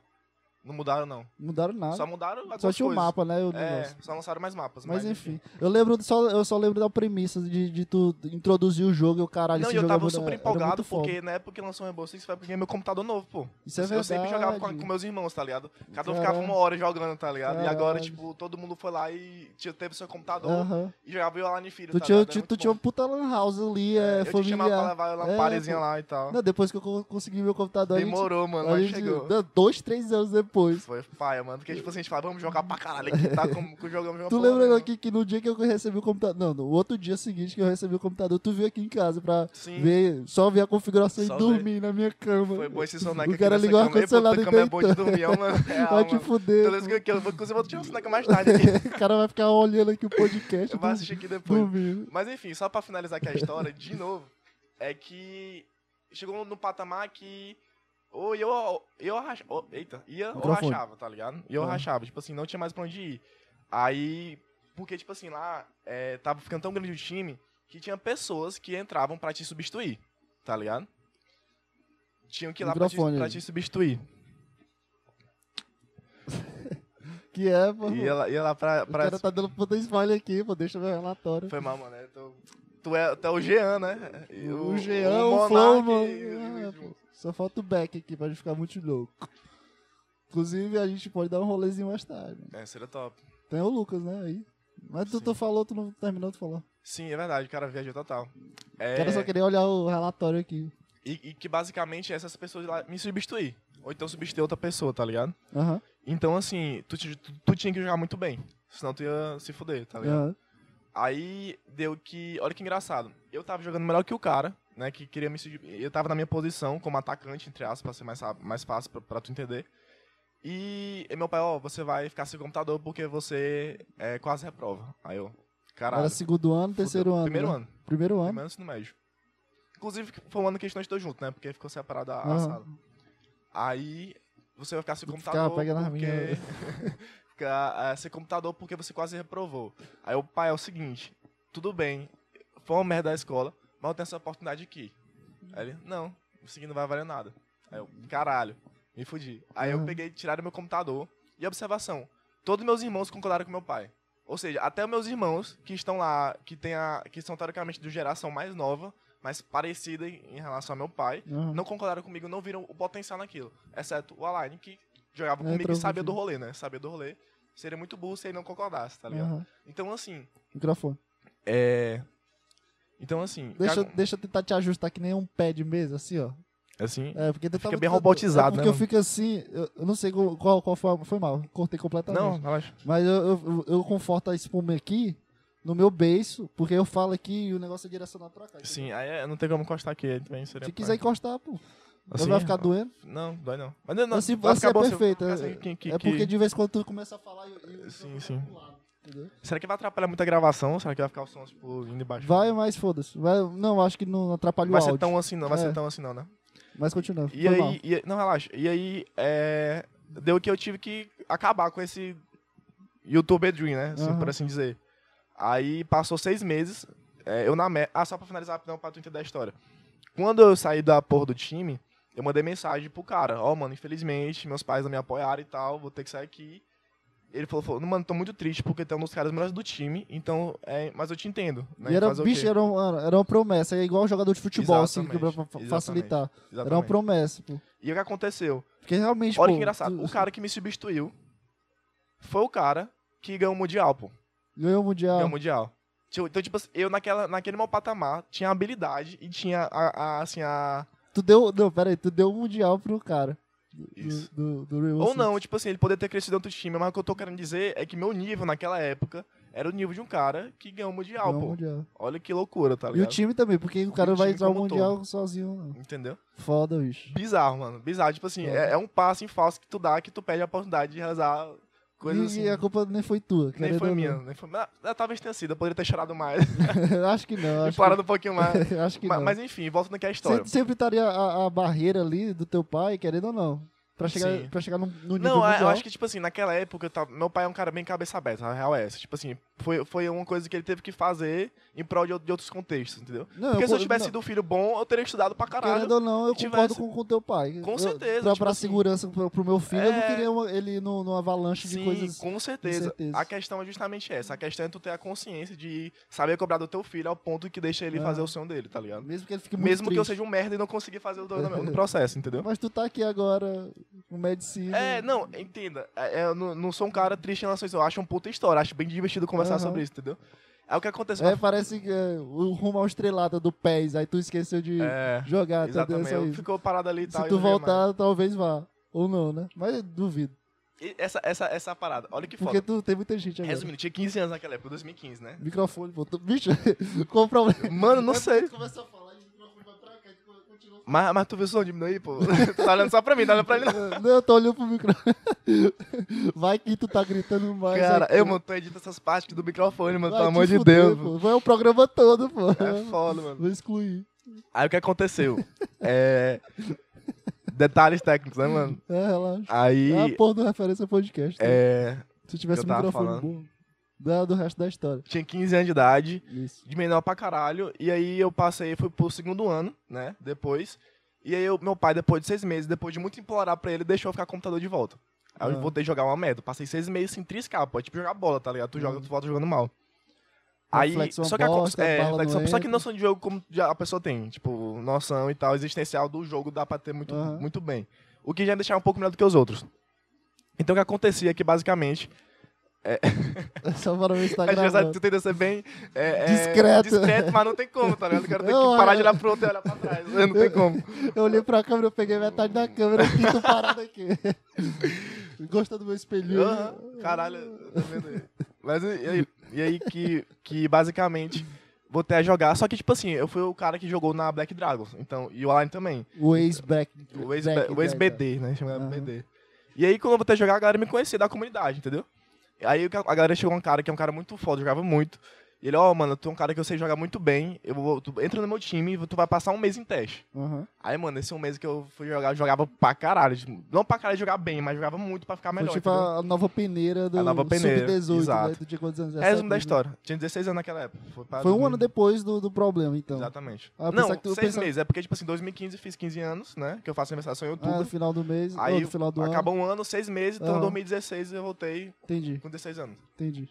B: Não mudaram, não.
A: Mudaram nada.
B: Só
A: Ah. Só,
B: mudaram algumas
A: tinha o
B: coisas.
A: mapa, né? o
B: É,
A: negócio.
B: só lançaram mais mapas.
A: Mas enfim, eu lembro só, eu só lembro da premissa de, de tu introduzir o jogo e o caralho,
B: Não,
A: esse
B: e eu
A: jogo é
B: tava
A: muito-
B: super
A: era muito
B: empolgado,
A: foda.
B: porque na época que lançou o Rainbow Six, foi porque eu ganhei meu computador novo, pô.
A: Isso é
B: eu sempre jogava com,
A: verdade.
B: com meus irmãos, tá ligado? Cada um
A: Caralho.
B: ficava uma hora jogando, tá ligado? E agora,
A: Caralho.
B: tipo, todo mundo foi lá e tinha- teve seu computador
A: Aham.
B: e jogava o Alan Filho,
A: Tu
B: tá
A: tinha,
B: ligado? Era
A: tu-
B: muito
A: tu
B: bom.
A: tinha uma puta lan house ali, é,
B: Eu te chamava pra
A: familiar.
B: levar lá uma
A: É,
B: parezinha
A: pô.
B: lá e tal.
A: Não, depois que eu co- consegui meu computador, a gente-
B: Demorou, mano,
A: a
B: mas
A: gente-
B: chegou.
A: não, dois, três anos depois.
B: Foi paia, mano. Porque, tipo assim, a gente fala, vamos jogar pra caralho aqui, tá? Como que jogamos, jogamos
A: Tu
B: porra
A: lembra
B: nenhuma.
A: aqui que no dia que eu recebi o computador. Não, no outro dia seguinte que eu recebi o computador, tu veio aqui em casa pra
B: Sim.
A: ver, só ver a configuração
B: Só
A: e
B: ver.
A: dormir na minha cama.
B: Foi bom esse soneca
A: O
B: aqui
A: cara
B: nessa
A: ligou o
B: cama. Ei, puta,
A: ar-condicionado e
B: cama é bom de
A: deitou.
B: dormir, é uma... É,
A: [laughs] Vai te
B: mano.
A: fuder.
B: Toda vez que eu- que eu- Inclusive, eu vou tirar um soneca mais tarde aqui.
A: [laughs] O cara vai ficar olhando aqui o podcast
B: Eu vou
A: do,
B: assistir aqui depois.
A: dormindo.
B: Mas, enfim, só pra finalizar aqui a história, de novo, é que chegou num patamar que... Ou eu... eu racha- ou- Eita. Ia ou
A: Microfone.
B: rachava, tá ligado? E eu
A: Ah.
B: rachava. Tipo assim, não tinha mais pra onde ir. Aí... Porque, tipo assim, lá... é, tava ficando tão grande o time que tinha pessoas que entravam pra te substituir. Tá ligado? Tinham que ir lá pra te,
A: Microfone.
B: pra te substituir.
A: Que é, pô.
B: Ia lá, ia lá pra.
A: O
B: pra...
A: cara tá dando puta spoiler aqui, pô. Deixa meu relatório.
B: Foi mal, mano. Eu tô- Tu é, tu é o Jean, né? E
A: O Jean, o,
B: Monark
A: Flow,
B: e-
A: mano.
B: e-
A: Ah, pô, Só falta o Beck aqui pra gente ficar muito louco. Inclusive, a gente pode dar um rolezinho mais tarde.
B: É, seria top.
A: Tem o Lucas, né? Aí. Mas tu,
B: Sim.
A: tu falou, tu não terminou de falar.
B: Sim, é verdade, o cara viajou total. É,
A: O cara só queria olhar o relatório aqui.
B: e, e que basicamente essas pessoas lá me substituir. Ou então substituir outra pessoa, tá ligado?
A: Aham.
B: Então, assim, tu, ti- tu, tu tinha que jogar muito bem. Senão tu ia se fuder, tá ligado?
A: aham.
B: Aí deu que. Olha que engraçado. Eu tava jogando melhor que o cara, né? Que queria me. sub- Eu tava na minha posição como atacante, entre aspas, pra ser mais, rápido- mais fácil pra, pra tu entender. E, e meu pai, ó, você vai ficar sem computador porque você é, quase reprova. Aí eu. Caralho.
A: Era segundo ano,
B: fudeu.
A: terceiro ano.
B: Primeiro
A: né?
B: ano.
A: Primeiro ano.
B: Primeiro ano ensino médio. Inclusive, foi um ano que a gente não estudou junto, né? Porque ficou separada a
A: Aham.
B: sala. Aí você vai ficar sem
A: Tu
B: computador.
A: ficava pegando as
B: porque... [laughs] Ficar, eh, sem computador porque você quase reprovou. Aí o pai é o seguinte: tudo bem, foi uma merda da escola, mas eu tenho essa oportunidade aqui. Aí ele, não, isso aqui não vai valer nada. Aí eu, caralho, me fudi. Aí eu
A: Aham.
B: peguei, tiraram meu computador. E observação: todos meus irmãos concordaram com meu pai. Ou seja, até meus irmãos que estão lá, que, tem a, que são teoricamente de geração mais nova, mais parecida em em relação ao meu pai,
A: Aham.
B: não concordaram comigo, não viram o potencial naquilo. Exceto o Align, que jogava
A: É,
B: comigo e
A: entrou
B: sabia do
A: contigo.
B: rolê, né? Sabia do rolê. Seria muito burro se ele não concordasse, tá ligado?
A: Aham.
B: Então, assim,
A: Microfone.
B: é... Então, assim...
A: Deixa, eu-
B: cara,
A: deixa eu tentar te ajustar que nem um pé de mesa, assim, ó.
B: Assim...
A: É, porque tu tava
B: bem
A: todo-
B: robotizado,
A: é porque
B: né,
A: eu
B: mano?
A: fico assim, eu, eu não sei qual- qual, qual foi, a- foi mal, cortei completamente.
B: Não, relaxa.
A: Mas eu, eu, eu conforto a espuma aqui no meu beiço, porque eu falo aqui e o negócio é direcionado pra cá. entendeu?
B: Sim, aí é- não tem como encostar aqui, aí também seria...
A: Se quiser encostar, pô,
B: Assim,
A: não vai ficar doendo.
B: Não, dói não. Mas não, não,
A: Assim,
B: vai
A: você
B: ficar
A: é
B: bom se eu-
A: perfeito,
B: ficar
A: é-
B: assim, que- que-
A: é
B: que-
A: porque de vez em quando tu começa a falar e eu,
B: Sim, sim.
A: entendeu?
B: Será que vai atrapalhar muito a gravação? Será que vai ficar o som, tipo, indo e baixo?
A: Vai, mas foda-se. Vai, não, acho que não atrapalha o
B: vai
A: áudio.
B: ser tão assim não, vai
A: É.
B: ser tão assim não, né?
A: Mas continua.
B: E
A: foi mal.
B: aí, e- não, relaxa. E aí, é, deu que eu tive que acabar com esse YouTube Dream, né? Assim,
A: Aham.
B: Por assim dizer. Aí passou seis meses, é, eu na merda. Ah, só pra finalizar rapidão, pra tu entender a história. Quando eu saí da porra do time, eu mandei mensagem pro cara: Ó, mano, infelizmente, meus pais não me apoiaram e tal, vou ter que sair aqui. Ele falou, falou, mano, tô muito triste porque tem um dos caras melhores do time, então, é, mas eu te entendo. Né?
A: E era,
B: Fazer o
A: bicho,
B: quê?
A: era, uma, era uma promessa, é igual jogador de futebol, assim,
B: Exatamente,
A: pra- pra
B: exatamente.
A: facilitar. Era uma
B: Exatamente.
A: promessa, pô.
B: E o que aconteceu?
A: Porque realmente,
B: Olha
A: pô,
B: que engraçado.
A: tu-
B: O cara que me substituiu foi o cara que ganhou o Mundial, pô.
A: Ganhou o Mundial.
B: Ganhou o Mundial. Tipo, Então, tipo assim, eu naquela, naquele meu patamar tinha a habilidade e tinha a, a, assim, a.
A: Tu deu. Não, pera aí, tu deu o Mundial pro cara. Do,
B: Isso.
A: Do, do Rainbow
B: Ou
A: Six.
B: não, tipo assim, ele poderia ter crescido em outro time, mas o que eu tô querendo dizer é que meu nível naquela época era o nível de um cara que ganhou o Mundial,
A: Ganhou o
B: pô.
A: um Mundial.
B: Olha que loucura, tá
A: E o
B: ligado?
A: time também, porque o cara
B: o
A: vai
B: time
A: entrar no
B: como um
A: Mundial sozinho. Não.
B: Entendeu?
A: Foda, bicho.
B: Bizarro, mano. Bizarro. Tipo assim,
A: Foda.
B: é, é um passo em falso que tu dá que tu perde a oportunidade de realizar coisas
A: e,
B: assim.
A: e a culpa nem foi tua.
B: Nem
A: querendo
B: foi
A: ou
B: minha,
A: não.
B: nem foi. Mas, ah, talvez tenha sido, eu poderia ter chorado mais.
A: [laughs] acho que não.
B: [laughs] E
A: Acho
B: parado um pouquinho mais.
A: que, [laughs] acho que
B: Ma-
A: não.
B: Mas, enfim, voltando aqui à
A: Você
B: história.
A: sempre estaria a, a barreira ali do teu pai, querendo ou não. Pra chegar,
B: Sim.
A: pra chegar no, no nível
B: Não,
A: mundial.
B: eu acho que, tipo assim, naquela época, eu tava- meu pai é um cara bem cabeça aberta, a real é essa. Tipo assim, foi, foi uma coisa que ele teve que fazer em prol de, ou- de outros contextos, entendeu?
A: Não,
B: Porque
A: eu
B: se eu
A: co-
B: tivesse
A: não.
B: sido um filho bom, eu teria estudado pra caralho.
A: Querendo ou não, eu um
B: se
A: concordo
B: tivesse-
A: com, com o teu pai.
B: Com
A: Eu-
B: certeza,
A: Pra,
B: tipo
A: pra
B: assim-
A: segurança pro, pro meu filho, eu não
B: É.
A: queria uma- ele no, numa avalanche de
B: Sim,
A: coisas.
B: com certeza.
A: incertezas.
B: A questão é justamente essa. A questão é tu ter a consciência de saber cobrar do teu filho ao ponto que deixa ele
A: Ah.
B: fazer o sonho dele, tá ligado?
A: Mesmo que ele fique muito
B: Mesmo que eu
A: triste.
B: seja um merda e não conseguir fazer o no no processo, entendeu?
A: Mas tu tá aqui agora com medicina.
B: É, não, entenda. É, eu não, não sou um cara triste em relação a isso. Eu acho um puta história. Acho bem divertido conversar
A: Aham.
B: sobre isso, entendeu? É o que aconteceu.
A: É, parece que é, o rumo ao estrelada do PES, aí tu esqueceu de
B: É,
A: jogar, entendeu? É
B: exatamente.
A: só
B: Eu
A: isso.
B: ficou parado ali e tal.
A: Se
B: e
A: tu
B: não veio mais.
A: voltar, talvez vá. Ou não, né? Mas eu duvido.
B: E Essa, essa, essa parada. Olha que
A: Porque
B: foda.
A: tu tem muita gente agora.
B: Resumindo, tinha 15 anos naquela época, 2015, né?
A: Microfone, pô. Tu- Bicho, [laughs] qual o problema?
B: Mano, não
A: É,
B: sei.
A: Tu começa a falar e o microfone vai pra cá e tu continua
B: Mas, mas tu viu o som diminuir, pô? [laughs] tu tá olhando só pra mim, tá olhando pra ele não.
A: Não, eu tô olhando pro microfone. Vai que tu tá gritando mais.
B: Cara,
A: aqui. né?
B: eu, mano, tô editando essas partes do microfone, mano,
A: Vai
B: pelo
A: te
B: amor de
A: fuder,
B: Deus.
A: pô. Vai o programa todo, pô.
B: É foda, mano.
A: Vou excluir.
B: Aí o
A: [laughs]
B: que aconteceu? É. Detalhes técnicos, né, mano?
A: É, relaxa.
B: Aí.
A: É a porra do referência ao podcast. né?
B: É.
A: Se tivesse
B: que
A: um
B: eu tava
A: microfone
B: falando.
A: bom. Da, do resto da história.
B: Tinha 15 anos de idade.
A: Isso. [laughs]
B: de menor pra caralho. E aí eu passei, fui pro segundo ano, né? Depois. E aí eu- meu pai, depois de seis meses, depois de muito implorar pra ele, deixou eu ficar com o computador de volta. Aí
A: Ah.
B: eu voltei a jogar uma merda. Passei seis meses sem triscar, pô. É tipo jogar bola, tá ligado? Tu joga, tu volta jogando mal. Aí,
A: Uhum. Reflexo é uma
B: só que, a, co-
A: bosta,
B: é,
A: bala
B: reflexo, só que
A: doente.
B: noção de jogo, como já a pessoa tem, tipo, noção e tal, existencial do jogo dá pra ter muito,
A: Aham.
B: muito bem. O que já deixava um pouco melhor do que os outros. Então o que acontecia é que basicamente
A: Só para ver se tá
B: às vezes [laughs] a-
A: gravando.
B: tu tenta ser bem é, é,
A: Discreto.
B: discreto, mas não tem como, tá ligado? O cara tem
A: Não,
B: que parar
A: é-
B: de olhar pro outro e olhar pra trás. [laughs] Não tem como.
A: Eu olhei pra câmera, eu peguei metade da câmera e tô parado aqui. [laughs] Gosta do meu espelhinho?
B: Aham, Caralho, tá vendo aí? Mas e e aí, e aí que, que basicamente voltei a jogar. Só que, tipo assim, eu fui o cara que jogou na Black Dragons. Então, e o Alan também.
A: O ex-Black.
B: O ex-
A: Black
B: o
A: Delta.
B: ex-BD, né? Chamava
A: Aham.
B: BD. E aí, quando eu voltei a jogar, a galera me conhecia da comunidade, entendeu? E Aí a galera chegou um cara que é um cara muito foda, jogava muito. E ele, ó, mano, tu é um cara que eu sei jogar muito bem. Eu vou, tu entra no meu time e tu vai passar um mês em teste.
A: Aham.
B: Aí, mano, esse um mês que eu fui jogar, eu jogava pra caralho. Tipo, Não pra caralho jogar bem, mas jogava muito pra ficar
A: Foi
B: melhor.
A: tipo
B: entendeu?
A: a nova peneira do
B: A nova peneira,
A: Sub-18, né?
B: exato.
A: Tu tinha quantos anos?
B: É resumo
A: 17,
B: da
A: né?
B: história. Tinha 16 anos naquela época. pra
A: Foi um
B: 2000.
A: ano depois do, do problema, então.
B: Exatamente.
A: Ah, eu
B: não,
A: pensava que tu- eu
B: seis
A: pensava-
B: meses. É porque, tipo assim, em 2015 eu fiz 15 anos, né? Que eu faço aniversário só
A: Ah,
B: em
A: no
B: outubro.
A: final do mês, ou
B: aí
A: no final do Ah.
B: acabou um ano, seis meses. Então,
A: Aham.
B: em 2016 eu voltei
A: ano. Entendi,
B: com 16 anos.
A: entendi.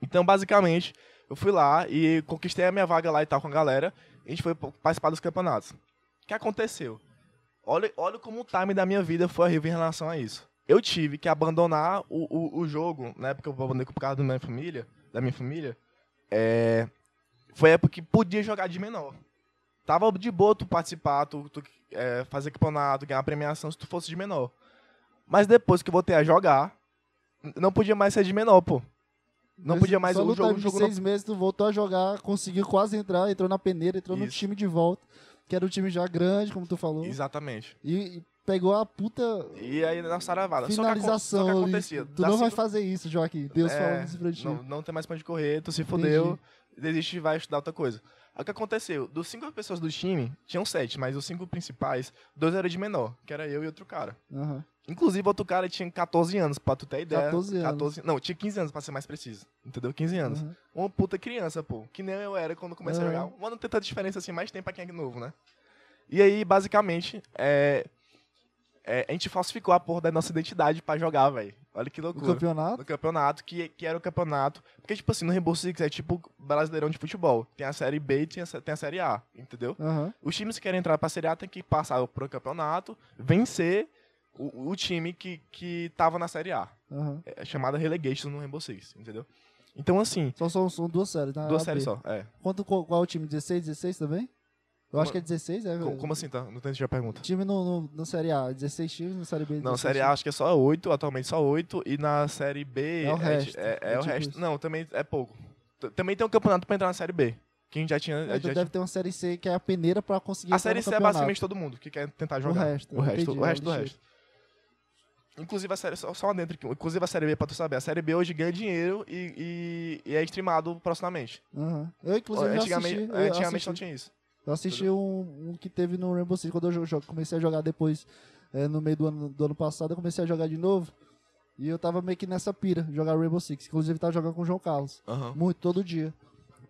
B: Então, basicamente, eu fui lá e conquistei a minha vaga lá e tal com a galera. E a gente foi participar dos campeonatos. O que aconteceu? Olha, olha como o time da minha vida foi horrível em relação a isso. Eu tive que abandonar o, o, o jogo, na época eu abandonei por causa da minha família, da minha família. É, foi a época que podia jogar de menor. Tava de boa tu participar, tu, tu, é, fazer campeonato, ganhar premiação se tu fosse de menor. Mas depois que eu voltei a jogar, n- não podia mais ser de menor, pô. Não
A: Mas
B: podia mais
A: só
B: o
A: no
B: jogo,
A: time
B: o
A: de
B: jogo não
A: seis meses, tu voltou a jogar, conseguiu quase entrar, entrou na peneira, entrou no
B: Isso.
A: time de volta, que era um time já grande, como tu falou,
B: Exatamente.
A: e, e pegou a puta
B: E aí na saravada. Só que acon-
A: finalização.
B: Só que
A: ali.
B: acontecia.
A: Tu
B: da
A: não vai
B: segunda-
A: fazer isso, Joaquim. Deus
B: É,
A: falando isso pra ti.
B: não, não tem mais pra onde correr, tu se fodeu, desiste e vai estudar outra coisa. Aí O que aconteceu? Dos cinco pessoas do time, tinham sete, mas os cinco principais, dois eram de menor, que era eu e outro cara.
A: Aham.
B: Inclusive, outro cara tinha 14 anos, pra tu ter ideia.
A: 14 anos. Uhum.
B: 14 não, tinha 15 anos pra ser mais preciso. Entendeu? 15 anos.
A: Aham.
B: Uma puta criança, pô. Que nem eu era quando comecei
A: Aham.
B: a jogar. Mas não tem tanta diferença assim, mais tem pra quem é novo, né? E aí, basicamente, é, é, a gente falsificou a porra da nossa identidade pra jogar, velho. Olha que
A: O
B: loucura.
A: campeonato?
B: No campeonato, que, que era o campeonato. Porque, tipo assim, no Reembolso Six é tipo brasileirão de futebol. Tem a série B e tem a, sé- tem a série A, entendeu?
A: Aham.
B: Os times que querem entrar pra Série A tem que passar pro campeonato, vencer o, o time que, que tava na Série A.
A: Aham.
B: É chamada relegation no Rainbow Six, entendeu? Então, assim,
A: Só são, são duas séries, né?
B: duas
A: A,
B: séries
A: B.
B: só. É.
A: Quanto, qual, qual é o time? 16, 16 também? Eu acho
B: Como-
A: que é 16, é?
B: Co- Como assim, tá? Não entendi a pergunta.
A: Time no, no, no Série A, 16 times, no Série B.
B: Não,
A: 16
B: Série A acho que é só oito, atualmente só oito, e na Série B
A: É o
B: ti-
A: resto,
B: É, é
A: é
B: o
A: tipo
B: resto.
A: isso.
B: Não, também é pouco. T- também tem um campeonato pra entrar na Série B, que a gente já tinha...
A: times.
B: a
A: É,
B: gente
A: então
B: já
A: deve ter uma Série C que é a peneira pra conseguir
B: A
A: entrar
B: série
A: no
B: C é
A: campeonato.
B: basicamente todo mundo que quer tentar jogar.
A: resto,
B: O resto,
A: entendi,
B: o resto do
A: é um
B: resto. Inclusive a série, só, só um adentro aqui, inclusive a série B, pra tu saber, a série B hoje ganha dinheiro e, e- e é streamado proximamente.
A: Aham. Eu, inclusive, já
B: antigamente é,
A: assisti. eu
B: antigamente
A: assisti.
B: não tinha isso.
A: Eu assisti um, um que teve no Rainbow Six quando eu jo- jo- comecei a jogar depois, é, no meio do ano, do ano passado, eu comecei a jogar de novo. E eu tava meio que nessa pira, jogar Rainbow Six. Inclusive, tava jogando com o João Carlos. Muito, todo dia.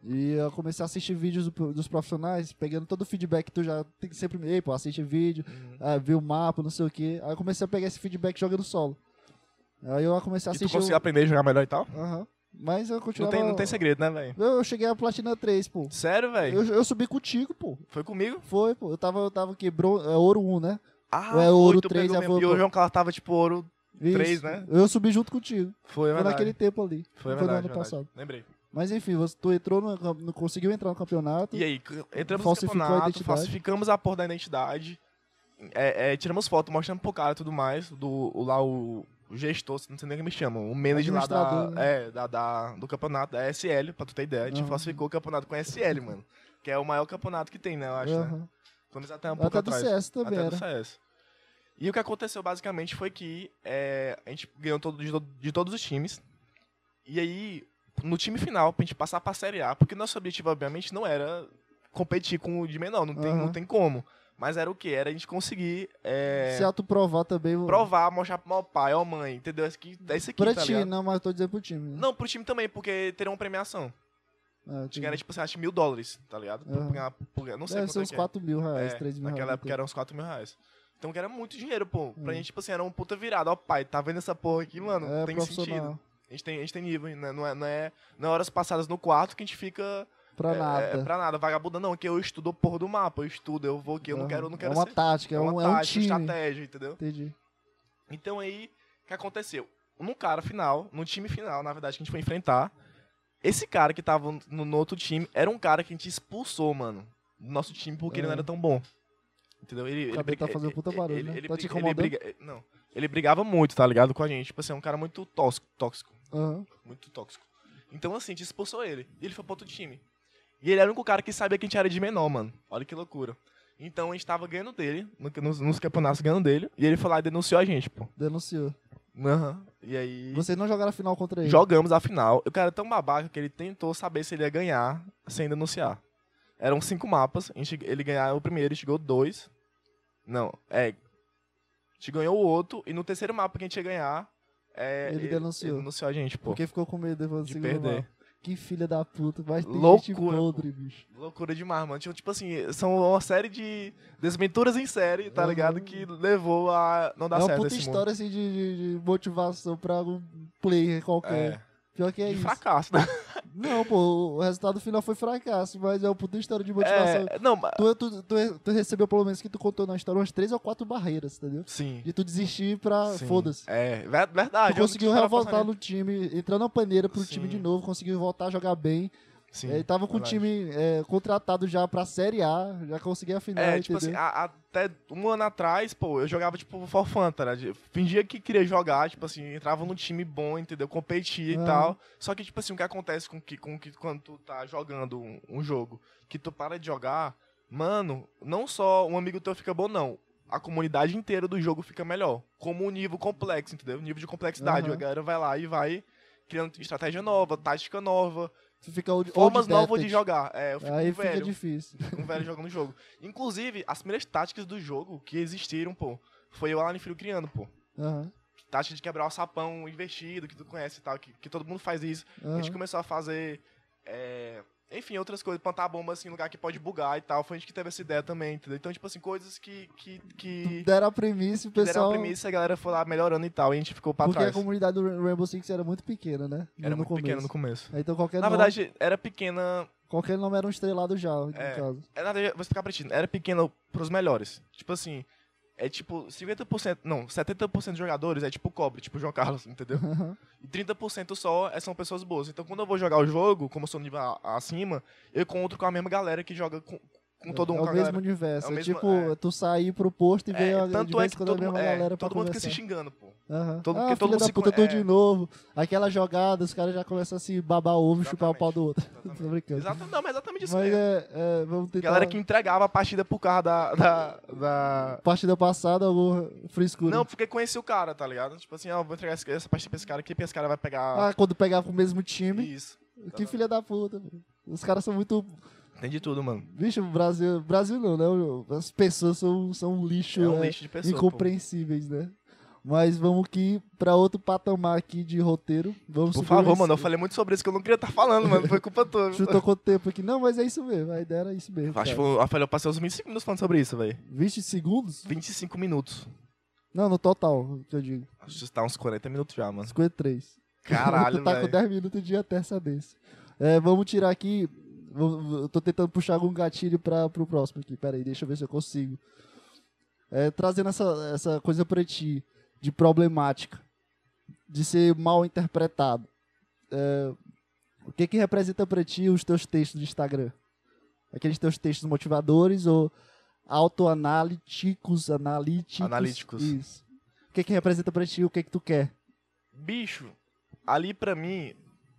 A: E eu comecei a assistir vídeos do- dos profissionais, pegando todo o feedback que tu já tem sempre. Ei, pô, assiste vídeo,
B: Uhum.
A: ah, vê o mapa, não sei o quê. Aí eu comecei a pegar esse feedback jogando solo. Aí eu comecei a
B: E tu
A: assistir.
B: conseguiu aprender a jogar melhor e tal?
A: o... Aham. Mas eu
B: Não
A: continuava.
B: tem, não tem segredo, né, velho?
A: Eu cheguei a Platina 3, pô.
B: Sério, velho?
A: Eu, eu subi contigo, pô.
B: Foi comigo?
A: Foi, pô. Eu tava, eu tava aqui, bron... é, ouro 1, né?
B: Ah,
A: Ou é ouro
B: foi, tu
A: três,
B: pegou
A: é
B: mesmo.
A: ouro-
B: E o João Carlos tava tipo ouro. Três,
A: Isso.
B: né?
A: Eu subi junto contigo.
B: Foi,
A: foi
B: verdade.
A: naquele tempo ali.
B: Foi,
A: no
B: verdade,
A: ano
B: verdade.
A: passado.
B: Lembrei.
A: Mas enfim, você, tu entrou, no, camp- não conseguiu entrar no campeonato.
B: E aí, c- entramos no
A: Falsificou a
B: campeonato,
A: identidade.
B: falsificamos a porra da identidade, é, é, tiramos foto, mostramos pro cara e tudo mais, do o, lá o, o gestor, não sei nem como me chamam, o manager lá da,
A: Administrador, né?
B: é, da, da- do campeonato, da SL, pra tu ter ideia, a gente
A: Aham.
B: falsificou o campeonato com a SL, mano. Que é o maior campeonato que tem, né, eu acho, né?
A: Aham.
B: Pelo menos até um pouco
A: Até do
B: atrás.
A: CS também
B: Até
A: era.
B: do CS. E o que aconteceu basicamente foi que é, a gente ganhou todo, de, to- de todos os times. E aí, no time final, pra gente passar pra Série A, porque nosso objetivo, obviamente, não era competir com o de menor, não tem,
A: Aham.
B: não tem como. Mas era o quê? Era a gente conseguir é,
A: Se a tu provar também. eu-
B: provar, mostrar pro meu pai, ó mãe, entendeu? Esse aqui, é esse aqui,
A: pra
B: tá
A: ti,
B: ligado?
A: não, mas eu tô dizendo pro time. Né?
B: Não, pro time também, porque teria uma premiação.
A: Ah,
B: A gente
A: entendi.
B: ganharia, tipo, assim, acho mil dólares, tá ligado? Por
A: Aham.
B: ganhar- por ganhar- não sei
A: Deve
B: quanto
A: ser
B: é
A: uns
B: que é.
A: 4 mil reais, né,
B: É,
A: 3 mil
B: naquela
A: reais.
B: época eram uns 4 mil reais. Então, que era muito dinheiro, pô. Pra gente, tipo assim, era um puta virado. Ó, pai, tá vendo essa porra aqui, mano?
A: Hum. É
B: tem
A: profissional.
B: sentido. A gente tem, a gente tem nível, né? Não é, não, é, não é horas passadas no quarto que a gente fica
A: Pra
B: é,
A: nada.
B: É, pra nada, vagabunda não, que eu estudo a porra do mapa, eu estudo, eu vou aqui, eu não quero, eu não quero
A: É uma
B: ser.
A: tática, é,
B: uma
A: um, é um
B: tática,
A: time.
B: estratégia, entendeu?
A: Entendi.
B: Então aí, o que aconteceu? No cara final, no time final, na verdade, que a gente foi enfrentar, esse cara que tava no, no outro time era um cara que a gente expulsou, mano, do nosso time porque ele
A: É.
B: não era tão bom. Entendeu? Ele, ele
A: cabelo
B: briga- é,
A: tá fazendo puta barulho,
B: ele,
A: né?
B: ele
A: Tá te
B: briga- ele
A: incomodando?
B: briga- é, não. Ele brigava muito, tá ligado? Com a gente. Tipo assim, é um cara muito tóxico, tóxico.
A: Aham.
B: Muito tóxico. Então, assim, a gente expulsou ele. E ele foi pro outro time. E ele era o único cara que sabia que a gente era de menor, mano. Olha que loucura. Então a gente tava ganhando dele, no- nos, nos campeonatos ganhando dele. E ele foi lá e denunciou a gente, pô.
A: Denunciou.
B: Aham. E aí.
A: Vocês não jogaram a final contra ele.
B: Jogamos a final. O cara é tão babaca que ele tentou saber se ele ia ganhar sem denunciar. Eram cinco mapas. a gente- ele ganhava o primeiro, a gente ganhou dois. Não, é. A gente ganhou o outro. E no terceiro mapa que a gente ia ganhar. é,
A: Ele denunciou.
B: Ele denunciou a gente, pô.
A: Porque ficou com medo depois do
B: De
A: segundo
B: perder.
A: mapa. Que filha da puta. Mas tem gente
B: Loucura,
A: podre, bicho.
B: Loucura demais, mano. Tipo, tipo assim, são uma série de desventuras em série, tá
A: Uhum.
B: ligado? Que levou a não dar
A: é uma
B: certo
A: puta
B: esse
A: história assim de, de- de motivação pra um player
B: mundo.
A: qualquer. Pior que
B: É,
A: é
B: de
A: isso.
B: fracasso, né?
A: Não, pô, o resultado final foi fracasso, mas é uma puta história de motivação.
B: [laughs] É, não, mas...
A: Tu, tu, tu, tu recebeu, pelo menos que tu contou na história, umas três ou quatro barreiras, entendeu?
B: Sim.
A: De tu desistir pra.
B: sim.
A: Foda-se.
B: É, ver- verdade.
A: Tu
B: eu
A: conseguiu
B: tava
A: revoltar
B: passando-
A: no time, entrou na paneira pro
B: Sim.
A: time de novo, conseguiu voltar a jogar bem.
B: Sim.
A: É, e tava com o
B: verdade.
A: time é, contratado já pra Série A, já conseguia a final,
B: É,
A: entendeu?
B: tipo assim, a- até um ano atrás, pô, eu jogava, tipo, forfã, tá ligado? Fingia que queria jogar, tipo assim, entrava num time bom, entendeu? Competia
A: Ah.
B: e tal. Só que, tipo assim, o que acontece com que, com que quando tu tá jogando um, um jogo, que tu para de jogar, mano, não só um amigo teu fica bom, não. A comunidade inteira do jogo fica melhor. Como um nível complexo, entendeu? Um nível de complexidade.
A: Aham.
B: A galera vai lá e vai criando estratégia nova, tática nova,
A: tu fica old,
B: formas
A: old
B: novas de
A: battered.
B: jogar. É, eu fico
A: Aí
B: velho
A: fica difícil.
B: um velho jogando o jogo. Inclusive, as primeiras táticas do jogo que existiram, pô, foi eu lá no Filho criando, pô.
A: Aham,
B: Tática de quebrar o sapão invertido, que tu conhece e tal, que, que todo mundo faz isso. A gente
A: aham.
B: começou a fazer, é, enfim, outras coisas, plantar bomba assim, em lugar que pode bugar e tal. Foi a gente que teve essa ideia também, entendeu? Então, tipo assim, coisas que, que, que
A: Deram a premissa e o
B: deram
A: pessoal.
B: a premissa e a galera foi lá melhorando e tal, e a gente ficou pra
A: Porque
B: trás.
A: a comunidade do Ra- Rainbow Six era muito pequena, né? No-
B: Era
A: no
B: muito
A: começo.
B: pequena no começo.
A: Então qualquer
B: Na
A: nome,
B: verdade, era pequena
A: qualquer nome era um estrelado já, no
B: É.
A: caso.
B: É, na verdade, vou explicar pra ti. Era pequeno pros melhores. Tipo assim, é tipo 50%, não, 70% de jogadores é tipo cobre, tipo João Carlos, [laughs] entendeu? E 30% só é- são pessoas boas. Então quando eu vou jogar o jogo, como eu sou nível a- acima, eu encontro com a mesma galera que joga com, com Um
A: [laughs] é,
B: todo mundo.
A: o
B: com a
A: mesmo
B: galera.
A: universo.
B: É
A: É,
B: o mesmo-
A: tipo,
B: é.
A: tu sair pro posto e ver
B: É,
A: a, de
B: tanto é
A: vez
B: que
A: em quando a
B: todo, mundo-
A: mesma
B: é,
A: galera pra
B: todo mundo fica se
A: conversar.
B: xingando, pô.
A: Aham.
B: Todo-
A: ah,
B: porque todo
A: filha
B: mundo
A: da
B: se
A: puta,
B: conhe-
A: tudo
B: é.
A: de novo. Aquela jogada, os caras já começam a se babar ovo e chupar o pau do outro. [laughs] Tô
B: Exatamente.
A: brincando.
B: Exatamente, não, mas exatamente isso
A: Mas
B: mesmo.
A: é, é, vamos tentar.
B: Galera que entregava a partida por causa da- da- da,
A: Partida passada, o frescura.
B: Não, porque conheci o cara, tá ligado? Tipo assim, ó, vou entregar esse- essa parte pra esse cara aqui, pra esse cara vai pegar
A: Ah, quando pegava com o mesmo time.
B: isso.
A: Que filha da puta. velho. Os caras são muito.
B: Tem de tudo, mano.
A: Bicho, o Brasil. Brasil não, né? O- As pessoas são, são um lixo.
B: É um
A: né?
B: lixo de pessoa.
A: incompreensíveis, né? Mas vamos que pra outro patamar aqui de roteiro. Vamos
B: pô. Por
A: subir
B: favor,
A: mais-
B: mano, eu falei muito sobre isso que eu não queria estar falando, mano. Foi culpa tua. viu?
A: Chutou quanto tempo aqui? Não, mas é isso mesmo. A ideia era isso mesmo.
B: Acho que
A: cara.
B: foi, eu falei, eu passei uns 25 minutos falando sobre isso, velho.
A: 20 segundos?
B: 25 minutos.
A: Não, no total, que eu digo.
B: Acho que tá uns 40 minutos já,
A: [laughs]
B: mano.
A: 53.
B: Caralho,
A: tu tá com
B: velho.
A: 10 minutos de até essa desse. É, vamos tirar aqui. vou- Eu tô tentando puxar algum gatilho pra, pro próximo aqui. Pera aí, deixa eu ver se eu consigo. É, trazendo essa, essa coisa pra ti, de problemática, de ser mal interpretado. É, o que que representa pra ti os teus textos de Instagram? Aqueles teus textos motivadores ou autoanalíticos, analíticos?
B: Analíticos.
A: Isso. O que que representa pra ti? O que que tu quer?
B: Bicho, ali pra mim,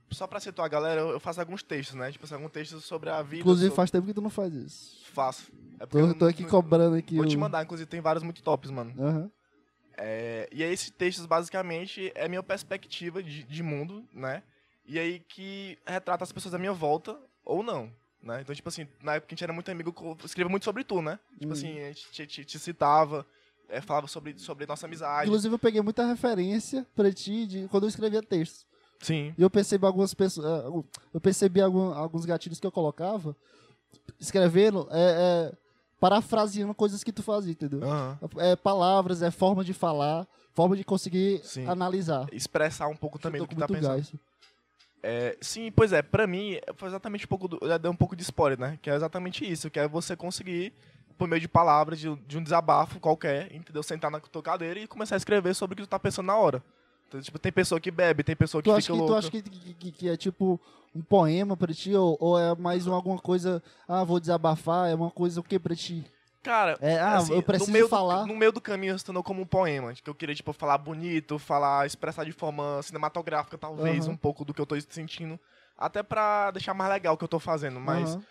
B: só pra situar a galera, eu eu faço alguns textos, né? Tipo assim, alguns textos sobre a vida.
A: Inclusive,
B: sobre...
A: faz tempo que tu não faz isso.
B: faço. É porque
A: Tô,
B: eu
A: tô aqui
B: não-
A: cobrando aqui.
B: Vou
A: o-
B: te mandar, inclusive tem vários muito tops, mano.
A: Aham.
B: É, e aí, esses textos, basicamente, é minha perspectiva de, de mundo, né? E aí que retrata as pessoas à minha volta, ou não, né? Então, tipo assim, na época que a gente era muito amigo, eu escrevia muito sobre tu, né? Tipo
A: Hum.
B: assim, a gente te, te- te citava, é, falava sobre, sobre nossa amizade.
A: Inclusive, eu peguei muita referência pra ti de quando eu escrevia textos.
B: Sim.
A: E eu percebi algumas pessoas. ah, eu- Eu percebi algum- alguns gatilhos que eu colocava escrevendo. É, é, parafraseando coisas que tu fazia, entendeu?
B: Aham.
A: É palavras, é forma de falar, forma de conseguir
B: Sim.
A: analisar.
B: Expressar um pouco também
A: Eu
B: do
A: tô
B: que
A: com
B: tá
A: muito
B: pensando.
A: gás.
B: É, sim, pois é, pra mim, foi exatamente um pouco do, eu já dei um pouco de spoiler, né? Que é exatamente isso, que é você conseguir, por meio de palavras, de, um- de um desabafo qualquer, entendeu? Sentar na tua cadeira e começar a escrever sobre o que tu tá pensando na hora. Então, tipo, tem pessoa que bebe, tem pessoa que
A: Tu
B: fica
A: acha que, tu
B: louca.
A: acha que, que- que- que é tipo um poema pra ti? Ou, ou é mais uma, alguma coisa, ah, vou desabafar, é uma coisa o que pra ti?
B: Cara,
A: É, ah,
B: assim,
A: eu
B: no
A: preciso
B: meio
A: falar.
B: Do, no meio do caminho se tornou como um poema, que eu queria, tipo, falar bonito, falar, expressar de forma cinematográfica, talvez,
A: Aham.
B: um pouco do que eu tô sentindo. Até pra deixar mais legal o que eu tô fazendo, mas...
A: Aham,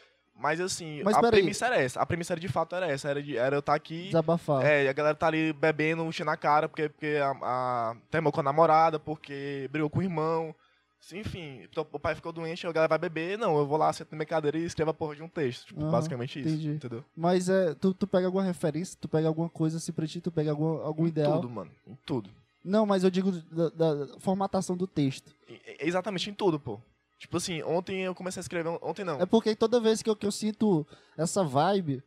B: Mas assim,
A: Mas
B: a
A: peraí.
B: premissa era essa. A premissa era de fato era essa. Era, de- era eu estar aqui.
A: Desabafar.
B: É, e a galera tá ali bebendo, enchendo a cara, porque, porque a, a terminou com a namorada, porque brigou com o irmão. Assim, Enfim, então, o pai ficou doente, a galera vai beber. Não, eu vou lá, sento na minha cadeira e escrevo a porra de um texto. Tipo,
A: Aham,
B: basicamente isso.
A: entendi.
B: Entendeu?
A: Mas é, tu, tu pega alguma referência, tu pega alguma coisa assim pra ti, tu pega algum, algum
B: Em
A: ideal.
B: tudo, mano. Em tudo.
A: Não, mas eu digo da, da formatação do texto.
B: E- e- exatamente em tudo, pô. Tipo assim, ontem eu comecei a escrever. um- Ontem não.
A: É porque toda vez que eu, que eu sinto essa vibe,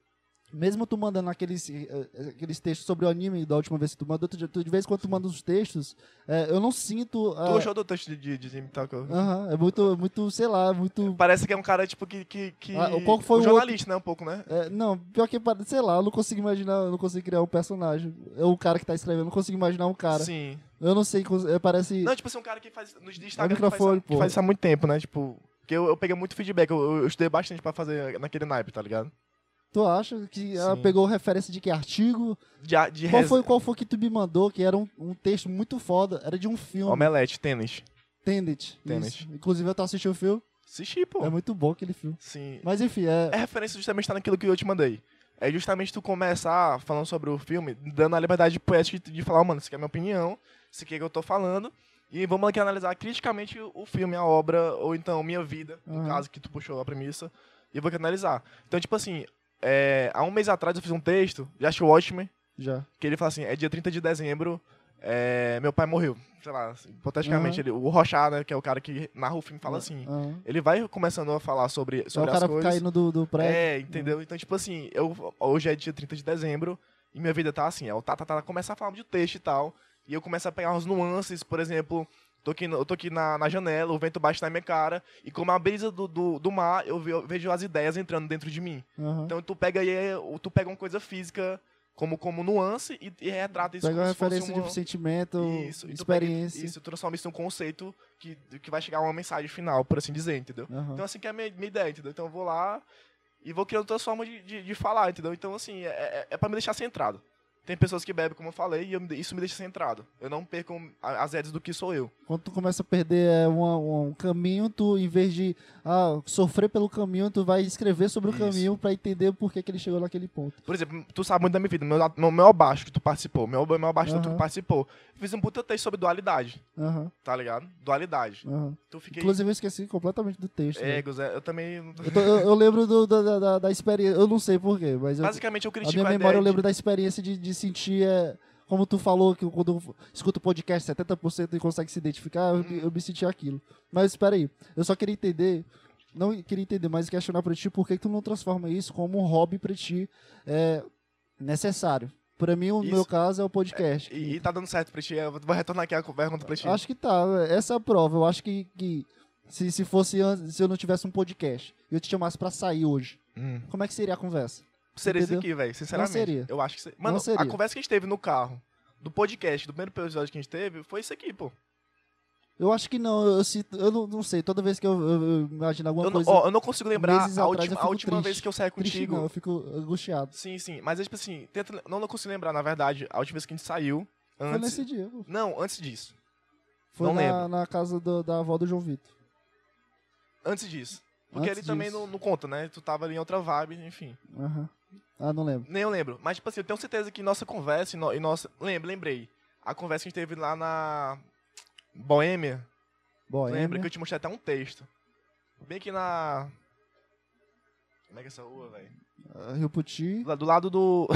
A: mesmo tu mandando aqueles, eh, aqueles textos sobre o anime da última vez que tu mandou, tu, de- tu, de vez em quando tu manda uns textos, eh, eu não sinto.
B: Tu
A: ah,
B: achou do texto de, de, de Jimmy Tucker?
A: aham, é muito, muito, sei lá, muito.
B: Parece que é um cara, tipo, que. que, que
A: Ah, qual foi
B: um
A: o
B: jornalista, né? Um pouco, né?
A: eh, não, pior que pare- sei lá, eu não consigo imaginar, eu não consigo criar um personagem. É o cara que tá escrevendo, eu não consigo imaginar um cara.
B: Sim.
A: Eu não sei, cons- eh, parece.
B: Não, tipo assim, um cara que faz nos de Instagram
A: É o microfone,
B: que, faz,
A: pô.
B: que faz isso há muito tempo, né? Tipo, porque eu, eu peguei muito feedback, eu, eu- eu estudei bastante pra fazer naquele naipe, tá ligado?
A: Tu acha que ah,
B: Sim.
A: pegou referência de que artigo?
B: De, a- de
A: Qual
B: res-
A: foi, qual foi que tu me mandou, que era um, um texto muito foda, era de um filme,
B: Omelete, tênis.
A: Tenet.
B: Tenet.
A: isso. Inclusive eu tô assistindo o filme,
B: Assisti, pô.
A: é muito bom aquele filme.
B: Sim.
A: Mas enfim, é...
B: É referência justamente tá naquilo que eu te mandei. É justamente tu começar falando sobre o filme, dando a liberdade poética de, de falar, "Ó, mano, isso aqui é a minha opinião, isso aqui é o que eu tô falando, e vamos aqui analisar criticamente o o filme, a obra, ou então minha vida,
A: Aham.
B: no caso que tu puxou a premissa, e eu vou aqui analisar. Então, tipo assim, é, há um mês atrás eu fiz um texto, já achei o Watchmen,
A: já.
B: que ele fala assim, é dia 30 de dezembro, é, meu pai morreu. Sei lá, assim, hipoteticamente,
A: Aham.
B: ele, o Rochá, né, que é o cara que narra o filme, fala assim.
A: Aham.
B: Ele vai começando a falar sobre,
A: Só
B: sobre
A: Uhum. É o
B: as
A: cara
B: coisas.
A: caindo do, do prédio.
B: É, entendeu? Então, tipo assim, eu, hoje é dia 30 de dezembro e minha vida tá assim, ó, tá, tá, tá, começa a falar de texto e tal, e eu começo a pegar umas nuances, por exemplo, tô aqui, no- eu tô aqui na, na janela, o vento bate na minha cara, e como a brisa do, do, do mar, eu, ve- eu vejo as ideias entrando dentro de mim.
A: Aham.
B: Então tu pega aí, é, o- tu pega uma coisa física como, como nuance e, e retrata isso
A: Pega
B: como
A: uma
B: se fosse
A: referência
B: uma-
A: de sentimento,
B: Isso, e tu pega
A: experiência.
B: Isso, transforma isso num conceito que, que vai chegar a uma mensagem final, por assim dizer, entendeu?
A: Aham.
B: Então, assim que é a minha, minha ideia, entendeu? Então, eu vou lá e vou criando outras formas de, de, de falar, entendeu? Então, assim, é, é, é pra me deixar centrado. Tem pessoas que bebem, como eu falei, e eu me- isso me deixa centrado. Eu não perco a- as redes do que sou eu.
A: Quando tu começa a perder é, uma- uma- um caminho, tu, em vez de ah, sofrer pelo caminho, tu vai escrever sobre o
B: Isso.
A: caminho pra entender por que, que ele chegou naquele ponto.
B: Por exemplo, tu sabe muito da minha vida, meu, meu, meu abaixo que tu participou, meu, meu abaixo que tu
A: Aham.
B: participou. Eu fiz um puta texto sobre dualidade,
A: Aham,
B: tá ligado? Dualidade.
A: aham.
B: Tu fiquei...
A: Inclusive eu esqueci completamente do texto. né?
B: Egos, é, eu também...
A: Eu, tô- eu- eu lembro do- da, da- da, da experiência, eu não sei porquê, mas eu, a
B: Basicamente, eu critico
A: minha
B: a
A: memória
B: ideia
A: eu
B: de-
A: lembro da experiência de, de sentir, é, como tu falou, que eu- quando eu escuto podcast 70% e consegue se identificar,
B: Hum.
A: eu, me- eu me senti aquilo. Mas espera aí, eu só queria entender, não queria entender, mas questionar pra ti por que tu não transforma isso como um hobby pra ti é, necessário. Pra mim, o
B: Isso.
A: meu caso é o podcast. que-
B: E, e tá dando certo pra ti, eu vou- vou retornar aqui a pergunta pra ti.
A: Acho que tá. Essa é a prova. Eu acho que, que se, se fosse an- se eu não tivesse um podcast e eu te chamasse pra sair hoje,
B: Hum.
A: como é que seria a conversa?
B: Seria isso
A: Entendeu?
B: aqui, velho, sinceramente.
A: seria.
B: Eu acho que seria. Mano,
A: seria.
B: a conversa que a gente teve no carro, do podcast, do primeiro episódio que a gente teve, foi isso aqui, pô.
A: Eu acho que não, eu, sinto, eu não, não sei. Toda vez que eu, eu, eu imagino alguma
B: Eu não,
A: coisa.
B: ó, eu não consigo lembrar
A: meses
B: a
A: atrás eu
B: última, a
A: fico
B: última
A: triste.
B: vez que eu saí
A: triste,
B: contigo.
A: não, eu fico angustiado.
B: Sim, sim. Mas é tipo assim, tenta, não, não consigo lembrar, na verdade, a última vez que a gente saiu.
A: Foi
B: Antes.
A: nesse dia. pô.
B: Não, antes disso.
A: Foi
B: Não
A: na,
B: lembro.
A: na casa do- da avó do João Vitor.
B: Antes disso. Porque
A: Antes
B: ele também
A: disso.
B: não, não conta, né? Tu tava ali em outra vibe, enfim.
A: Aham. Ah, não lembro.
B: Nem eu lembro. Mas, tipo assim, eu tenho certeza que nossa conversa e, no- e nossa. Lembro, lembrei. A conversa que a gente teve lá na. Boêmia.
A: Bom,
B: Lembra que eu te mostrei até um texto. Bem aqui na. Como é que é essa rua, velho?
A: ah, Rio Puti.
B: Do lado
A: [laughs]
B: do.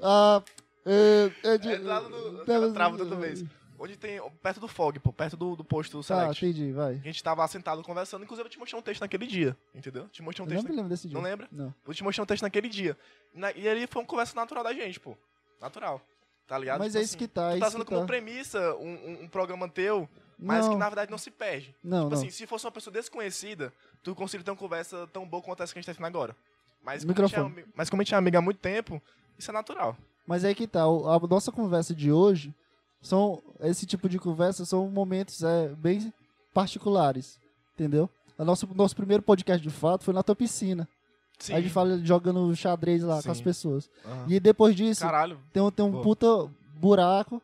A: Ah, é, é de-
B: É do lado do.
A: Tá,
B: É,
A: é,
B: Eu travo toda vez. Onde tem. Perto do Fog, pô, perto do, do posto
A: Tá,
B: Select.
A: entendi, vai.
B: A gente tava lá sentado conversando, inclusive eu te mostrei um texto naquele dia, entendeu? Te mostrei
A: Eu
B: um
A: não
B: texto.
A: me lembro desse dia.
B: Não lembra?
A: Não.
B: Eu te mostrei um texto naquele dia. Na- e ali foi uma conversa natural da gente, pô. Natural. Tá ligado?
A: Mas
B: Tipo
A: é isso
B: assim,
A: que tá, é
B: Tu tá
A: isso que
B: sendo como
A: tá.
B: premissa um, um- um programa teu, mas
A: não,
B: que na verdade não se perde.
A: não,
B: Tipo
A: não.
B: assim, se fosse uma pessoa desconhecida, tu conseguiria ter uma conversa tão boa quanto essa que a gente tá tendo agora. Mas como, a gente é,
A: Microfone.
B: ami- mas como a gente é amigo há muito tempo, isso é natural.
A: Mas aí que tá, o- a nossa conversa de hoje, são esse tipo de conversa são momentos é, bem particulares, entendeu? O nosso, nosso primeiro podcast de fato foi na tua piscina.
B: Sim.
A: Aí a gente fala jogando xadrez lá
B: Sim. Ah.
A: com as pessoas.
B: Aham.
A: E depois disso,
B: Caralho.
A: tem, um- tem um
B: Pô.
A: puta buraco.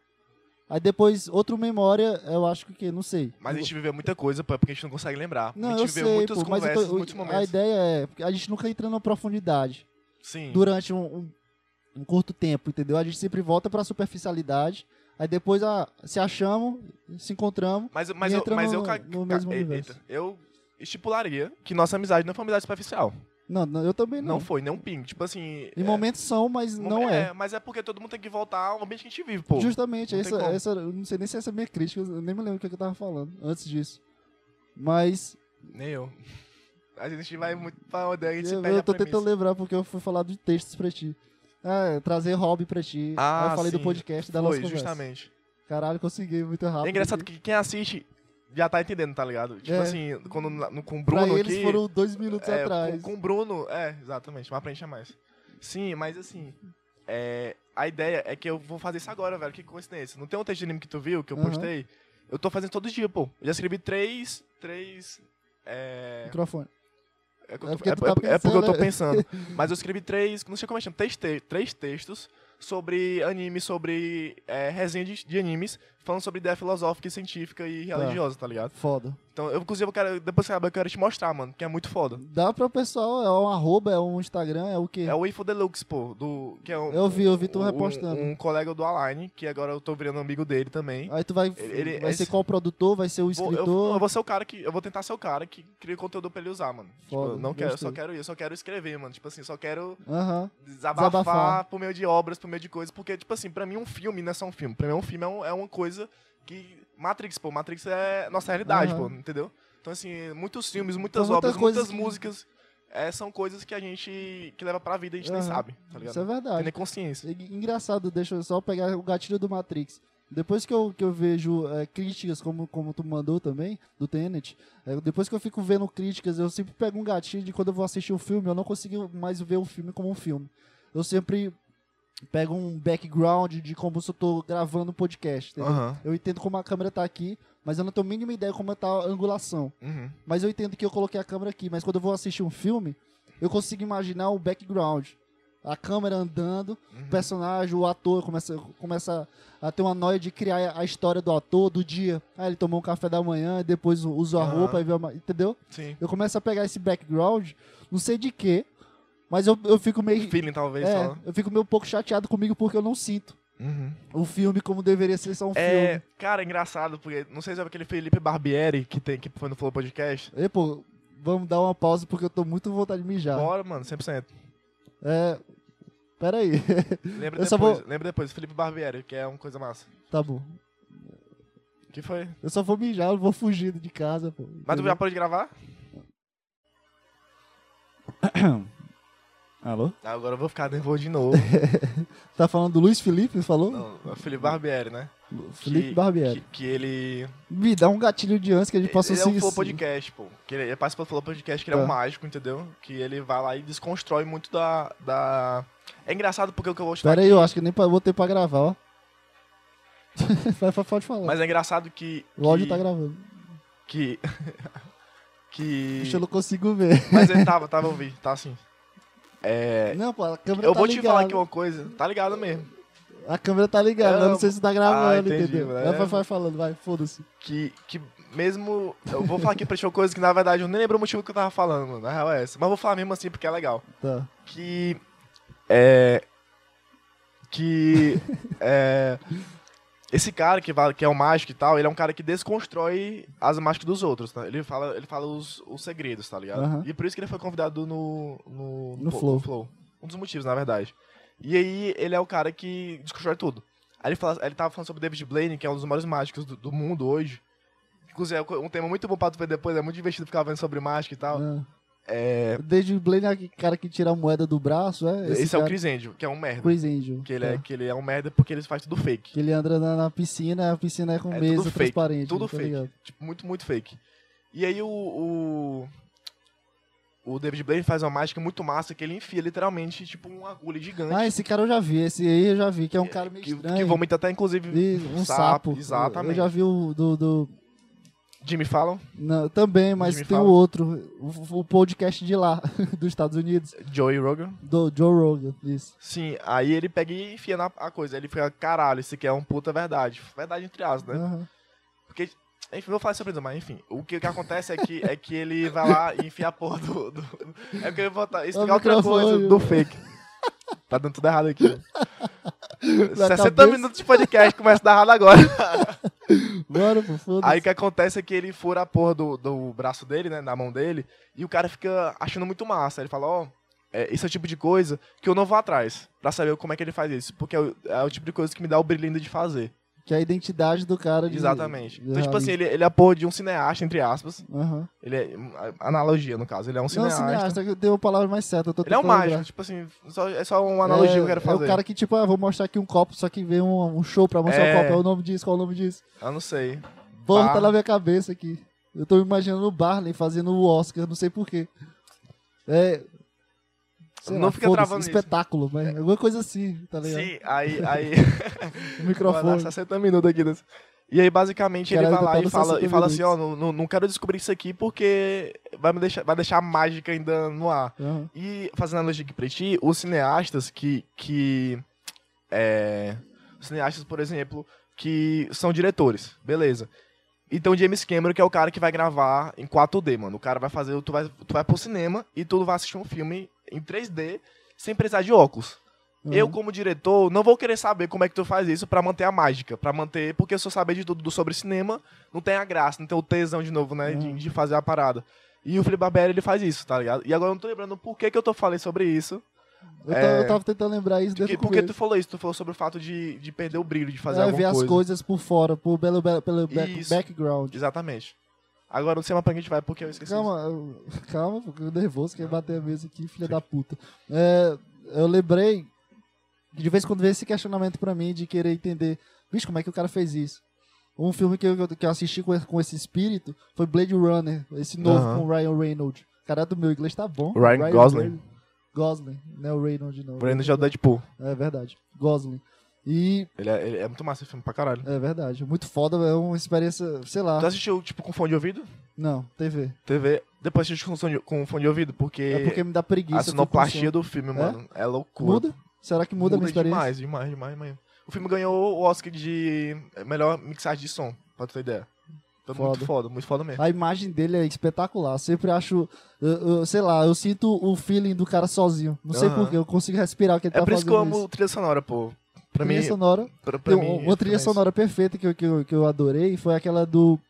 A: Aí depois, outro memória, eu acho que o quê? Não sei.
B: Mas a gente viveu muita coisa, pô, é porque a gente não consegue lembrar.
A: Não,
B: a
A: eu
B: gente
A: sei,
B: viveu muitas
A: pô, mas eu
B: conversas,
A: tô- eu-
B: muitos
A: a
B: momentos.
A: ideia é, porque a gente nunca entra na profundidade
B: Sim.
A: durante um, um- um curto tempo, entendeu? A gente sempre volta pra superficialidade, aí depois ah, se achamos, se encontramos.
B: Mas, mas,
A: E
B: eu,
A: entra
B: mas
A: no-
B: eu, ca-
A: no
B: ca-
A: mesmo
B: e-
A: universo.
B: eita, eu estipularia que nossa amizade não foi uma amizade superficial.
A: Não, não, eu também
B: Não,
A: não.
B: foi, nem um ping. Tipo assim.
A: Em
B: é,
A: momentos são, mas
B: mom-
A: não é.
B: Mas é porque todo mundo tem que voltar ao ambiente que a gente vive, pô.
A: Justamente,
B: não tem
A: essa,
B: como.
A: essa, eu não sei nem se essa é a minha crítica, eu nem me lembro o que eu tava falando antes disso. Mas
B: Nem eu. A gente vai muito pra onde a gente se
A: eu,
B: perde
A: eu tô
B: a premissa.
A: tentando lembrar porque eu fui falar de textos pra ti. Ah, trazer hobby pra ti.
B: Ah,
A: Aí eu falei do
B: sim.
A: podcast da
B: Foi,
A: nossa conversa.
B: justamente.
A: Caralho, consegui muito rápido.
B: É engraçado que quem assiste já tá entendendo, tá ligado? Tipo
A: É.
B: assim, quando, na- no, com o
A: pra
B: Bruno
A: eles
B: aqui.
A: foram dois minutos
B: é,
A: atrás.
B: Com, com o Bruno, é, exatamente, mas preencha mais. Sim, mas assim, é, a ideia é que eu vou fazer isso agora, velho. Que coincidência. Não tem um texto de anime que tu viu, que eu
A: Aham.
B: postei? Eu tô fazendo todo dia, pô. Eu já escrevi três. Três. É.
A: Microfone.
B: É, que
A: É
B: eu tô-
A: porque
B: é-
A: tu tá
B: é- é porque eu tô
A: pensando, né? [laughs]
B: pensando. Mas eu escrevi três. Não sei como é que chama. Três, te- três textos sobre anime, sobre é, resenha de, de animes, falando sobre ideia filosófica e científica e
A: Tá.
B: religiosa, tá ligado?
A: Foda.
B: Então, eu, inclusive, eu quero, depois que acabar, eu quero te mostrar, mano, que é muito foda.
A: Dá pra pessoal, é um arroba, é um Instagram, é o quê?
B: É o Info Deluxe, pô, do. Que é um,
A: Eu vi, eu vi tu
B: um-
A: repostando.
B: Um, colega do Align, que agora eu tô virando amigo dele também.
A: Aí tu vai,
B: Ele-
A: vai
B: esse-
A: ser qual produtor, vai ser o
B: Vou-
A: escritor.
B: eu- eu, vou ser o cara que. Eu vou tentar ser o cara que cria o conteúdo pra ele usar, mano. tipo,
A: Foda,
B: eu não quero, eu
A: gostei.
B: só quero isso, só quero escrever, mano. Tipo assim, só quero
A: Aham.
B: desabafar,
A: Desabafar.
B: por meio de obras, por meio de coisas, porque, tipo assim, pra mim um filme não é só um filme. Pra mim um filme é, um- é uma coisa que. Matrix, pô, Matrix é nossa realidade,
A: Aham.
B: pô, entendeu? Então, assim, muitos filmes, muitas
A: São muitas
B: obras,
A: coisas
B: muitas
A: que-
B: músicas é, são coisas que a gente. que leva pra vida e a gente nem
A: Aham.
B: sabe, tá ligado?
A: Isso é
B: Tem
A: verdade.
B: nem consciência.
A: E- Engraçado, deixa eu só pegar o gatilho do Matrix. Depois que eu, que eu vejo é, críticas, como, como tu mandou também, do Tenet, é, depois que eu fico vendo críticas, eu sempre pego um gatilho de quando eu vou assistir o filme, eu não consigo mais ver o filme como um filme. Eu sempre pego um background de como se eu tô gravando um podcast, entendeu?
B: Aham.
A: Eu entendo como a câmera tá aqui, mas eu não tenho a mínima ideia como tá a angulação.
B: Uhum.
A: Mas eu entendo que eu coloquei a câmera aqui, mas quando eu vou assistir um filme, eu consigo imaginar o background. A câmera andando,
B: Uhum.
A: o personagem, o ator começa, começa a ter uma noia de criar a história do ator, do dia. Aí ele tomou um café da manhã, depois usou a
B: Aham.
A: roupa, aí veio a ma- entendeu?
B: Sim.
A: Eu começo a pegar esse background, não sei de quê, mas eu, eu fico meio.
B: Feeling, talvez,
A: é,
B: só.
A: eu fico meio um pouco chateado comigo porque eu não sinto
B: Uhum.
A: o filme como deveria ser só um
B: É,
A: filme.
B: cara, é engraçado, porque não sei se é aquele Felipe Barbieri que, tem, que foi no Flow Podcast.
A: E, pô, vamos dar uma pausa porque eu tô muito com vontade de mijar.
B: Bora, mano, 100%.
A: É. Pera aí.
B: Lembra
A: Eu só
B: depois,
A: vou-
B: lembra depois, Felipe Barbieri, que é uma coisa massa.
A: [laughs] tá bom.
B: Que foi?
A: Eu só vou mijar, eu não vou fugir de casa, pô.
B: Mas tu já parou de gravar?
A: Alô?
B: Ah, agora eu vou ficar nervoso de [laughs] novo.
A: Tá falando do Luiz Felipe, falou?
B: não, é o Felipe Barbieri, né?
A: Felipe
B: que,
A: Barbieri.
B: Que, que ele.
A: Me dá um gatilho de ânsia que a gente possa
B: ele é
A: se...
B: um Flow Podcast, pô. Que ele, ele participa do Flow Podcast, que ele é um
A: Tá.
B: mágico, entendeu? Que ele vai lá e desconstrói muito da. da... É engraçado porque o que eu vou te
A: Pera aí, eu acho que nem pra- vou ter pra gravar, ó. [laughs] Vai, vai, pode falar.
B: Mas é engraçado que.
A: o áudio
B: que,
A: tá gravando.
B: Que. que. [laughs]
A: Puxa, eu não consigo ver.
B: Mas ele tava, tava ouvindo, tá assim. É.
A: Não, pô, a câmera
B: Eu
A: tá
B: vou te
A: ligada.
B: falar aqui uma coisa, tá ligado mesmo?
A: A câmera tá ligada, mas eu não
B: Eu-
A: sei se tá gravando,
B: Ah, entendi,
A: entendeu?
B: né?
A: Vai, vai, vai falando, vai, foda-se.
B: Que, que mesmo. Eu vou falar aqui pra ti uma coisa que na verdade eu nem lembro o motivo que eu tava falando, mano. Na real é essa. Mas vou falar mesmo assim porque é legal.
A: Tá.
B: Que. É.
A: [laughs]
B: Que. É. Esse cara que, vai- que é o mágico e tal, ele é um cara que desconstrói as mágicas dos outros, tá? Ele fala, ele fala os, os segredos, tá ligado?
A: Aham.
B: E por isso que ele foi convidado no. No,
A: No
B: po-
A: Flow.
B: Um dos motivos, na verdade. E aí ele é o cara que desconstrói tudo. Aí ele, fala, ele tava falando sobre David Blaine, que é um dos maiores mágicos do, do mundo hoje. Inclusive, é um tema muito bom pra tu ver depois, é muito divertido ficar vendo sobre mágica e tal.
A: Ah.
B: É,
A: David Blaine é aquele cara que tira a moeda do braço, é?
B: esse é o
A: cara-
B: Chris Angel, que é um merda.
A: Chris Angel.
B: Que ele é,
A: tá.
B: que ele é um merda porque ele faz tudo fake.
A: Que ele anda na, na piscina, a piscina é com
B: É tudo
A: mesa
B: fake,
A: transparente.
B: tudo
A: tá
B: fake.
A: ligado?
B: Tipo, muito, muito fake. E aí o, o. o David Blaine faz uma mágica muito massa que ele enfia literalmente, tipo, um agulho gigante.
A: Ah, esse cara eu já vi, esse aí eu já vi, que é um cara meio
B: que,
A: estranho.
B: que vomita até, inclusive,
A: E um sapo.
B: Exatamente.
A: Eu já vi o do. do-
B: Jimmy Fallon,
A: não, também, mas
B: Jimmy
A: tem o
B: Fallon.
A: outro. O, o podcast de lá, [laughs] dos Estados Unidos.
B: Joey Rogan.
A: Do Joe Rogan. Isso.
B: Sim, aí ele pega e enfia na a coisa. Aí ele fica, caralho, isso aqui é um puta verdade. Verdade entre aspas, né?
A: Aham.
B: Porque, enfim, vou falar sobre isso, mas enfim. O que, o que acontece é que, é que ele vai lá e enfia a porra do. do- é porque ele botar. Explicar outra
A: microfone,
B: coisa
A: viu?
B: do fake. Tá dando tudo errado aqui. né?
A: Na
B: 60
A: cabeça.
B: minutos de podcast começa a dar errado agora.
A: [laughs] Bora, pô, foda-se.
B: Aí o que acontece é que ele fura a porra do, do braço dele, né? Na mão dele. E o cara fica achando muito massa. Ele fala, ó. é, esse é o tipo de coisa que eu não vou atrás pra saber como é que ele faz isso. Porque é o, é o tipo de coisa que me dá o brilho ainda de fazer.
A: Que é a identidade do cara de.
B: Exatamente.
A: de
B: Então, tipo assim,
A: realista.
B: ele, ele é a porra de um cineasta, entre aspas.
A: Aham.
B: Ele é. a- Analogia, no caso. Ele é um
A: Não,
B: cineasta.
A: cineasta, que deu a palavra mais certa. eu tô
B: ele é um
A: tentando
B: mágico,
A: lembrar.
B: tipo assim, só- é só uma analogia que eu quero fazer.
A: É o cara que, tipo, ah, vou mostrar aqui um copo, só que vem um, um show pra mostrar
B: É.
A: o copo. É o nome disso, qual é o nome disso?
B: Eu não sei.
A: Porra,
B: Bar-
A: tá na minha cabeça aqui. Eu tô imaginando o Barney fazendo o Oscar, não sei porquê. É. sei
B: Não
A: lá,
B: fica
A: foda-se,
B: travando isso. É.
A: espetáculo, mas alguma coisa assim, tá ligado?
B: Sim,
A: [laughs]
B: aí. aí
A: O
B: vai dar
A: microfone.
B: 60 minutos aqui. Desse. E aí, basicamente, ele
A: Caralho,
B: vai lá
A: tá
B: e
A: dando
B: fala,
A: 60
B: e fala assim: ó,
A: minutos.
B: não, não, não quero descobrir isso aqui porque vai, me deixar, vai deixar a mágica ainda no ar.
A: Aham.
B: E fazendo analogia aqui pra ti, os cineastas que. que é, os cineastas, por exemplo, que são diretores, beleza. Então James Cameron, que é o cara que vai gravar em 4D, mano. O cara vai fazer. Tu vai, tu vai pro cinema e tu vai assistir um filme em 3D sem precisar de óculos. Eu,
A: aham.
B: como diretor, não vou querer saber como é que tu faz isso pra manter a mágica. pra manter. Porque se eu saber de tudo do- sobre cinema, não tem a graça, não tem o tesão de novo, né? De,
A: Uhum.
B: de fazer a parada. E o Felipe Barbieri, ele faz isso, tá ligado? E agora eu não tô lembrando por que, que eu tô falando sobre isso.
A: Eu, tava,
B: é,
A: eu tava tentando lembrar isso desde
B: Porque,
A: o
B: porque tu
A: começo.
B: falou isso, tu falou sobre o fato de, de perder o brilho, de fazer
A: é,
B: alguma
A: ver as
B: coisa.
A: coisas por fora, por belo, belo, pelo back-
B: Isso.
A: background.
B: Exatamente. Agora eu não sei mais pra onde a gente vai, porque eu esqueci.
A: Calma, eu- [laughs] calma, porque eu nervoso,
B: Ah.
A: quer bater a mesa aqui, filha da puta. É, eu lembrei que de vez em quando vem esse questionamento pra mim de querer entender, bicho, como é que o cara fez isso? Um filme que eu, que eu assisti com, com esse espírito foi Blade Runner, esse novo
B: Aham.
A: com o Ryan Reynolds. Caralho, meu inglês tá bom.
B: Ryan Gosling.
A: Gosling, não é o Reynolds não.
B: O Breno já é o Deadpool.
A: É verdade, Gosling. E,
B: Ele é, ele é muito massa esse filme pra caralho.
A: é verdade, muito foda, é uma experiência, sei lá,
B: Tu assistiu, tipo, com fone de ouvido?
A: não, TV.
B: TV. Depois assistiu com, som de- com fone de ouvido, porque,
A: É porque me dá preguiça.
B: a
A: eu fico
B: sonoplastia do filme, mano, é
A: com
B: loucura.
A: sono. Muda? Será que muda, a minha experiência?
B: demais, demais, demais, demais. O filme ganhou o Oscar de melhor mixagem de som, pra tu ter ideia. Então, muito
A: Foda.
B: foda, muito foda mesmo.
A: A imagem dele é espetacular. Sempre acho, eu- eu- sei lá, eu sinto o feeling do cara sozinho. Não sei
B: Aham.
A: porquê, eu consigo respirar o que ele
B: é
A: tá
B: por isso que eu
A: fazendo.
B: amo trilha sonora, pô. Pra
A: trilha
B: mim,
A: sonora.
B: pra, pra
A: Tem
B: mim,
A: uma trilha
B: também. é
A: sonora perfeita que eu, que, eu, que eu adorei foi aquela do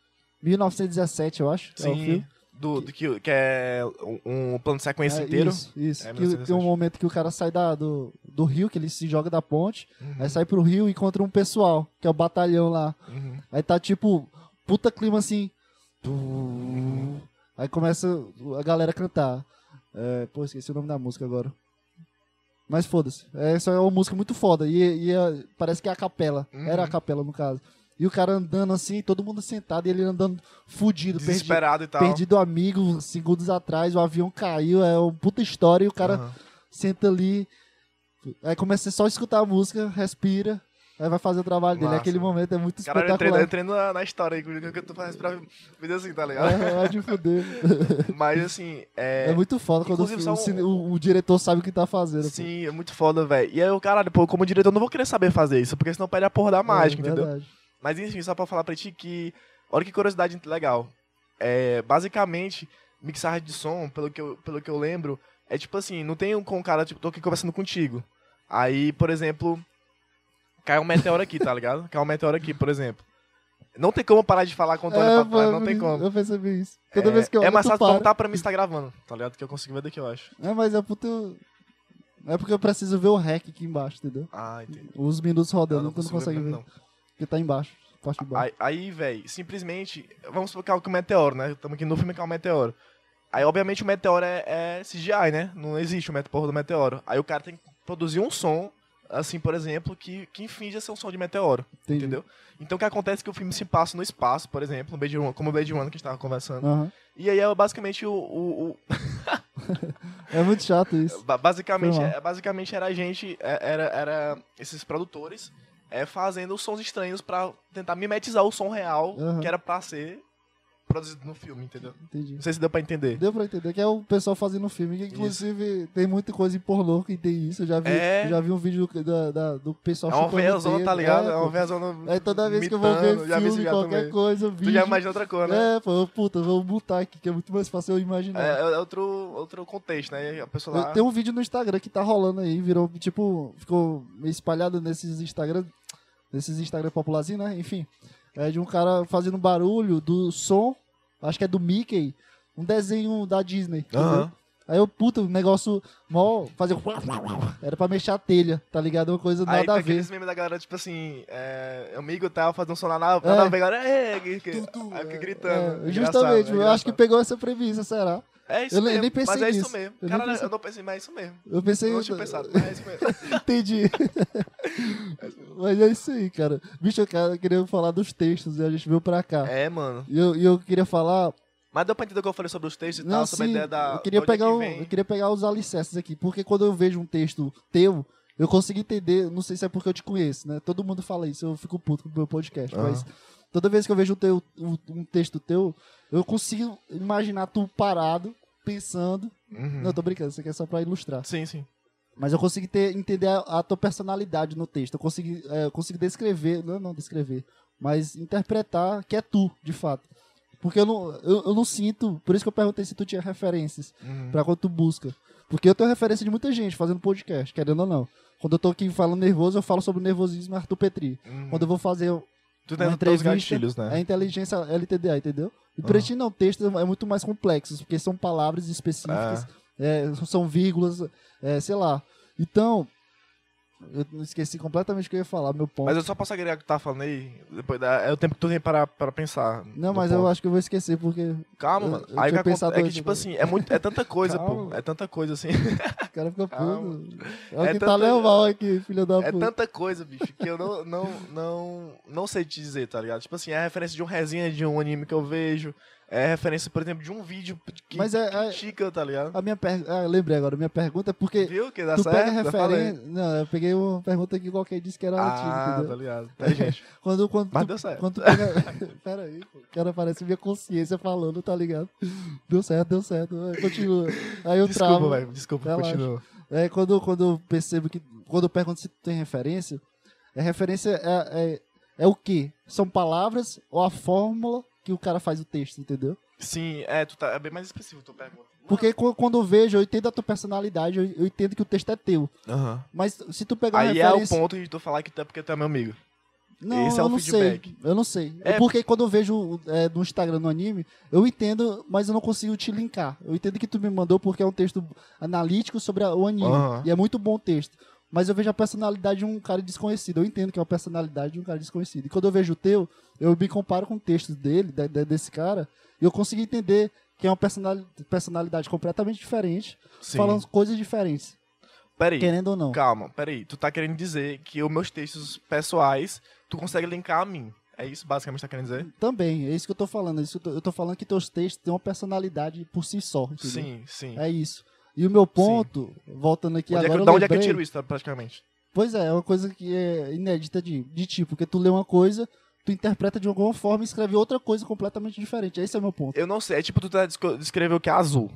A: 1917, eu acho. é o
B: Sim,
A: filme.
B: do, do que, que é um um plano de sequência
A: É,
B: inteiro.
A: Isso, isso.
B: É,
A: Que tem um
B: 1917.
A: momento que o cara sai da- do, do rio, que ele se joga da ponte, aí sai pro rio e encontra um pessoal, que é o batalhão lá.
B: Uhum.
A: Aí tá tipo, puta clima assim. Tu- Aí começa a galera a cantar. É, pô, esqueci o nome da música agora. Mas foda-se. É, só é uma música muito foda. E, e é- parece que é a capela.
B: Uhum.
A: Era a capela, no caso. E o cara andando assim, todo mundo sentado, e ele andando fudido, perdido.
B: Desesperado e tal.
A: Perdido amigo, segundos atrás, o avião caiu, é uma puta história, e o cara
B: Aham.
A: senta ali, aí começa só a escutar a música, respira, aí vai fazer o trabalho dele.
B: Massa,
A: Aquele momento é muito
B: Caralho, eu entrei, eu
A: espetacular.
B: entrei na, na história aí, que eu tô fazendo pra vida assim, tá ligado?
A: É, é de fuder.
B: Mas assim, [laughs] é.
A: É muito foda quando o,
B: Inclusive, só um-
A: cine- o- o diretor sabe o que tá fazendo. pô.
B: Sim, é muito foda, velho. E aí, eu, caralho, pô, como diretor, eu não vou querer saber fazer isso, porque senão perde a porra da mágica,
A: é,
B: entendeu?
A: verdade.
B: Mas enfim, só pra falar pra ti que. Olha que curiosidade legal. É, basicamente, mixagem de som, pelo que, eu, pelo que eu lembro, é tipo assim, não tem um com o cara, tipo, tô aqui conversando contigo. Aí, por exemplo, cai um meteoro aqui, tá ligado? Cai um meteoro aqui, por exemplo. Não tem como parar de falar com o Antônio pra trás,
A: pô,
B: não tem como.
A: Eu percebi isso. É, Toda
B: é,
A: vez que eu
B: é
A: olho,
B: mais
A: tu
B: fácil
A: para.
B: perguntar pra mim se tá gravando, tá ligado? Que eu consigo ver daqui, eu acho.
A: É, mas é puta... É porque eu preciso ver o rec aqui embaixo, entendeu?
B: Ah, entendi.
A: Os minutos rodando, tu não
B: consigo
A: consegue ver,
B: não.
A: porque tá embaixo, parte de baixo.
B: Aí, aí velho, simplesmente, vamos supor que é um meteoro, né? Estamos aqui no filme que é um meteoro. Aí, obviamente, o meteoro é, é CGI, né? Não existe o met- porra do meteoro. Aí o cara tem que produzir um som, assim, por exemplo, que, que finge ser um som de meteoro,
A: Entendi.
B: entendeu? Então o que acontece é que o filme se passa no espaço, por exemplo, no Blade Runner, como o Blade Runner que a gente tava conversando.
A: Aham.
B: E aí é basicamente o- o- o,
A: É muito chato isso.
B: Ba- Basicamente,
A: Foi mal.
B: é- basicamente era a gente, é- era, era esses produtores é, fazendo sons estranhos pra tentar mimetizar o som real
A: Aham.
B: que era pra ser produzido no filme, entendeu?
A: Entendi.
B: Não sei se deu pra entender.
A: Deu pra entender que é o pessoal fazendo filme, que inclusive tem muita coisa em pornô que tem isso. Eu já vi,
B: É.
A: eu já vi um vídeo do, da- da- do pessoal
B: é uma
A: chupando o
B: veiazona,
A: dedo.
B: tá ligado? É,
A: É,
B: uma
A: pô.
B: veiazona.
A: Aí toda vez que eu vou ver
B: imitando, já vi esse
A: filme,
B: viado
A: qualquer
B: também.
A: coisa, vídeo...
B: Tu já imagina outra coisa, né?
A: É, pô, eu, puta, eu vou botar aqui, que é muito mais fácil eu imaginar.
B: É, é outro, outro contexto, né? A pessoa lá.
A: Eu- Tem um vídeo no Instagram que tá rolando aí, virou, tipo, ficou meio espalhado nesses Instagram, nesses Instagram popularzinho, né? Enfim, é de um cara fazendo barulho do som, acho que é do Mickey, um desenho da Disney. entendeu?
B: Aham.
A: Aí eu, puta, o negócio mó, fazia... Era pra mexer a telha, tá ligado? Uma coisa
B: Aí
A: nada
B: tem
A: a ver.
B: aqueles memes da galera, tipo assim, é, amigo e tal, fazendo um som lá na, na nave, a galera, é, que- que- [laughs]
A: tu,
B: aí fica
A: é,
B: gritando.
A: É,
B: É
A: justamente,
B: engraçado, é
A: eu acho que
B: engraçado.
A: pegou essa premissa, será?
B: É isso
A: Eu nem-
B: mesmo,
A: eu nem pensei
B: mas é isso
A: nisso.
B: mesmo.
A: Eu nem
B: Cara,
A: pensei-
B: eu não pensei, mas é isso mesmo.
A: Eu pensei...
B: Eu não tinha pensado, mas é isso mesmo.
A: [laughs]
B: [laughs]
A: Entendi. Mas é isso aí, cara. Bicho, eu quero- eu queria falar dos textos e a gente veio pra cá.
B: É, mano.
A: E eu, e eu queria falar.
B: Mas deu pra entender o que eu falei sobre os textos e
A: Não,
B: tal, sobre a
A: sim,
B: ideia da.
A: eu, queria
B: de onde é
A: pegar
B: que
A: um-
B: vem.
A: eu queria pegar os alicerces aqui, porque quando eu vejo um texto teu, eu consigo entender. Não sei se é porque eu te conheço, né? Todo mundo fala isso, eu fico puto com o meu podcast,
B: Aham.
A: mas toda vez que eu vejo um, teu, um, um texto teu, eu consigo imaginar tu parado, pensando.
B: Uhum.
A: Não, tô brincando, isso aqui é só pra ilustrar.
B: Sim, sim.
A: Mas eu consegui ter, entender a, a tua personalidade no texto. Eu consegui, é, eu consegui descrever, não, não descrever, mas interpretar que é tu, de fato. Porque eu não, eu, eu não sinto, por isso que eu perguntei se tu tinha referências
B: Uhum.
A: pra quando tu busca. Porque eu tenho referência de muita gente fazendo podcast, querendo ou não. Quando eu tô aqui falando nervoso, eu falo sobre o nervosismo e Arthur Petri.
B: Uhum.
A: Quando eu vou fazer
B: tu
A: uma
B: tem os
A: entrevista,
B: gatilhos,
A: É a
B: né?
A: inteligência LTDA, entendeu? E
B: Aham.
A: pra ti não, texto é muito mais complexo, porque são palavras
B: Ah.
A: específicas, é, são vírgulas, é, sei lá. Então, eu não esqueci completamente o que eu ia falar, meu ponto.
B: Mas eu só posso agregar o que tu tá falando aí. Depois da- É o tempo que tu tem para, para pensar.
A: não,
B: no
A: mas eu
B: ponto.
A: acho que eu vou esquecer, porque
B: Calma,
A: eu-
B: mano.
A: eu
B: aí o que
A: tinha
B: aconte-
A: pensado
B: é que,
A: antes,
B: tipo
A: mano.
B: assim, é, muito, é tanta coisa, pô.
A: Calma.
B: É tanta coisa, assim.
A: o cara fica
B: Calma.
A: puto. Olha
B: É
A: quem tá
B: tanta-
A: leval aqui, filho da
B: É
A: puta.
B: tanta coisa, bicho, que eu não, não, não, não sei te dizer, tá ligado? Tipo assim, é referência de um resenha de um anime que eu vejo. É referência, por exemplo, de um vídeo que
A: Mas é- é-
B: critica, tá ligado?
A: A minha per... ah, lembrei agora, a minha pergunta é porque
B: Viu que dá
A: tu
B: Tá certo?
A: pega
B: Eu falei.
A: referência... Não, eu peguei uma pergunta que qualquer disse que era antiga,
B: Ah,
A: entendeu?
B: tá ligado. Tá,
A: [laughs]
B: gente.
A: Quando, quando
B: Mas
A: tu
B: deu certo.
A: Quando tu pega. [laughs] Pera aí, pô. Cara, parece minha consciência falando, tá ligado? Deu certo, deu certo. Aí Continua. Aí eu
B: Desculpa,
A: travo.
B: velho. Desculpa,
A: Relaxa.
B: continua.
A: É, quando, quando eu percebo que. Quando eu pergunto se tu tem referência, é referência é, é, é o quê? São palavras ou a fórmula que o cara faz o texto, entendeu?
B: Sim, é, tu tá, é bem mais específico tua pergunta.
A: Porque qu- quando eu vejo, eu entendo a tua personalidade, eu, eu entendo que o texto é teu.
B: Aham.
A: Mas se tu pegar uma
B: Aí é o
A: referência.
B: ponto de tu falar que tu é porque tu é meu amigo.
A: Não,
B: Esse é
A: eu
B: o
A: não
B: feedback.
A: sei. Eu não sei.
B: É-
A: Porque quando eu vejo é, no Instagram, no anime, eu entendo, mas eu não consigo te linkar. Eu entendo que tu me mandou porque é um texto analítico sobre a- o anime.
B: Aham.
A: E é muito bom o texto. Mas eu vejo a personalidade de um cara desconhecido. Eu entendo que é uma personalidade de um cara desconhecido. E quando eu vejo o teu, eu me comparo com o texto dele, da- da- desse cara, e eu consigo entender que é uma personali- personalidade completamente diferente,
B: Sim.
A: falando coisas diferentes,
B: Peraí.
A: um querendo ou não.
B: Calma, peraí. Tu tá querendo dizer que os meus textos pessoais, tu consegue linkar a mim. É isso basicamente que tu tá querendo dizer?
A: Também, é isso que eu tô falando. é isso que eu, tô, eu tô falando que teus textos têm uma personalidade por si só. entendeu?
B: Sim, sim.
A: É isso. E o meu ponto, voltando aqui
B: onde é que,
A: agora.
B: eu- da
A: eu
B: onde é que eu
A: lembrei-
B: tiro isso, tá, praticamente?
A: Pois é, é uma coisa que é inédita de, de tipo, porque tu lê uma coisa, tu interpreta de alguma forma e escreve outra coisa completamente diferente. Esse é o meu ponto.
B: Eu não sei, é tipo tu tá desco- descrever o que é azul.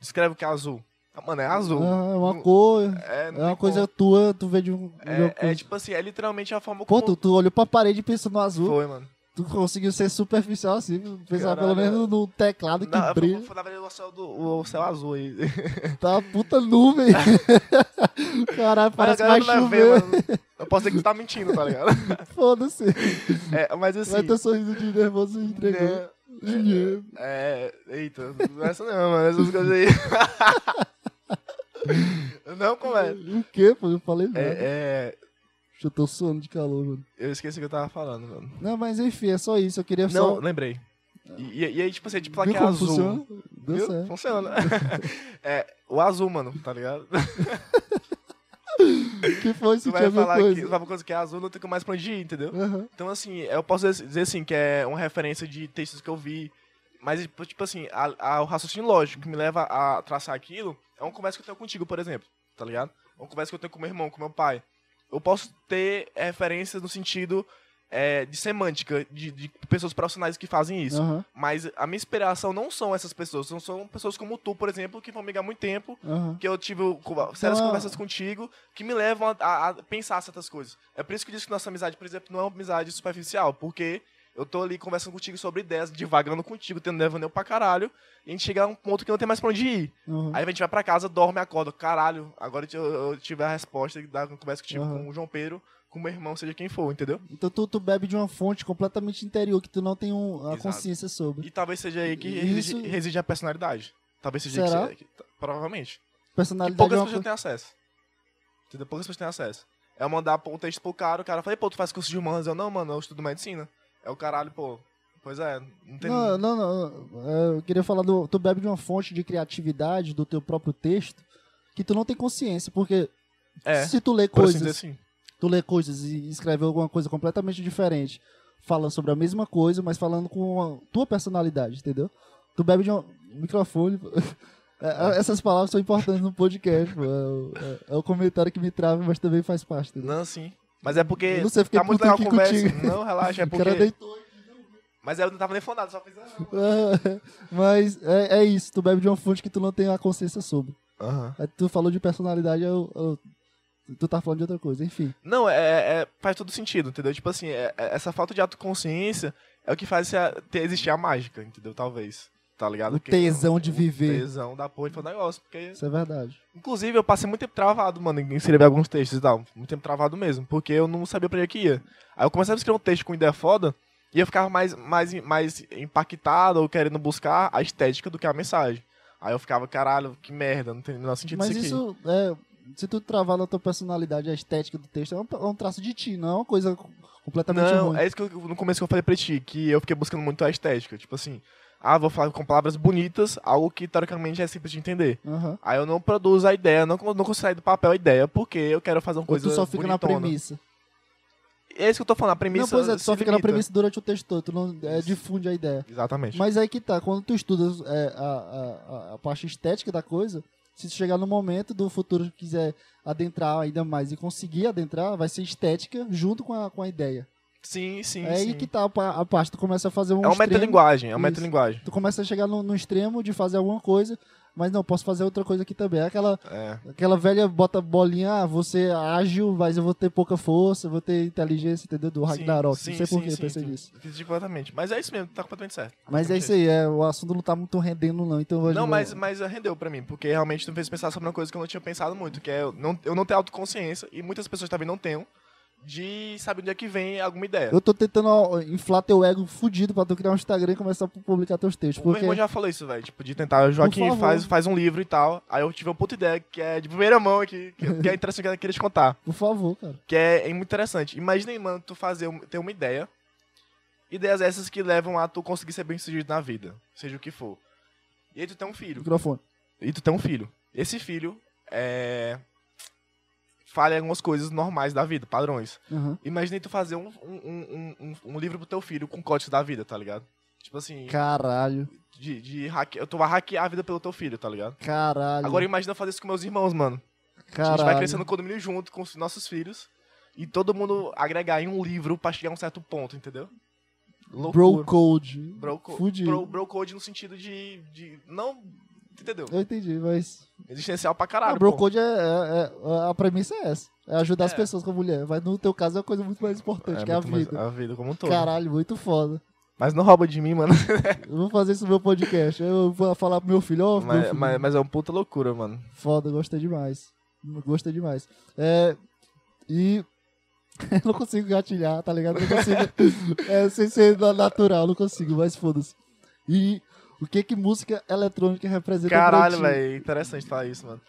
B: Descreve o que é azul. Ah, Mano, é azul.
A: Ah, é uma
B: Não-
A: cor,
B: É,
A: é
B: não tem
A: uma coisa
B: como.
A: tua, tu vê de um. de uma
B: É, é
A: coisa.
B: tipo assim, é literalmente a forma
A: Pô, tu,
B: como
A: tu olhou pra parede e pensou no azul,
B: foi, mano.
A: tu conseguiu ser superficial assim, pensar
B: Caralho.
A: pelo menos no teclado que
B: Não,
A: brilha.
B: foi, foi, na verdade o céu, do, o céu azul aí. [laughs]
A: Tá uma puta nuvem. [laughs] Caralho,
B: Mas
A: parece
B: a
A: que
B: galera
A: vai
B: não vai ver,
A: chover.
B: mano. Eu posso dizer que tu tá mentindo,
A: [laughs]
B: tá ligado?
A: Foda-se.
B: É, mas assim.
A: Vai ter sorriso de nervoso e entregou.
B: né, É, eita, não é essa não, mano. Essas coisas aí. [laughs] Não,
A: [laughs]
B: como é?
A: O quê, pô? Eu falei nada.
B: É, é,
A: Eu tô suando de calor, mano.
B: Eu esqueci o que eu tava falando, mano.
A: Não, mas enfim, é só isso. Eu queria
B: Não,
A: só...
B: lembrei. E, e- e aí, tipo assim, tipo, lá
A: Viu
B: que é
A: como
B: azul.
A: funciona? Deu
B: Viu?
A: certo.
B: Funciona. [laughs] é, o azul, mano,
A: [laughs]
B: tá ligado?
A: que foi
B: Tu
A: sentir
B: vai
A: a mesma
B: falar que,
A: coisa? Hum?
B: tu vai falar coisa que é azul, não tem como mais pra onde ir, entendeu?
A: Aham.
B: Então, assim, eu posso dizer dizer, assim, que é uma referência de textos que eu vi. Mas, tipo, tipo assim, a- a- o raciocínio lógico que me leva a traçar aquilo é uma conversa que eu tenho contigo, por exemplo, tá ligado? Uma conversa que eu tenho com meu irmão, com meu pai. Eu posso ter referências no sentido é, de semântica, de, de pessoas profissionais que fazem isso.
A: Aham.
B: Mas a minha inspiração não são essas pessoas, não são pessoas como tu, por exemplo, que vão me ligar há muito tempo,
A: Aham.
B: que eu tive co- sérias
A: Então,
B: conversas contigo, que me levam a, a- a pensar certas coisas. É por isso que eu disse que nossa amizade, por exemplo, não é uma amizade superficial, porque eu tô ali conversando contigo sobre ideias, divagando contigo, tendo devaneio pra caralho, e a gente chega a um ponto que não tem mais pra onde ir.
A: Aham.
B: Aí a gente vai pra casa, dorme, acorda, caralho, agora eu, eu tive a resposta da conversa contigo
A: Aham.
B: com o João Pedro, com meu irmão, seja quem for, entendeu?
A: Então tu, tu bebe de uma fonte completamente interior que tu não tem um- a
B: Exato.
A: consciência sobre.
B: E talvez seja aí que
A: Isso-
B: reside, reside a personalidade. Talvez seja
A: Será?
B: aí que, se- que- Provavelmente. Que
A: Personalidade
B: poucas
A: é uma
B: pessoas têm acesso. Entendeu? Poucas pessoas têm acesso. É eu mandar um texto pro cara, o cara fala, "Ei, pô, tu faz curso de humanas? Eu, não, mano, eu estudo medicina. É o caralho, pô. Pois é, não tem...
A: Não, não, não. é, Eu queria falar do. Tu bebe de uma fonte de criatividade do teu próprio texto que tu não tem consciência, porque
B: é,
A: se tu lê
B: por assim dizer
A: coisas,
B: assim.
A: tu lê coisas e escreve alguma coisa completamente diferente, fala sobre a mesma coisa, mas falando com a tua personalidade, entendeu? Tu bebe de um microfone. pô. É, é, Essas palavras são importantes no podcast, pô. É, o- é- é o comentário que me trava, mas também faz parte. Entendeu?
B: Não, sim. Mas é porque
A: Eu não sei, fiquei
B: tá muito
A: puto
B: legal
A: aqui
B: a conversa.
A: contigo.
B: Não,
A: [laughs]
B: relaxa, é
A: O cara
B: porque...
A: deitou.
B: Mas eu não tava nem fondado, só fiz... ah,
A: mas é, é isso, tu bebe de uma fonte que tu não tem a consciência sobre.
B: Aham.
A: Aí tu falou de personalidade, eu, eu- tu tá falando de outra coisa, enfim.
B: Não, é, é- faz todo sentido, entendeu? Tipo assim, é- é- essa falta de autoconsciência é o que faz se a- ter- existir a mágica, entendeu? Talvez. Tá ligado?
A: O
B: Que-
A: tesão de viver.
B: O tesão da porra de fazer um negócio. Porque,
A: Isso é verdade.
B: inclusive, eu passei muito tempo travado, mano, em escrever alguns textos e tal. Muito tempo travado mesmo, porque eu não sabia pra onde é que ia. Aí eu começava a escrever um texto com ideia foda e eu ficava mais, mais, mais impactado ou querendo buscar a estética do que a mensagem. Aí eu ficava, caralho, que merda, não tem o menor sentido
A: Mas
B: aqui.
A: isso, é, se tu travar na tua personalidade a estética do texto, é um, é um traço de ti, não é uma coisa completamente
B: não,
A: tá ruim.
B: é isso que eu, no começo que eu falei pra ti, que eu fiquei buscando muito a estética. Tipo assim, ah, vou falar com palavras bonitas, algo que teoricamente é simples de entender.
A: Aham.
B: Aí eu não produzo a ideia, não, con- não consigo sair do papel a ideia, porque eu quero fazer uma
A: Ou
B: coisa
A: tu só fica na
B: bonitona.
A: premissa.
B: É isso que eu tô falando, a premissa.
A: Não, pois é, tu
B: se
A: só fica na
B: limita.
A: premissa durante o texto todo, tu não é, difunde a ideia.
B: Exatamente.
A: Mas aí que tá, quando tu estuda é, a, a- a- a parte estética da coisa, se tu chegar no momento do futuro que quiser adentrar ainda mais e conseguir adentrar, vai ser estética junto com a, com a ideia.
B: Sim, sim.
A: é aí
B: sim.
A: que tá a, pa- a parte, tu começa a fazer um
B: É uma
A: extremo,
B: metalinguagem, é uma
A: Isso.
B: metalinguagem.
A: tu começa a chegar no, no extremo de fazer alguma coisa, mas não, posso fazer outra coisa aqui também. É Aquela,
B: É.
A: aquela velha bota bolinha, ah, você é ágil, mas eu vou ter pouca força, eu vou ter inteligência, entendeu? Do Ragnarok,
B: Sim,
A: não sei
B: sim,
A: por que eu
B: sim,
A: pensei
B: sim.
A: nisso.
B: Fiz Exatamente. Mas é isso mesmo, tá completamente certo.
A: Mas é isso aí, é, o assunto não tá muito rendendo não, então... hoje
B: Não,
A: eu-
B: mas, mas rendeu pra mim, porque realmente tu me fez pensar sobre uma coisa que eu não tinha pensado muito, que é eu não, eu não ter autoconsciência, e muitas pessoas também não tenham, de saber onde é que vem alguma ideia.
A: Eu tô tentando ó, inflar teu ego fudido pra tu criar um Instagram e começar a publicar teus textos.
B: O meu
A: Porque
B: irmão já falou isso, velho. Tipo, de tentar, Joaquim
A: favor.
B: faz, faz um livro e tal. Aí eu tive uma puta ideia que é de primeira mão aqui, que, que é interessante que eu queria te contar.
A: Por favor, cara.
B: Que é, é muito interessante. Imagina, aí, mano, tu fazer, um- ter uma ideia. Ideias essas que levam a tu conseguir ser bem sucedido na vida, seja o que for. E aí tu tem um filho.
A: Microfone.
B: E tu tem um filho. Esse filho é. Falha em algumas coisas normais da vida, padrões.
A: Aham.
B: Imagina aí tu fazer um, um, um, um, um livro pro teu filho com códigos da vida, tá ligado? Tipo assim,
A: Caralho.
B: de, de hacke... tu vai hackear a vida pelo teu filho, tá ligado?
A: Caralho.
B: Agora imagina eu fazer isso com meus irmãos, mano.
A: caralho.
B: A gente vai crescendo no condomínio junto com os nossos filhos. E todo mundo agregar em um livro pra chegar a um certo ponto, entendeu?
A: Bro Code.
B: Bro, co-
A: Fudido.
B: bro, bro code no sentido de, de. Não. Entendeu?
A: Eu entendi, mas...
B: Existencial pra
A: Ah,
B: caralho.
A: bro
B: pô.
A: Code é, é- é- A premissa é essa. É ajudar as
B: É.
A: pessoas com a mulher. Mas no teu caso é uma coisa muito mais importante, que é a
B: muito mais-
A: vida.
B: a vida como um todo.
A: Caralho, muito foda.
B: Mas não rouba de mim,
A: [laughs]
B: mano.
A: Eu vou fazer isso no meu podcast. Eu vou falar pro meu filho, ó, meu
B: mas,
A: filho,
B: mas, mas é uma puta loucura, mano.
A: Foda, gostei demais. Gostei demais. É, e. [laughs] Eu não consigo gatilhar, tá ligado? Não
B: [laughs]
A: consigo. é, sem ser na- natural, não consigo, mas foda-se. E o que que música eletrônica representa pra
B: Caralho,
A: ti?
B: velho. Interessante falar isso, mano.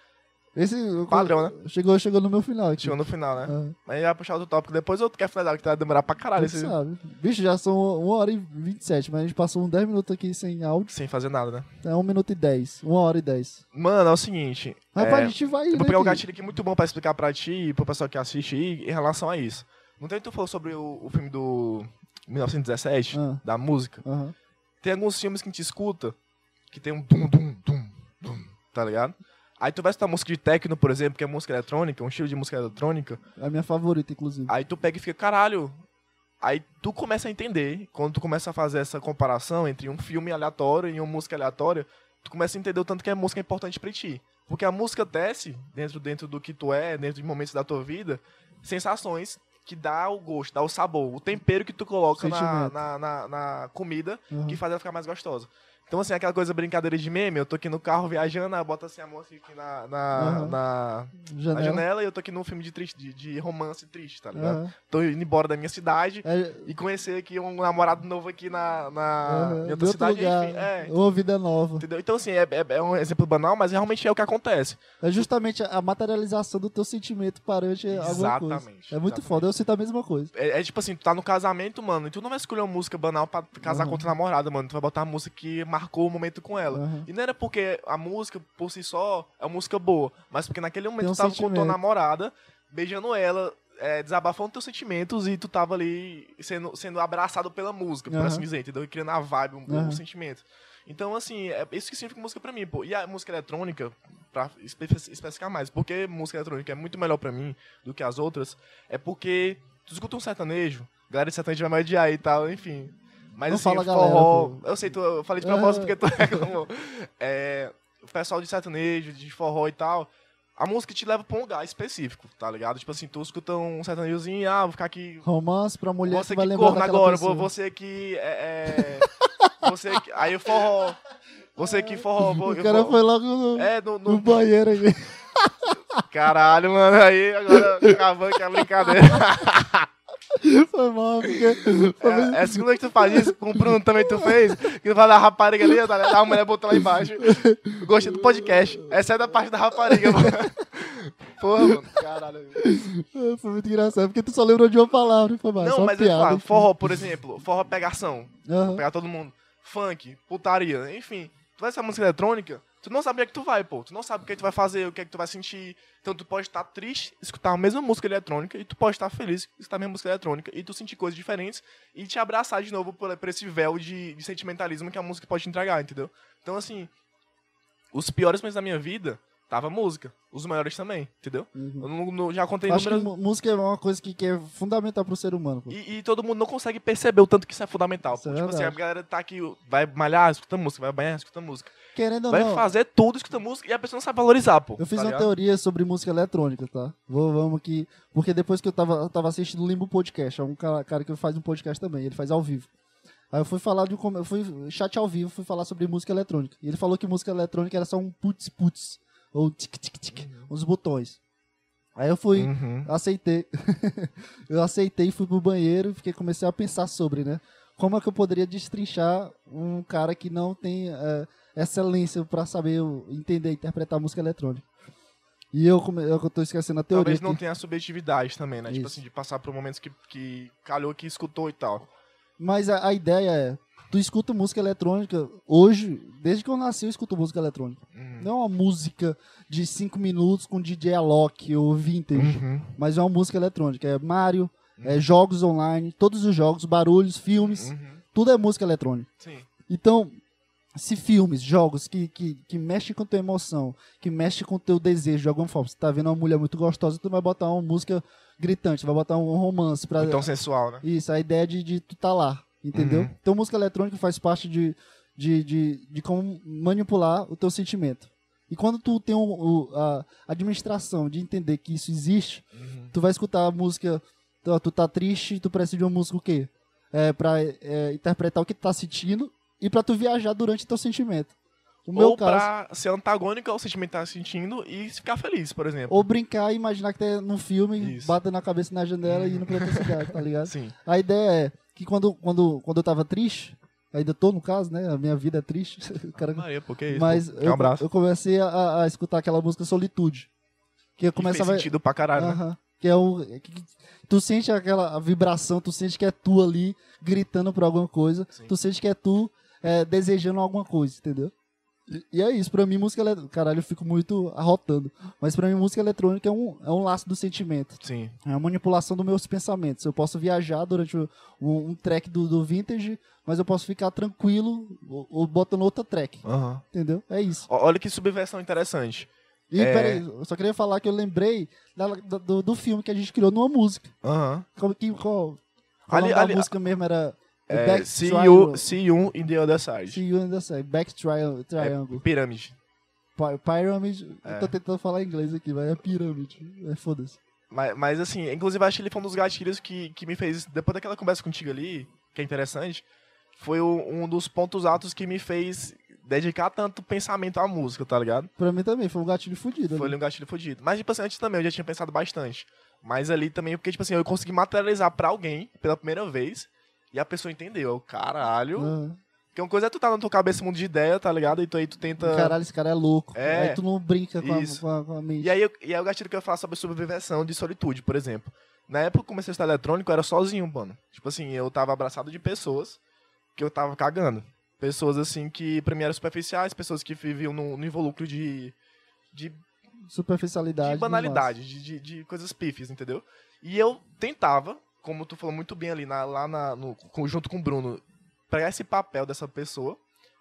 A: Esse
B: Padrão, né?
A: chegou, chegou no meu final aqui.
B: Chegou no final, né?
A: Ah,
B: Mas vai puxar outro tópico depois, outro quer finalizar, que tá demorar pra caralho
A: tu
B: esse...
A: sabe. Bicho, já são 1 hora e 27, mas a gente passou uns 10 minutos aqui sem áudio.
B: sem fazer nada, né?
A: É 1 minuto e 10. 1 hora e 10.
B: Mano, é o seguinte.
A: Rapaz,
B: é,
A: a gente vai.
B: Eu
A: né,
B: vou pegar um
A: aqui?
B: gatilho aqui muito bom pra explicar pra ti e pro pessoal que assiste aí em relação a isso. Não tem tu falou sobre o, o filme do 1917,
A: Ah.
B: da música?
A: Aham.
B: Tem alguns filmes que a gente escuta que tem um dum, dum, dum, dum, tá ligado? Aí tu vai escutar música de techno, por exemplo, que é música eletrônica, um estilo de música eletrônica,
A: É a minha favorita, inclusive.
B: aí tu pega e fica, caralho. Aí tu começa a entender, quando tu começa a fazer essa comparação entre um filme aleatório e uma música aleatória, tu começa a entender o tanto que a música é importante pra ti. Porque a música desce dentro, dentro do que tu é, dentro de momentos da tua vida, sensações que dá o gosto, dá o sabor, o tempero que tu coloca na,
A: Sentimento.
B: na, na- na comida
A: Aham.
B: que faz ela ficar mais gostosa. Então, assim, aquela coisa brincadeira de meme, eu tô aqui no carro viajando, aí bota assim a música aqui na, na,
A: Aham.
B: na- na
A: Janela.
B: janela e eu tô aqui num filme de, triste, de, de romance triste, tá ligado?
A: Aham.
B: tô indo embora da minha cidade
A: É,
B: e conhecer aqui um namorado novo aqui na, na
A: Aham,
B: em
A: de
B: Ah, outra
A: outro
B: cidade,
A: lugar, né?
B: enfim. É,
A: ou vida nova.
B: entendeu? Então, assim, é, é- é um exemplo banal, mas realmente é o que acontece.
A: É justamente a materialização do teu sentimento parante alguma coisa.
B: Exatamente,
A: É muito
B: exatamente.
A: foda, eu sinto a mesma coisa.
B: É, é tipo assim, tu tá no casamento, mano, e tu não vai escolher uma música banal pra casar
A: Aham.
B: com tua namorada, mano. Tu vai botar a música que marcou o momento com ela.
A: Aham.
B: E não era porque a música, por si só, é uma música boa, mas porque naquele momento
A: Tem um
B: tu tava com tua
A: sentimento.
B: namorada, beijando ela, é, desabafando teus sentimentos e tu tava ali sendo, sendo abraçado pela música, por
A: Aham.
B: assim dizer, entendeu? E criando a vibe, um, um
A: Aham.
B: sentimento. Então, assim, é isso que significa música pra mim, pô. E a música eletrônica, pra espe- especificar mais, porque música eletrônica é muito melhor pra mim do que as outras, é porque tu escuta um sertanejo, galera de sertanejo vai me odiar e tal, enfim. Mas
A: Não
B: assim,
A: fala, galera,
B: forró.
A: pô.
B: eu sei, tu, eu falei de
A: Aham.
B: propósito porque tu
A: [laughs]
B: reclamou. É, o pessoal de sertanejo, de forró e tal, a música te leva pra um lugar específico, tá ligado? Tipo assim, tu escuta um sertanejozinho, ah, vou ficar aqui.
A: Romance pra mulher
B: você
A: que vai
B: que
A: lembrar
B: corna
A: daquela
B: agora,
A: pessoa.
B: vou- você que. É, é, você que. Aí o forró. Você que forró. Vou,
A: [laughs] O
B: eu
A: cara
B: vou-
A: foi logo no,
B: É, no,
A: no
B: no-
A: banheiro aqui. [laughs]
B: Caralho, mano, aí agora acabando com a brincadeira.
A: Foi mal, porque... foi bem-
B: [laughs] É, é a segunda vez que tu faz isso, com o Bruno também tu fez, que tu fala da rapariga ali, tá ligado? A mulher botou lá embaixo. Gostei do podcast. Essa é da parte da rapariga, mano. Porra, mano, caralho.
A: É, Foi muito engraçado, porque tu só lembrou de uma palavra. Foi mal,
B: Não,
A: só
B: mas eu
A: piada.
B: falo, forró, por exemplo, forró pegação,
A: Aham.
B: pegar todo mundo. Funk, putaria, enfim. Tu vai essa música eletrônica, tu não sabe onde é que tu vai, pô. Tu não sabe o que, é que tu vai fazer, o que é que tu vai sentir. Então tu pode estar triste, escutar a mesma música eletrônica, e tu pode estar feliz, escutar a mesma música eletrônica, e tu sentir coisas diferentes, e te abraçar de novo por, por esse véu de, de sentimentalismo que a música pode te entregar, entendeu? Então, assim, os piores momentos da minha vida tava música. Os maiores também, entendeu?
A: Uhum.
B: Eu não- não- já contei
A: Acho que
B: inúmeras...
A: mu- música é uma coisa que, que é fundamental pro ser humano. Pô.
B: E, e todo mundo não consegue perceber o tanto que isso é fundamental.
A: Isso
B: pô.
A: é
B: tipo assim, a
A: verdade.
B: galera tá aqui, vai malhar, escuta música, vai banhar, escuta música.
A: Querendo ou
B: vai
A: não,
B: fazer tudo, escuta música, e a pessoa não sabe valorizar, pô.
A: Eu fiz
B: tá
A: uma
B: ligado?
A: teoria sobre música eletrônica, tá? Vou, vamos aqui. Porque depois que eu tava, eu tava assistindo o Limbo Podcast, é um cara, cara que faz um podcast também, ele faz ao vivo. Aí eu fui falar de como. Eu fui chat ao vivo, fui falar sobre música eletrônica. E ele falou que música eletrônica era só um putz putz. Ou tic tic tic. Uns botões. Aí eu fui.
B: Uhum.
A: Aceitei. [laughs] eu aceitei, fui pro banheiro e fiquei comecei a pensar sobre, né? Como é que eu poderia destrinchar um cara que não tem eh, excelência pra saber o- entender e interpretar música eletrônica? E eu, come- é eu tô esquecendo a teoria.
B: Talvez não
A: aqui.
B: tenha a subjetividade também, né? Tipo
A: Isso.
B: assim, de passar por momentos que, que calhou que escutou e tal.
A: Mas a, a ideia é: tu escuta música eletrônica hoje, desde que eu nasci, eu escuto música eletrônica.
B: Uhum.
A: Não é uma música de 5 minutos com DJ Alok ou Vintage.
B: Uhum.
A: mas é uma música eletrônica. É Mario, é jogos online, todos os jogos, barulhos, filmes,
B: Uhum.
A: tudo é música eletrônica.
B: Sim.
A: Então, se filmes, jogos que, que, que mexem com tua emoção, que mexem com teu desejo de alguma forma, você tá vendo uma mulher muito gostosa, tu vai botar uma música gritante, vai botar um romance pra.
B: Então sensual, né?
A: Isso, a ideia de, de tu tá lá, entendeu?
B: Uhum.
A: Então, música eletrônica faz parte de, de, de, de como manipular o teu sentimento. E quando tu tem um- o- a administração de entender que isso existe,
B: Uhum.
A: tu vai escutar a música, tu, tu tá triste, tu precisa de uma música o quê? É, pra é, interpretar o que tu tá sentindo e pra tu viajar durante teu sentimento. O meu
B: Ou
A: caso,
B: pra ser antagônico ao sentimento que tá sentindo e ficar feliz, por exemplo.
A: ou brincar e imaginar que tá num filme,
B: Isso.
A: bata na cabeça na janela e indo pra outra cidade, tá
B: [laughs]
A: ligado?
B: Sim.
A: A ideia é que quando, quando, quando eu tava triste, ainda tô no caso, né? A minha vida é triste, [laughs] o cara-
B: Maria, pô, que isso?
A: mas
B: pô.
A: eu,
B: Um abraço.
A: eu comecei a- a, a escutar aquela música Solitude. Que
B: Que fez
A: começa a. vai-
B: sentido pra caralho. né?
A: Aham. Que é o. é que- Tu sente aquela vibração, tu sente que é tu ali gritando por alguma coisa,
B: Sim.
A: tu sente que é tu é, desejando alguma coisa, entendeu? E, e é isso, pra mim música eletrônica. Caralho, eu fico muito arrotando. Mas pra mim música eletrônica é um, é um laço do sentimento.
B: Sim.
A: É a manipulação dos meus pensamentos. Eu posso viajar durante o- um, um track do, do vintage, mas eu posso ficar tranquilo ou, ou botando outra track,
B: Aham.
A: entendeu? É isso.
B: Ó, Olha que subversão interessante.
A: E
B: É.
A: peraí, eu só queria falar que eu lembrei da- da- do, do filme que a gente criou numa música.
B: Aham.
A: Como que qual, qual
B: Ali-
A: o nome da
B: ali-
A: música mesmo era
B: É,
A: Back
B: see,
A: Triangle.
B: you, see you in the other side.
A: See You in the Side, Back Tri- Triangle,
B: Pirâmide.
A: Py- Pyramid.
B: É.
A: Eu tô tentando falar inglês aqui, mas é pirâmide. É foda-se.
B: Mas, mas assim, inclusive acho que ele foi um dos gatilhos que, que me fez, depois daquela conversa contigo ali, que é interessante, foi o- um dos pontos altos que me fez dedicar tanto pensamento à música, tá ligado?
A: Pra mim também, foi um gatilho fudido.
B: Foi
A: ali.
B: ali um gatilho fudido. Mas, tipo assim, antes também eu já tinha pensado bastante. Mas ali também, porque, tipo assim, eu consegui materializar pra alguém pela primeira vez e a pessoa entendeu. Eu, caralho.
A: Aham.
B: Porque uma coisa é tu tá na tua cabeça um mundo de ideia, tá ligado? E tu aí tu tenta.
A: Caralho, esse cara é louco.
B: É.
A: Aí tu não brinca com a,
B: Isso.
A: com a- com a mente.
B: E aí, eu, e aí o gatilho que eu falo sobre sobreviversão de solitude, por exemplo. Na época que eu comecei a estudar eletrônico, eu era sozinho, mano. Tipo assim, eu tava abraçado de pessoas que eu tava cagando. Pessoas assim que pra mim eram superficiais, pessoas que viviam num num involucro de, de, de
A: Superficialidade. no
B: banalidade, de, de, de coisas pífias, entendeu? E eu tentava, como tu falou muito bem ali, na- lá na, no, com- junto com o Bruno, pegar esse papel dessa pessoa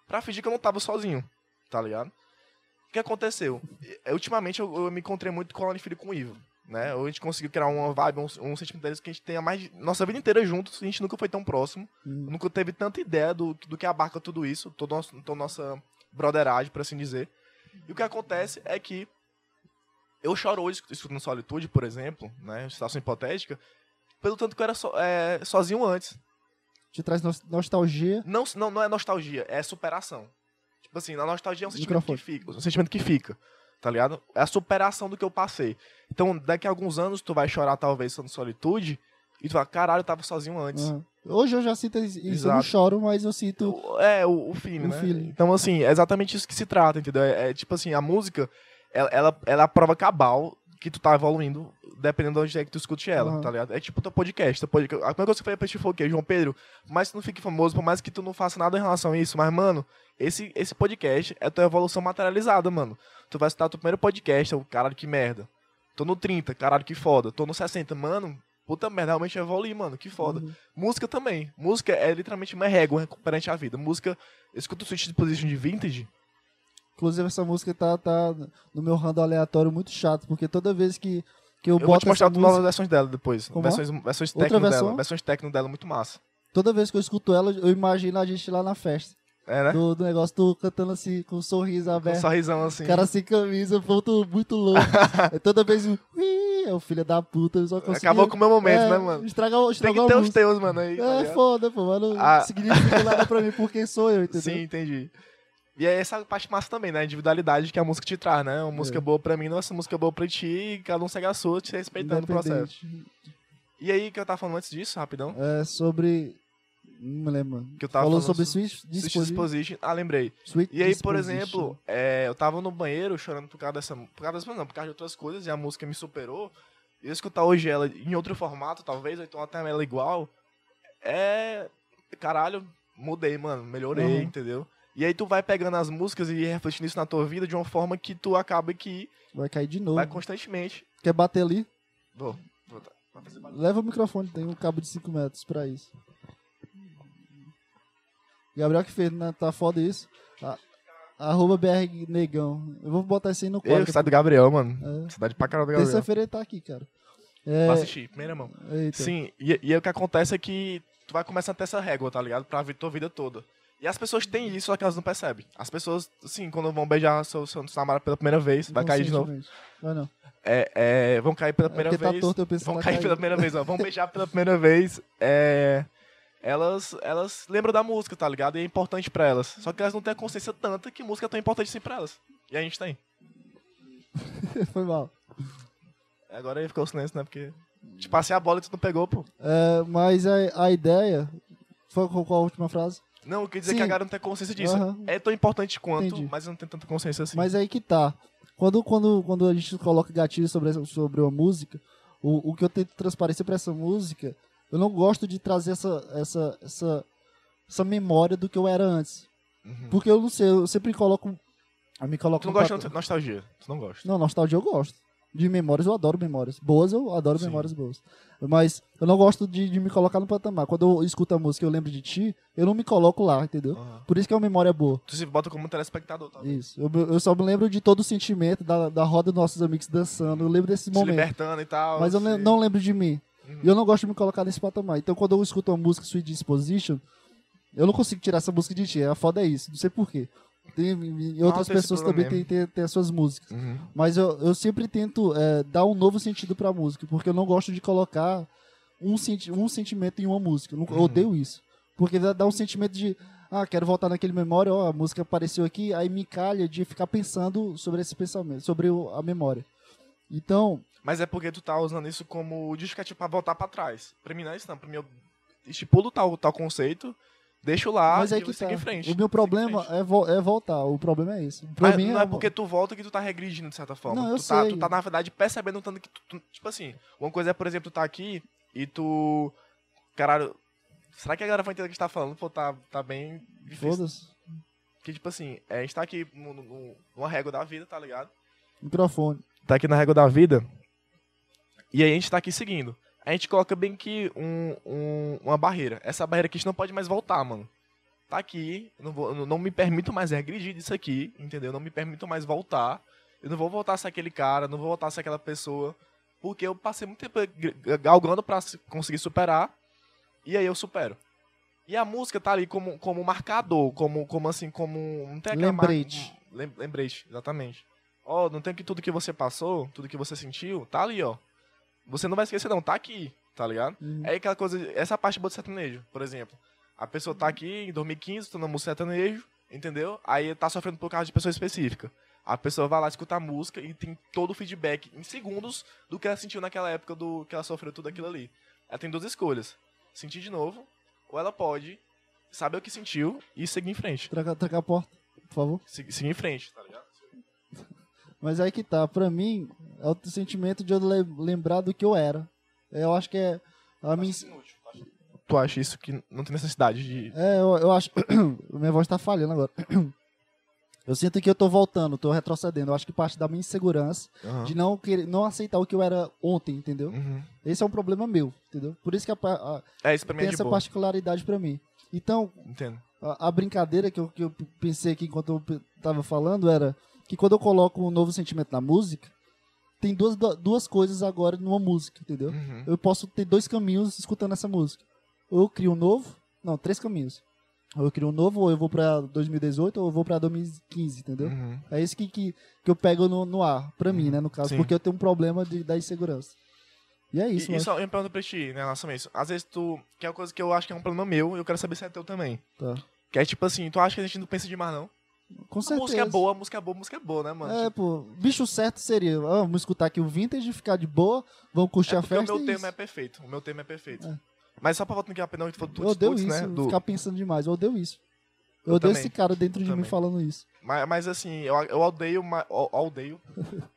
B: pra fingir que eu não tava sozinho, tá ligado? O que aconteceu? Eh, Ultimamente eu, eu me encontrei muito com o Alan Filho e com o Ivo, né? A gente conseguiu criar uma vibe, um, um sentimento deles que a gente tem a mais... Nossa vida inteira juntos, a gente nunca foi tão próximo,
A: Hum.
B: nunca teve tanta ideia do, do que abarca tudo isso, toda nossa, toda nossa brotheragem, por assim dizer. E o que acontece é que eu choro hoje escutando Solitude, por exemplo, né? Situação hipotética, pelo tanto que eu era so- eh, sozinho antes,
A: Massa. Te traz nos- nostalgia.
B: não, não, não é nostalgia, é superação. Tipo assim, na nostalgia é um sentimento
A: Microfone.
B: que fica. Um sentimento que fica, tá ligado? É a superação do que eu passei. Então, daqui a alguns anos, tu vai chorar, talvez, sendo solitude, e tu vai, caralho, eu tava sozinho antes.
A: Aham. Ah. Hoje eu já sinto isso. Eu não
B: Exato.
A: choro, mas eu sinto.
B: O- É, o, o filme,
A: O
B: né?
A: feeling.
B: Então, assim, é exatamente isso que se trata, entendeu? É, é tipo assim, a música, ela, ela, ela é a prova cabal que tu tá evoluindo, dependendo de onde é que tu escute ela,
A: Aham.
B: tá ligado? É tipo teu podcast, teu podcast. A primeira coisa que eu falei pra ti foi o quê? João Pedro, mas tu não fique famoso, por mais que tu não faça nada em relação a isso, mas, mano, esse, esse podcast é tua evolução materializada, mano. Tu vai escutar teu primeiro podcast, o caralho, que merda. Tô no 30, caralho, que foda. Tô no 60, mano, puta merda, realmente eu evoluí, mano, que É foda.
A: Uhum.
B: Música também. Música é literalmente uma régua perante a vida. Música. Eu escuto o Switch Position de Vintage.
A: Inclusive, essa música tá, tá no meu random aleatório muito chato, porque toda vez que, que eu,
B: Eu vou
A: boto
B: te mostrar
A: essa
B: novas
A: música,
B: versões dela depois.
A: Como é?
B: Versões, versões
A: Outra
B: técnicas dela.
A: versão?
B: Versões técnicas dela é muito massa.
A: toda vez que eu escuto ela, eu imagino a gente lá na festa.
B: É, né?
A: Do, do negócio, tu cantando assim, com um sorriso
B: Com um
A: aberto.
B: sorrisão assim.
A: Cara sem camisa, ponto muito
B: [laughs]
A: louco. É toda vez um, "Ui", é o filho da puta, eu só consegui...
B: Acabou com o meu momento,
A: É,
B: né, mano?
A: Estragou,
B: Tem
A: estragou
B: que ter
A: a
B: os
A: música.
B: teus, mano. Aí, tá
A: É
B: ligado?
A: foda, pô, mas não
B: Ah.
A: significa nada pra mim porque sou eu, entendeu?
B: Sim, entendi. E é essa parte massa também, né? A individualidade que a música te traz, né? Uma
A: É.
B: música boa pra mim, nossa, música boa pra ti, e cada um segue a sua, te respeitando o processo.
A: Independente.
B: E aí, o que eu tava falando antes disso, rapidão?
A: É sobre... Não me lembro, mano.
B: Que eu tava
A: Hum. Falou sobre
B: falando so-
A: Switch
B: Switch Disposition. Ah, lembrei. E aí, por exemplo, é, eu tava no banheiro chorando por causa dessa. Por causa dessa, não, por causa de outras coisas, e a música me superou. E eu escutar hoje ela em outro formato, talvez, ou então até ela igual. É. Caralho, mudei, mano. Melhorei,
A: Uhum.
B: entendeu? E aí tu vai pegando as músicas e refletindo isso na tua vida de uma forma que tu acaba que
A: Vai cair de novo.
B: vai constantemente.
A: Quer bater ali?
B: Vou, vou tá- vai fazer barulho.
A: Leva o microfone, tem um cabo de 5 metros pra isso. Gabriel que fez, né? Tá foda isso. A- arroba BR Negão. Eu vou botar isso aí no
B: Eu,
A: quadro.
B: cidade do Gabriel, mano.
A: É,
B: Cidade pra caralho do Gabriel.
A: Terça-feira ele tá aqui, cara. É,
B: Pra assistir, primeira mão.
A: eita.
B: Sim, e, e aí o que acontece é que tu vai começando a ter essa régua, tá ligado? Pra vi- tua vida toda. E as pessoas têm isso, só que elas não percebem. As pessoas, assim, quando vão beijar seu, seu namorado pela primeira vez, vai cair de novo.
A: Inconscientemente. Vai não.
B: É, é, vão cair pela
A: né? É
B: primeira
A: porque tá
B: vez.
A: torto, eu penso que
B: vão
A: tá
B: cair pela
A: caindo.
B: primeira vez, ó. Vão beijar pela primeira vez. É, elas, elas lembram da música, tá ligado? E é importante pra elas. Só que elas não têm a consciência tanta que música é tão importante assim pra elas. E a gente tem.
A: [laughs] Foi mal.
B: Agora aí ficou o silêncio, né? Porque te passei a bola e tu não pegou, pô.
A: É, mas a, a ideia. Foi qual qual a última frase?
B: Não, eu queria dizer
A: Sim.
B: que a galera não tem consciência disso.
A: Aham.
B: É tão importante quanto,
A: Entendi.
B: mas não tem tanta consciência assim.
A: Mas aí que tá. Quando, quando, quando a gente coloca gatilho sobre, essa- sobre uma música, o, o que eu tento transparecer pra essa música, eu não gosto de trazer essa, essa, essa, essa memória do que eu era antes.
B: Uhum.
A: Porque eu não sei, eu sempre coloco. Eu me coloco
B: Tu não
A: num
B: gosta
A: pat-
B: de nostalgia. Tu não gosta.
A: não, nostalgia eu gosto. De memórias eu adoro memórias. Boas eu adoro
B: Sim.
A: memórias boas. Mas eu não gosto de, de me colocar no patamar. Quando eu escuto a música e eu lembro de ti, eu não me coloco lá, entendeu?
B: Aham.
A: Por isso que é uma memória boa.
B: Tu se bota como um telespectador, tá?
A: Isso. Eu, eu só me lembro de todo o sentimento da, da roda dos nossos amigos dançando. Eu lembro desses
B: Se
A: momentos.
B: libertando e tal.
A: Mas eu
B: se-
A: ne- não lembro de mim.
B: Uhum.
A: E eu não gosto de me colocar nesse patamar. Então quando eu escuto uma música Sweet Disposition, eu não consigo tirar essa música de ti. A foda é isso. Não sei porquê. E outras
B: tem esse
A: pessoas
B: problema
A: também têm, têm, têm as suas músicas.
B: Uhum.
A: Mas eu, eu sempre tento é, dar um novo sentido pra música, porque eu não gosto de colocar um, senti um sentimento em uma música. Eu, nunca- eu
B: Uhum.
A: odeio isso. Porque dá, dá um sentimento de, ah, quero voltar naquele memória, ó, a música apareceu aqui, aí me calha de ficar pensando sobre esse pensamento, sobre o- a memória. Então,
B: Mas é porque tu tá usando isso como justificativo pra voltar pra trás. Pra mim não é isso, não. Pra mim eu estipulo tal, tal conceito, deixo lá
A: mas
B: e
A: é
B: Ah, eu
A: que tá.
B: sigo em frente.
A: O meu
B: Sigo em
A: problema
B: frente.
A: é, vo- é voltar, o problema é esse. Pra
B: Mas
A: mim
B: não
A: é,
B: é porque tu volta que tu tá regredindo, de certa forma.
A: Não, eu
B: tu, tá,
A: sei.
B: tu tá, na verdade, percebendo o tanto que tu, tu- Tipo assim, uma coisa é, por exemplo, tu tá aqui e tu. Caralho. Será que a galera vai entender o que a gente tá falando? Pô, tá, tá bem difícil.
A: Foda-se.
B: Porque, tipo assim, é, a gente tá aqui no- no- numa régua da vida, tá ligado?
A: Microfone.
B: tá aqui na régua da vida. E aí a gente tá aqui seguindo. A gente coloca bem que um, um- uma barreira. Essa barreira aqui a gente não pode mais voltar, mano. Tá aqui, eu não, vou, eu não me permito mais regredir disso aqui, entendeu? Eu Não me permito mais voltar. Eu não vou voltar a ser aquele cara, não vou voltar a ser aquela pessoa. Porque eu passei muito tempo gr- galgando pra se- conseguir superar. E aí eu supero. E a música tá ali como, como marcador, como, como assim, como. Não tem aquela mar-
A: Lembrete.
B: Lem- Lembrete, exatamente. Ó, não tem que tudo que você passou, tudo que você sentiu, tá ali, ó. Você não vai esquecer, não, tá aqui, tá ligado?
A: Hum.
B: É aquela coisa, essa parte boa do sertanejo, por exemplo. A pessoa tá aqui em 2015, tá na música sertanejo, entendeu? Aí tá sofrendo por causa de pessoa específica. A pessoa vai lá escutar a música e tem todo o feedback em segundos do que ela sentiu naquela época do que ela sofreu tudo aquilo ali. Ela tem duas escolhas: sentir de novo, ou ela pode saber o que sentiu e seguir em frente.
A: Tranca, tranca a porta, por favor.
B: Se- Seguir em frente, tá ligado?
A: Mas aí que tá, pra mim, é o sentimento de eu le- lembrar do que eu era. Eu acho que é. A minha,
B: Tu acha isso que não tem necessidade de.
A: é, eu, eu acho. [coughs] minha voz tá falhando agora. [coughs] Eu sinto que eu tô voltando, tô retrocedendo. Eu acho que parte da minha insegurança de não, querer, não aceitar o que eu era ontem, entendeu?
B: Uhum.
A: Esse é um problema meu, entendeu? Por isso que a pa- a-
B: É, isso pra mim
A: tem
B: é de
A: essa
B: boa.
A: particularidade pra mim. Então,
B: Entendo.
A: A, a brincadeira que eu, que eu p- pensei aqui enquanto eu p- tava falando era que quando eu coloco um novo sentimento na música, tem duas, du- duas coisas agora numa música, entendeu?
B: Uhum.
A: Eu posso ter dois caminhos escutando essa música. Ou eu crio um novo, não, três caminhos. Ou eu crio um novo, ou eu vou pra 2018, ou eu vou pra 2015, entendeu?
B: Uhum.
A: É isso que, que, que eu pego no, no ar, pra mim, né, no caso,
B: Sim.
A: porque eu tenho um problema de, da insegurança. E é isso,
B: e, e
A: isso
B: só uma pergunta pra ti, né, em relação a isso. Às vezes tu. Que é uma coisa que eu acho que é um problema meu e eu quero saber se é teu também.
A: Tá.
B: Que é tipo assim, tu acha que a gente não pensa demais, não?
A: com
B: A
A: certeza.
B: música é boa, a música é boa, a música é boa, né, mano?
A: É, pô, bicho certo seria, ah, vamos escutar aqui o vintage, ficar de boa, vamos curtir
B: É
A: a
B: porque
A: festa.
B: o meu
A: e
B: tema
A: isso.
B: é perfeito. O meu tema é perfeito.
A: É.
B: Mas só pra voltar no que a pena foi
A: Eu
B: do
A: odeio
B: Tuts,
A: isso,
B: né? Do...
A: ficar pensando demais, eu odeio isso. Eu,
B: Eu
A: odeio
B: também.
A: esse cara dentro
B: Eu
A: de mim
B: também.
A: falando isso.
B: Mas, mas assim, eu, eu odeio. ma- o-
A: [laughs]
B: odeio.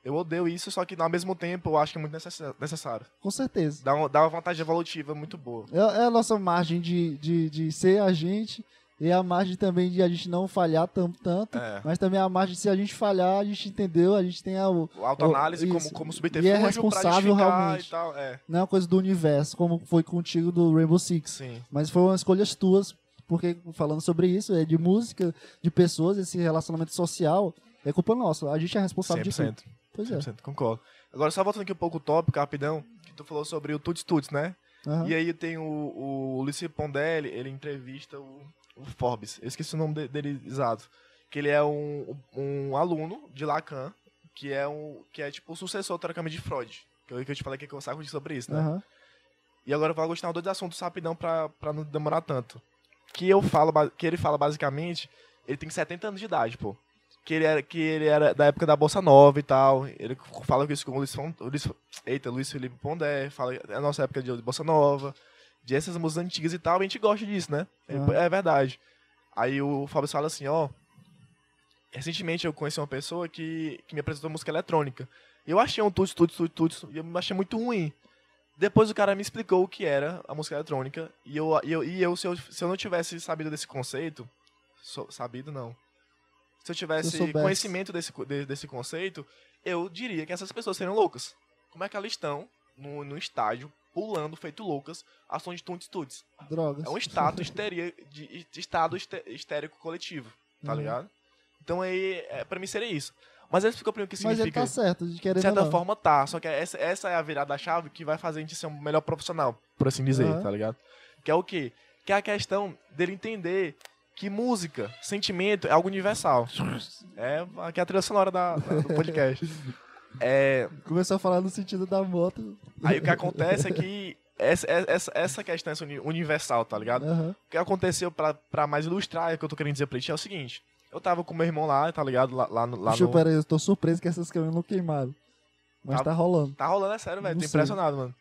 B: eu odeio isso, só que ao mesmo tempo eu acho que é muito necessa- necessário.
A: Com certeza.
B: Dá, um- dá uma vantagem evolutiva
A: [laughs]
B: muito boa.
A: É, é a nossa margem de, de, de ser a gente, e a margem também de a gente não falhar tam- tanto,
B: É.
A: mas também a margem de se a gente falhar, a gente entendeu, a gente tem a, o-
B: A Autoanálise
A: Oh,
B: como,
A: isso.
B: como
A: E
B: subterfúgio
A: é responsável
B: pra justificar
A: realmente.
B: e tal. É,
A: não é uma coisa do universo, como foi contigo do Rainbow Six.
B: sim.
A: Mas foram escolhas tuas, porque falando sobre isso, é de música, de pessoas, esse relacionamento social, é culpa nossa. A gente é responsável de tudo.
B: 100%,
A: Pois é.
B: 100%, concordo. Agora, só voltando aqui um pouco o tópico, rapidão, que tu falou sobre o Tuts Tuts, né?
A: Aham.
B: E aí tem o, o Luci Pondelli, ele entrevista o, o Forbes, eu esqueci o nome de- dele exato, que ele é um, um aluno de Lacan, que é, um, que é tipo o sucessor, teoricamente, de Freud. Que eu, que eu te falei que eu saco de sobre isso, né?
A: Aham.
B: E agora eu vou agostar dois assuntos rapidão pra, pra não demorar tanto. Que eu falo, ba- que ele fala basicamente, ele tem 70 anos de idade, pô. Que ele era, que ele era da época da Bolsa Nova e tal. Ele fala isso com o Luiz, Fon- o Luiz- eita, Luiz Felipe Pondé, fala da nossa época de Bolsa Nova, de essas músicas antigas e tal, a gente gosta disso, né? Ele-
A: Aham.
B: É verdade. Aí o Fábio fala assim, ó. recentemente eu conheci uma pessoa que, que me apresentou música eletrônica. E eu achei um tuts, tuts, tuts, tuts, e eu achei muito ruim. Depois o cara me explicou o que era a música eletrônica, e eu, e eu, e eu, se, eu se eu não tivesse sabido desse conceito, so- sabido não, se eu tivesse
A: Se eu soubesse.
B: conhecimento desse, co- de- desse conceito, eu diria que essas pessoas seriam loucas. Como é que elas estão no, no estádio, pulando, feito loucas, a som de tuts, tuts?
A: Drogas.
B: É um estado histeria, de, de estado histe- histérico coletivo, tá
A: Uhum.
B: ligado? Então aí, é, pra mim seria isso. Mas ele explicou pra mim o que
A: Mas ele
B: significa.
A: tá certo, de querer
B: de certa
A: não.
B: forma tá, só que essa, essa é a virada da chave que vai fazer a gente ser um melhor profissional, por assim dizer,
A: Aham.
B: tá ligado? Que é o quê? Que é a questão dele entender que música, sentimento é algo universal. É aqui é a trilha sonora da, da- do podcast.
A: [laughs]
B: é,
A: Começou a falar no sentido da moto.
B: aí o que acontece é que essa, essa, essa questão essa uni- universal, tá ligado?
A: Aham.
B: O que aconteceu pra, pra mais ilustrar o que eu tô querendo dizer pra ti é o seguinte. Eu tava com meu irmão lá, tá ligado? Lá, lá no. Lá
A: Puxa,
B: no...
A: pera aí, eu tô surpreso que essas câmeras não queimaram. Mas
B: Tá-
A: tá, rolando.
B: Tá rolando, é sério, velho.
A: Não
B: Tô
A: sei.
B: impressionado, mano.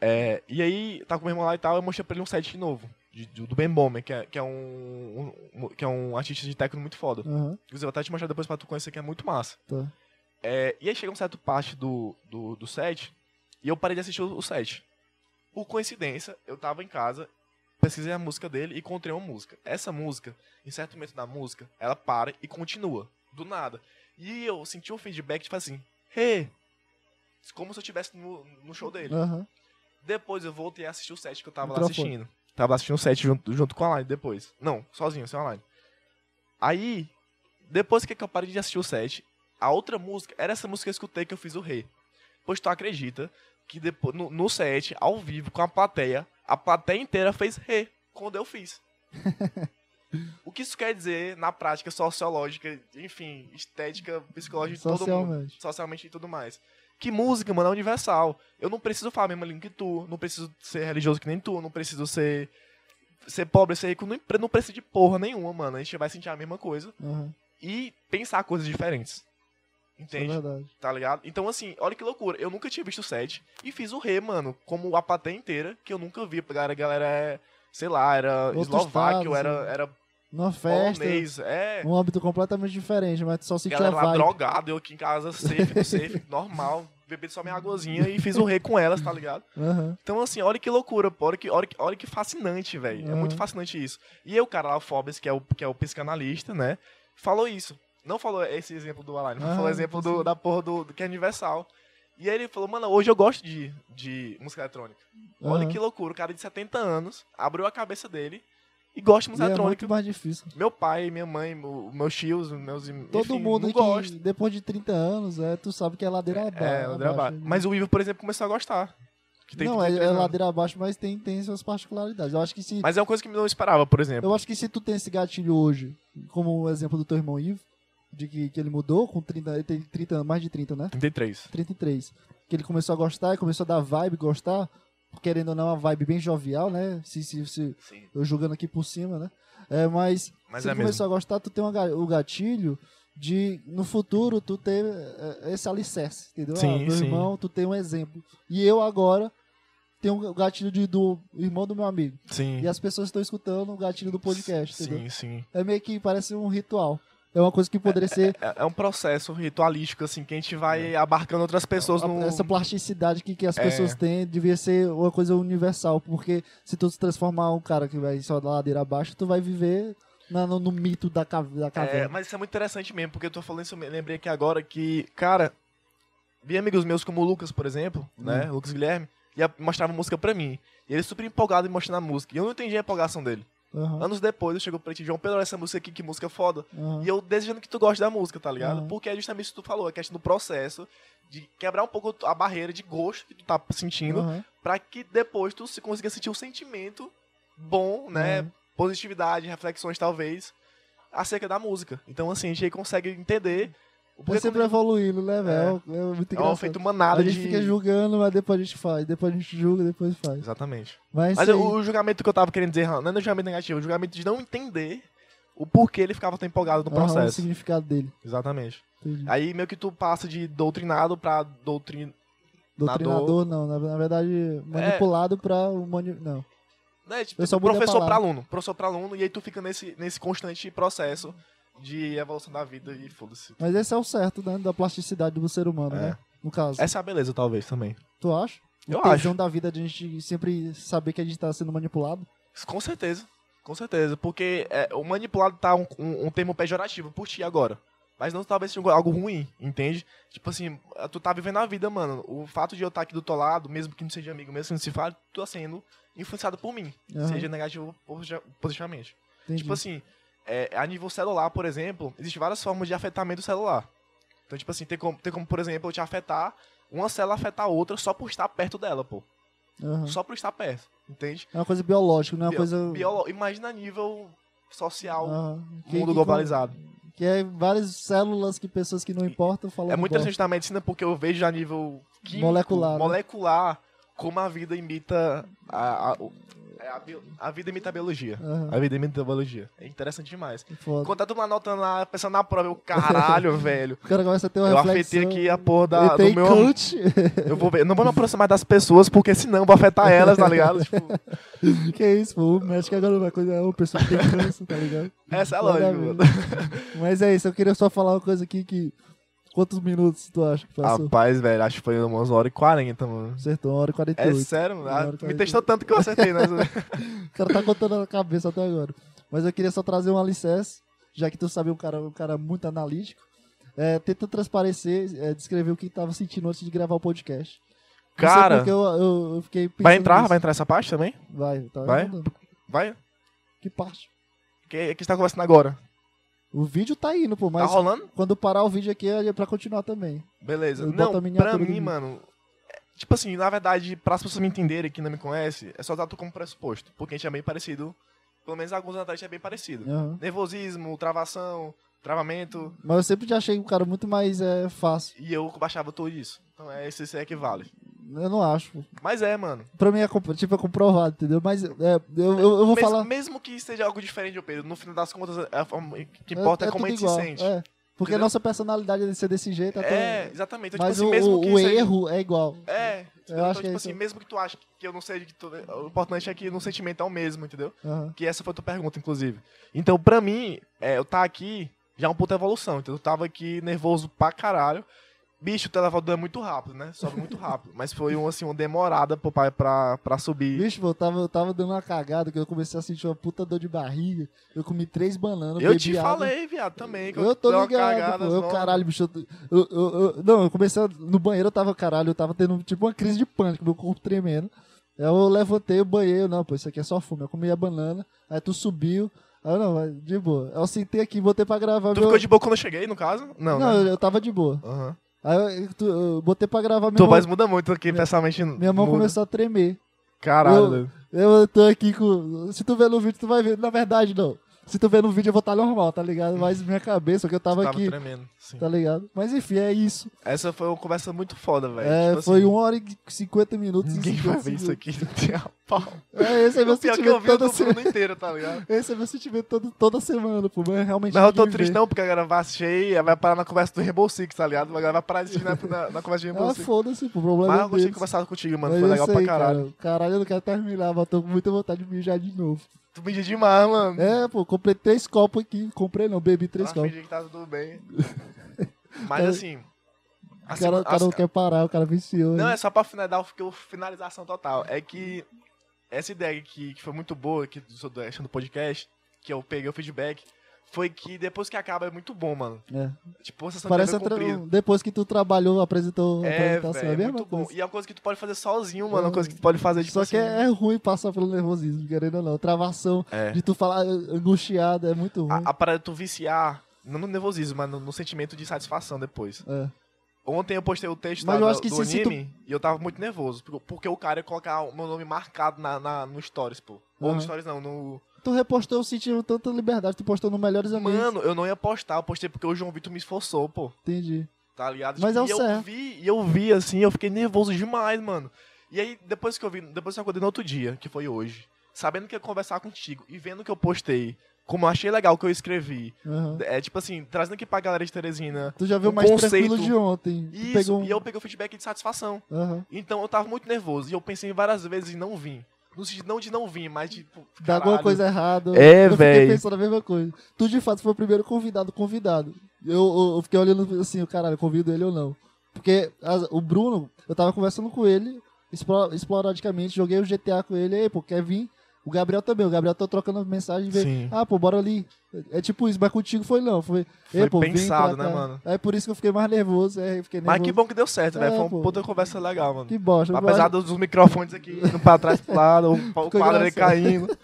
B: É, e aí, tava com meu irmão lá e tal, eu mostrei pra ele um set novo. de- de- do Ben Bomber, que é, que é um, um- Que é um artista de técnico muito foda.
A: Aham,
B: Inclusive, eu até te mostrar depois pra tu conhecer que é muito massa.
A: tá.
B: É, e aí chega um certo parte do, do, do set, e eu parei de assistir o, o set. Por coincidência, eu tava em casa, pesquisei a música dele e encontrei uma música. Essa música, em certo momento da música, ela para e continua, do nada. E eu senti um feedback, tipo assim, hey! Como se eu estivesse no, no show dele.
A: Aham.
B: Depois eu voltei a assistir o set que eu tava lá
A: Microfone.
B: assistindo. Tava lá assistindo o set junto, junto com a Line depois. Não, sozinho, sem a Line. Aí, depois que eu parei de assistir o set, a outra música, era essa música que eu escutei que eu fiz o rei. Pois tu acredita que depois, no, no set, ao vivo, com a plateia, a plateia inteira fez rei quando
A: [laughs]
B: eu fiz. o que isso quer dizer na prática sociológica, enfim, estética, psicológica de todo mundo
A: Socialmente.
B: socialmente e tudo mais. Que música, mano, é universal. Eu não preciso falar a mesma língua que tu, não preciso ser religioso que nem tu, não preciso ser ser pobre, ser rico, não, pre- não preciso de porra nenhuma, mano. A gente vai sentir a mesma coisa
A: Aham, é
B: e pensar coisas diferentes.
A: isso é
B: Entende?
A: verdade.
B: Tá ligado? Então, assim, olha que loucura. Eu nunca tinha visto o set e fiz o Rê, mano, como a plateia inteira, que eu nunca vi. A galera, a galera é, sei lá, era
A: Outro
B: eslováquio,
A: estado,
B: era,
A: assim.
B: era
A: Numa festa,
B: polonês. É,
A: um âmbito completamente diferente, mas tu só sentiu a
B: Galera lá
A: vibe.
B: drogada, eu aqui em casa, safe, [laughs] no safe, normal, bebendo só minha aguazinha e fiz o rei com elas, tá ligado?
A: Aham,
B: Então, assim, olha que loucura, pô, olha que, olha que, olha que fascinante, velho. É
A: Uhum.
B: muito fascinante isso. E aí o cara lá, o Forbes, que é o, que é o psicanalista, né, falou isso. Não falou esse exemplo do Align, não
A: Ah,
B: falou o exemplo do-
A: sim.
B: da porra do, do que é universal. E aí ele falou, mano, hoje eu gosto de, de música eletrônica. Olha
A: aham.
B: que loucura, o cara de 70 anos abriu a cabeça dele e gosta de
A: E
B: música
A: é
B: eletrônica.
A: muito mais difícil.
B: Meu pai, minha mãe, o- meus tios, meus...
A: Todo
B: enfim,
A: mundo
B: não
A: que
B: gosta.
A: depois de 30 anos, é, tu sabe que é ladeira aba- abaixo.
B: É, ladeira abaixo. Mas o Ivo, por exemplo, começou a gostar. Que tem
A: né? não, é,
B: 33
A: é
B: anos.
A: ladeira abaixo, mas tem, tem suas particularidades. Eu acho que se
B: Mas é uma coisa que eu não esperava, por exemplo.
A: Eu acho que se tu tem esse gatilho hoje, como o exemplo do teu irmão Ivo, de que, que ele mudou com 30, ele tem 30 anos, mais de 30, né?
B: 33.
A: 33. Que ele começou a gostar e começou a dar vibe, gostar, querendo ou não, uma vibe bem jovial, né? Se, se, se-
B: Sim.
A: eu julgando aqui por cima, né? É, mas
B: Mas
A: se
B: é
A: tu começou a gostar, tu tem uma ga- o gatilho de, no futuro, tu ter eh, esse alicerce, entendeu?
B: Sim,
A: ah, meu
B: sim.
A: irmão, tu tem um exemplo. E eu agora tenho o gatilho de, do irmão do meu amigo.
B: Sim.
A: E as pessoas estão escutando o gatilho do podcast, entendeu?
B: Sim, sim.
A: É meio que parece um ritual. É uma coisa que poderia
B: [laughs]
A: ser
B: É, é um processo ritualístico, assim, que a gente vai abarcando outras pessoas
A: a-
B: no...
A: essa é plasticidade que, que as
B: É.
A: pessoas têm, devia ser uma coisa universal, porque se tu se transformar um cara que vai só da ladeira abaixo, tu vai viver na- no, no mito da, ca- da
B: É,
A: caverna.
B: mas isso é muito interessante mesmo, porque eu tô falando isso, eu me lembrei aqui agora que, cara, vi amigos meus como o Lucas, por exemplo,
A: Hum.
B: né, Lucas Guilherme, e a- mostrava música pra mim. E ele é super empolgado em mostrar a música. E eu não entendi a empolgação dele.
A: Aham,
B: Anos depois, eu chego pra ti, João, Pedro, olha essa música aqui, que música foda.
A: aham.
B: E eu desejando que tu goste da música, tá ligado?
A: Aham.
B: Porque é justamente isso que tu falou, a questão do processo, de quebrar um pouco a barreira de gosto que tu tá sentindo,
A: aham.
B: pra que depois tu se consiga sentir um sentimento bom, né?
A: Aham.
B: Positividade, reflexões talvez, acerca da música. Então, assim, a gente aí consegue entender o
A: É
B: porquê
A: sempre
B: quando-
A: evoluindo, né, velho? É, é muito
B: é um
A: engraçado.
B: efeito
A: a
B: manada
A: gente
B: de...
A: fica julgando, mas depois a gente faz. Depois a gente julga, depois faz.
B: Exatamente.
A: Mas,
B: Mas
A: isso aí-
B: o julgamento que eu tava querendo dizer, não é no julgamento negativo, é o julgamento de não entender o porquê ele ficava tão empolgado no
A: aham, o
B: processo.
A: é um significado dele.
B: Exatamente.
A: Entendi.
B: Aí meio que tu passa de doutrinado pra doutrina.
A: Doutrinador, não. Na, na verdade, manipulado pra... o Mani... Não.
B: Né? Tipo,
A: Eu só mudei a
B: professor pra
A: palavra.
B: aluno, professor pra aluno, e aí tu fica nesse, nesse constante processo de evolução da vida e foda-se.
A: Mas esse é o certo, né? Da plasticidade do ser humano,
B: É.
A: né? No caso.
B: Essa é a beleza, talvez, também. Então,
A: Tu acha?
B: Eu
A: o tesão da vida de a gente sempre saber que a gente tá sendo manipulado.
B: Com certeza. Com certeza. Porque é, o manipulado tá um, um, um termo pejorativo por ti agora. Mas não talvez seja algo ruim, entende? Tipo assim, tu tá vivendo a vida, mano. O fato de eu estar aqui do teu lado, mesmo que não seja amigo, mesmo que não se fale, tu tá sendo influenciado por mim.
A: Aham.
B: Seja negativo ou posi- positivamente.
A: Entendi.
B: Tipo assim, é, a nível celular, por exemplo, existem várias formas de afetamento celular. Então, tipo assim, tem como, tem como, por exemplo, eu te afetar, uma célula afetar a outra só por estar perto dela, pô.
A: Aham.
B: Só por estar perto, entende?
A: É uma coisa biológica, não é uma
B: assim, Bio-
A: coisa.
B: Biolo- imagina a nível social,
A: Aham. Que-
B: mundo
A: que-
B: globalizado.
A: Que é várias células que pessoas que não importam falam.
B: É muito interessante da medicina porque eu vejo a nível químico,
A: Molecular, né?
B: molecular, como a vida imita a, a, o- é, a bio- a vida imita a biologia.
A: Uhum.
B: A vida imita a biologia. É interessante demais.
A: Foda.
B: Enquanto tá todo mundo anotando lá, pensando na prova, eu,
A: [laughs]
B: caralho, velho.
A: O cara começa a ter uma
B: Eu
A: reflexão.
B: afetei aqui a porra da, do
A: Ele tem
B: meu.
A: Kant,
B: Eu vou ver. Não vou me aproximar das pessoas, porque senão eu vou afetar elas, tá
A: [laughs]
B: ligado? Tipo,
A: [laughs] que é isso, pô. O médico agora vai coisa. é, O pessoal que tem câncer, tá ligado?
B: essa é a
A: Nada
B: lógica,
A: a ver.
B: mano.
A: Mas é isso, eu queria só falar uma coisa aqui que. Quantos minutos tu acha que passou?
B: Rapaz, velho, acho que foi umas 1 hora e 40, mano.
A: Acertou, uma hora e
B: É
A: 48.
B: sério, mano.
A: Uma hora e
B: Ah, Me
A: 48.
B: testou tanto que eu acertei,
A: [laughs]
B: né?
A: O cara tá contando na cabeça até agora. Mas eu queria só trazer um alicerce, já que tu sabe um cara, um cara muito analítico. É, tenta transparecer, é, descrever o que tava sentindo antes de gravar o podcast. Não sei
B: Cara,
A: porque eu, eu- eu fiquei pensando
B: vai entrar? Vai
A: nisso.
B: entrar essa parte também?
A: Vai, tá
B: Vai?
A: mandando.
B: Vai?
A: Que parte?
B: Quem, quem tá conversando agora?
A: O vídeo tá indo, pô,
B: Tá
A: mas
B: rolando?
A: quando parar o vídeo aqui é pra continuar também.
B: Beleza.
A: Eu
B: Não,
A: boto a
B: pra
A: miniatura do
B: mim,
A: vídeo.
B: mano. é- Tipo assim, na verdade, pra as pessoas me entenderem que não me conhecem, é só dar tu como pressuposto. Porque a gente é bem parecido. Pelo menos alguns anos atrás a gente é bem parecido.
A: Aham.
B: nervosismo, travação, travamento,
A: Mas eu sempre te achei um cara muito mais é, fácil.
B: e eu baixava tudo isso. Então é isso, isso é que vale.
A: Eu não acho. pô.
B: Mas é, mano.
A: Pra mim é, compro- tipo, é comprovado, entendeu? Mas é, eu, eu, eu vou
B: Mes-
A: falar.
B: Mesmo que seja algo diferente, Pedro, no final das contas, a forma- o que importa é, como a
A: tudo
B: gente
A: igual,
B: se sente. É,
A: é. Porque
B: Entendeu?
A: a nossa personalidade é de ser desse jeito. até- é.
B: exatamente. Então,
A: Mas
B: tipo assim,
A: o,
B: mesmo
A: o-
B: que
A: o
B: seja-
A: erro é igual.
B: É, entendeu? então,
A: acho que
B: tipo
A: é
B: assim,
A: isso.
B: mesmo que tu ache que eu não seja, que tu- o importante é que no sentimento é o mesmo, entendeu?
A: Aham.
B: Que essa foi a tua pergunta, inclusive. Então, pra mim, é, eu tá aqui já é uma puta evolução. Então, eu tava aqui nervoso pra caralho. Bicho, o elevador é muito rápido, né? Sobe muito rápido. Mas foi um, assim, uma demorada pro pai pra, pra subir.
A: Bicho, pô, eu tava, eu tava dando uma cagada que eu comecei a sentir uma puta dor de barriga. Eu comi três bananas,
B: eu
A: bebi
B: te
A: água.
B: falei, viado, também. Que
A: Eu tô
B: dei uma
A: ligado, pô.
B: cagada,
A: Eu,
B: não.
A: caralho, bicho. Eu, eu- eu- eu- não, eu comecei a- no banheiro, eu tava, caralho, eu tava tendo tipo uma crise de pânico, meu corpo tremendo. Aí eu levantei o banheiro, não, pô, isso aqui é só fumo. Eu comi a banana, aí tu subiu. Aí eu, não, mas de boa. Aí eu sentei aqui, botei pra gravar.
B: Tu
A: meu...
B: ficou de boa quando eu cheguei, no caso? Não,
A: Não,
B: né?
A: eu, eu tava de boa.
B: Aham.
A: Aí eu, eu- tu- eu botei pra gravar minha
B: Tua
A: mão.
B: voz muda muito aqui, pessoalmente.
A: Minha mão
B: muda.
A: começou a tremer.
B: Caralho.
A: Eu-
B: velho.
A: Eu tô aqui com. Se tu ver no vídeo, tu vai ver. Na verdade, não. Se tu ver no vídeo, eu vou estar normal, tá ligado? Mas minha cabeça, que eu tava,
B: Tava
A: aqui,
B: tremendo. sim.
A: tá ligado? Mas enfim, é isso.
B: Essa foi uma conversa muito foda, velho.
A: É,
B: Tipo
A: foi
B: assim,
A: 1 hora e 50 minutos. e
B: Ninguém
A: 50
B: vai ver isso
A: segundos.
B: aqui, [laughs] não tem a pau.
A: É, esse é meu
B: O pior que eu
A: sentimento
B: vi o
A: toda
B: do
A: semana.
B: Bruno inteiro,
A: [laughs]
B: tá ligado?
A: Esse é meu sentimento todo, toda semana, pô. Mas realmente.
B: Mas eu tô
A: ninguém
B: triste
A: vê.
B: não, porque a galera vai assistir, vai parar na conversa do Rebel Six, tá ligado? A galera vai parar de assistir na, na, na conversa do Rebel
A: Ah,
B: Six.
A: foda-se, pô. O problema
B: assim. Mas
A: é
B: eu gostei de
A: deles.
B: conversar contigo, mano.
A: Mas
B: Foi
A: é
B: legal
A: isso
B: pra
A: aí,
B: caralho.
A: Cara. Caralho, eu não quero terminar, mas tô com muita vontade de mijar de novo.
B: Tu pediu demais, mano.
A: É, pô, comprei três copos aqui. Comprei não, bebi três
B: Ela
A: copos.
B: fingiu que tá tudo
A: [laughs]
B: bem. Mas
A: É.
B: assim.
A: O
B: assim,
A: cara, o cara
B: assim,
A: não quer parar, o cara viciou. né?
B: Não,
A: hein?
B: é só pra finalizar, porque eu finalização total. É que essa ideia que, que foi muito boa, que do, do, do podcast, que eu peguei o feedback, foi que depois que acaba é muito bom, mano.
A: É.
B: Tipo, essa
A: Parece outra- depois que tu trabalhou, apresentou a
B: É,
A: apresentação. é
B: velho,
A: a
B: é
A: mesma
B: muito
A: coisa.
B: bom. E é uma coisa que tu pode fazer sozinho, mano. É
A: É.
B: uma coisa que tu pode fazer, tipo
A: Só que
B: assim...
A: é ruim passar pelo nervosismo, querendo ou não. Travação,
B: É.
A: de tu falar eh, angustiado, é muito ruim.
B: A, a parada de tu viciar, não no nervosismo, mas no, no sentimento de satisfação depois.
A: É.
B: Ontem eu postei o texto
A: Mas
B: lá
A: eu
B: do-
A: acho que
B: do
A: se- se
B: anime e eu tava muito nervoso. porque- Porque o cara ia colocar o meu nome marcado na, na- no Stories, pô. Ou no
A: Aham.
B: Stories não, no...
A: Tu repostou sentindo tanta liberdade, tu postou no Melhores Amigos.
B: Mano, eu não ia postar, eu postei porque o João Vitor me esforçou, pô.
A: Entendi.
B: Tá ligado?
A: Mas é o
B: e eu
A: certo.
B: vi, e eu vi assim, eu fiquei nervoso demais, mano. E aí, depois que eu vi, depois que eu acordei no outro dia, que foi hoje, sabendo que ia conversar contigo e vendo que eu postei, como eu achei legal o que eu escrevi,
A: Aham.
B: é tipo assim, trazendo aqui pra galera de Teresina.
A: Tu já viu
B: Um
A: mais
B: conceito.
A: tranquilo de ontem. Tu
B: Isso,
A: pegou um-
B: e eu peguei o feedback de satisfação.
A: Aham.
B: Então eu tava muito nervoso e eu pensei várias vezes em não vir. No sentido não de não vir, mas de. pô,
A: Dá
B: caralho.
A: alguma coisa errada.
C: É,
A: eu fiquei
C: véi.
A: pensando a mesma coisa. Tu, de fato, foi o primeiro convidado convidado. Eu, eu, eu fiquei olhando assim, caralho, convido ele ou não. Porque as- o Bruno, eu tava conversando com ele, espro- esporadicamente, joguei o GTA com ele, ei, pô, quer vir? O Gabriel também, o Gabriel tô trocando mensagem e veio,
B: Sim.
A: ah, pô, bora ali. É tipo isso, mas contigo foi não, foi,
B: Foi
A: "Ei, pô, vem
B: pensado,
A: pra
B: né,
A: cá."
B: mano?
A: É por isso que eu fiquei mais nervoso, é, eu fiquei nervoso.
B: Mas que bom que deu certo, velho.
A: É,
B: Foi uma
A: pô.
B: puta conversa legal, mano.
A: Que bosta.
B: Apesar dos, dos microfones aqui indo pra trás pro lado, o,
A: [laughs]
B: o
A: Ficou
B: quadro ali
A: engraçado.
B: caindo.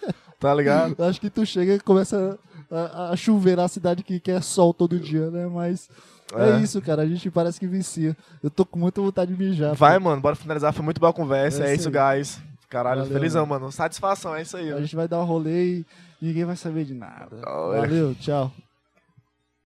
A: [laughs]
B: Tá ligado?
A: Eu Acho que tu chega e começa a, a chover na cidade que quer sol todo dia, né? Mas é.
B: É.
A: isso, cara. A gente parece que vicia. Eu tô com muita vontade de mijar.
B: Vai,
A: pô.
B: mano, bora finalizar. Foi muito boa a conversa.
A: É
B: É,
A: isso
B: isso,
A: aí.
B: guys. Caralho,
A: Valeu,
B: felizão, mano. Satisfação, é isso aí. ó.
A: A gente vai dar um rolê e ninguém vai saber de nada.
B: Não, é.
A: Valeu, tchau.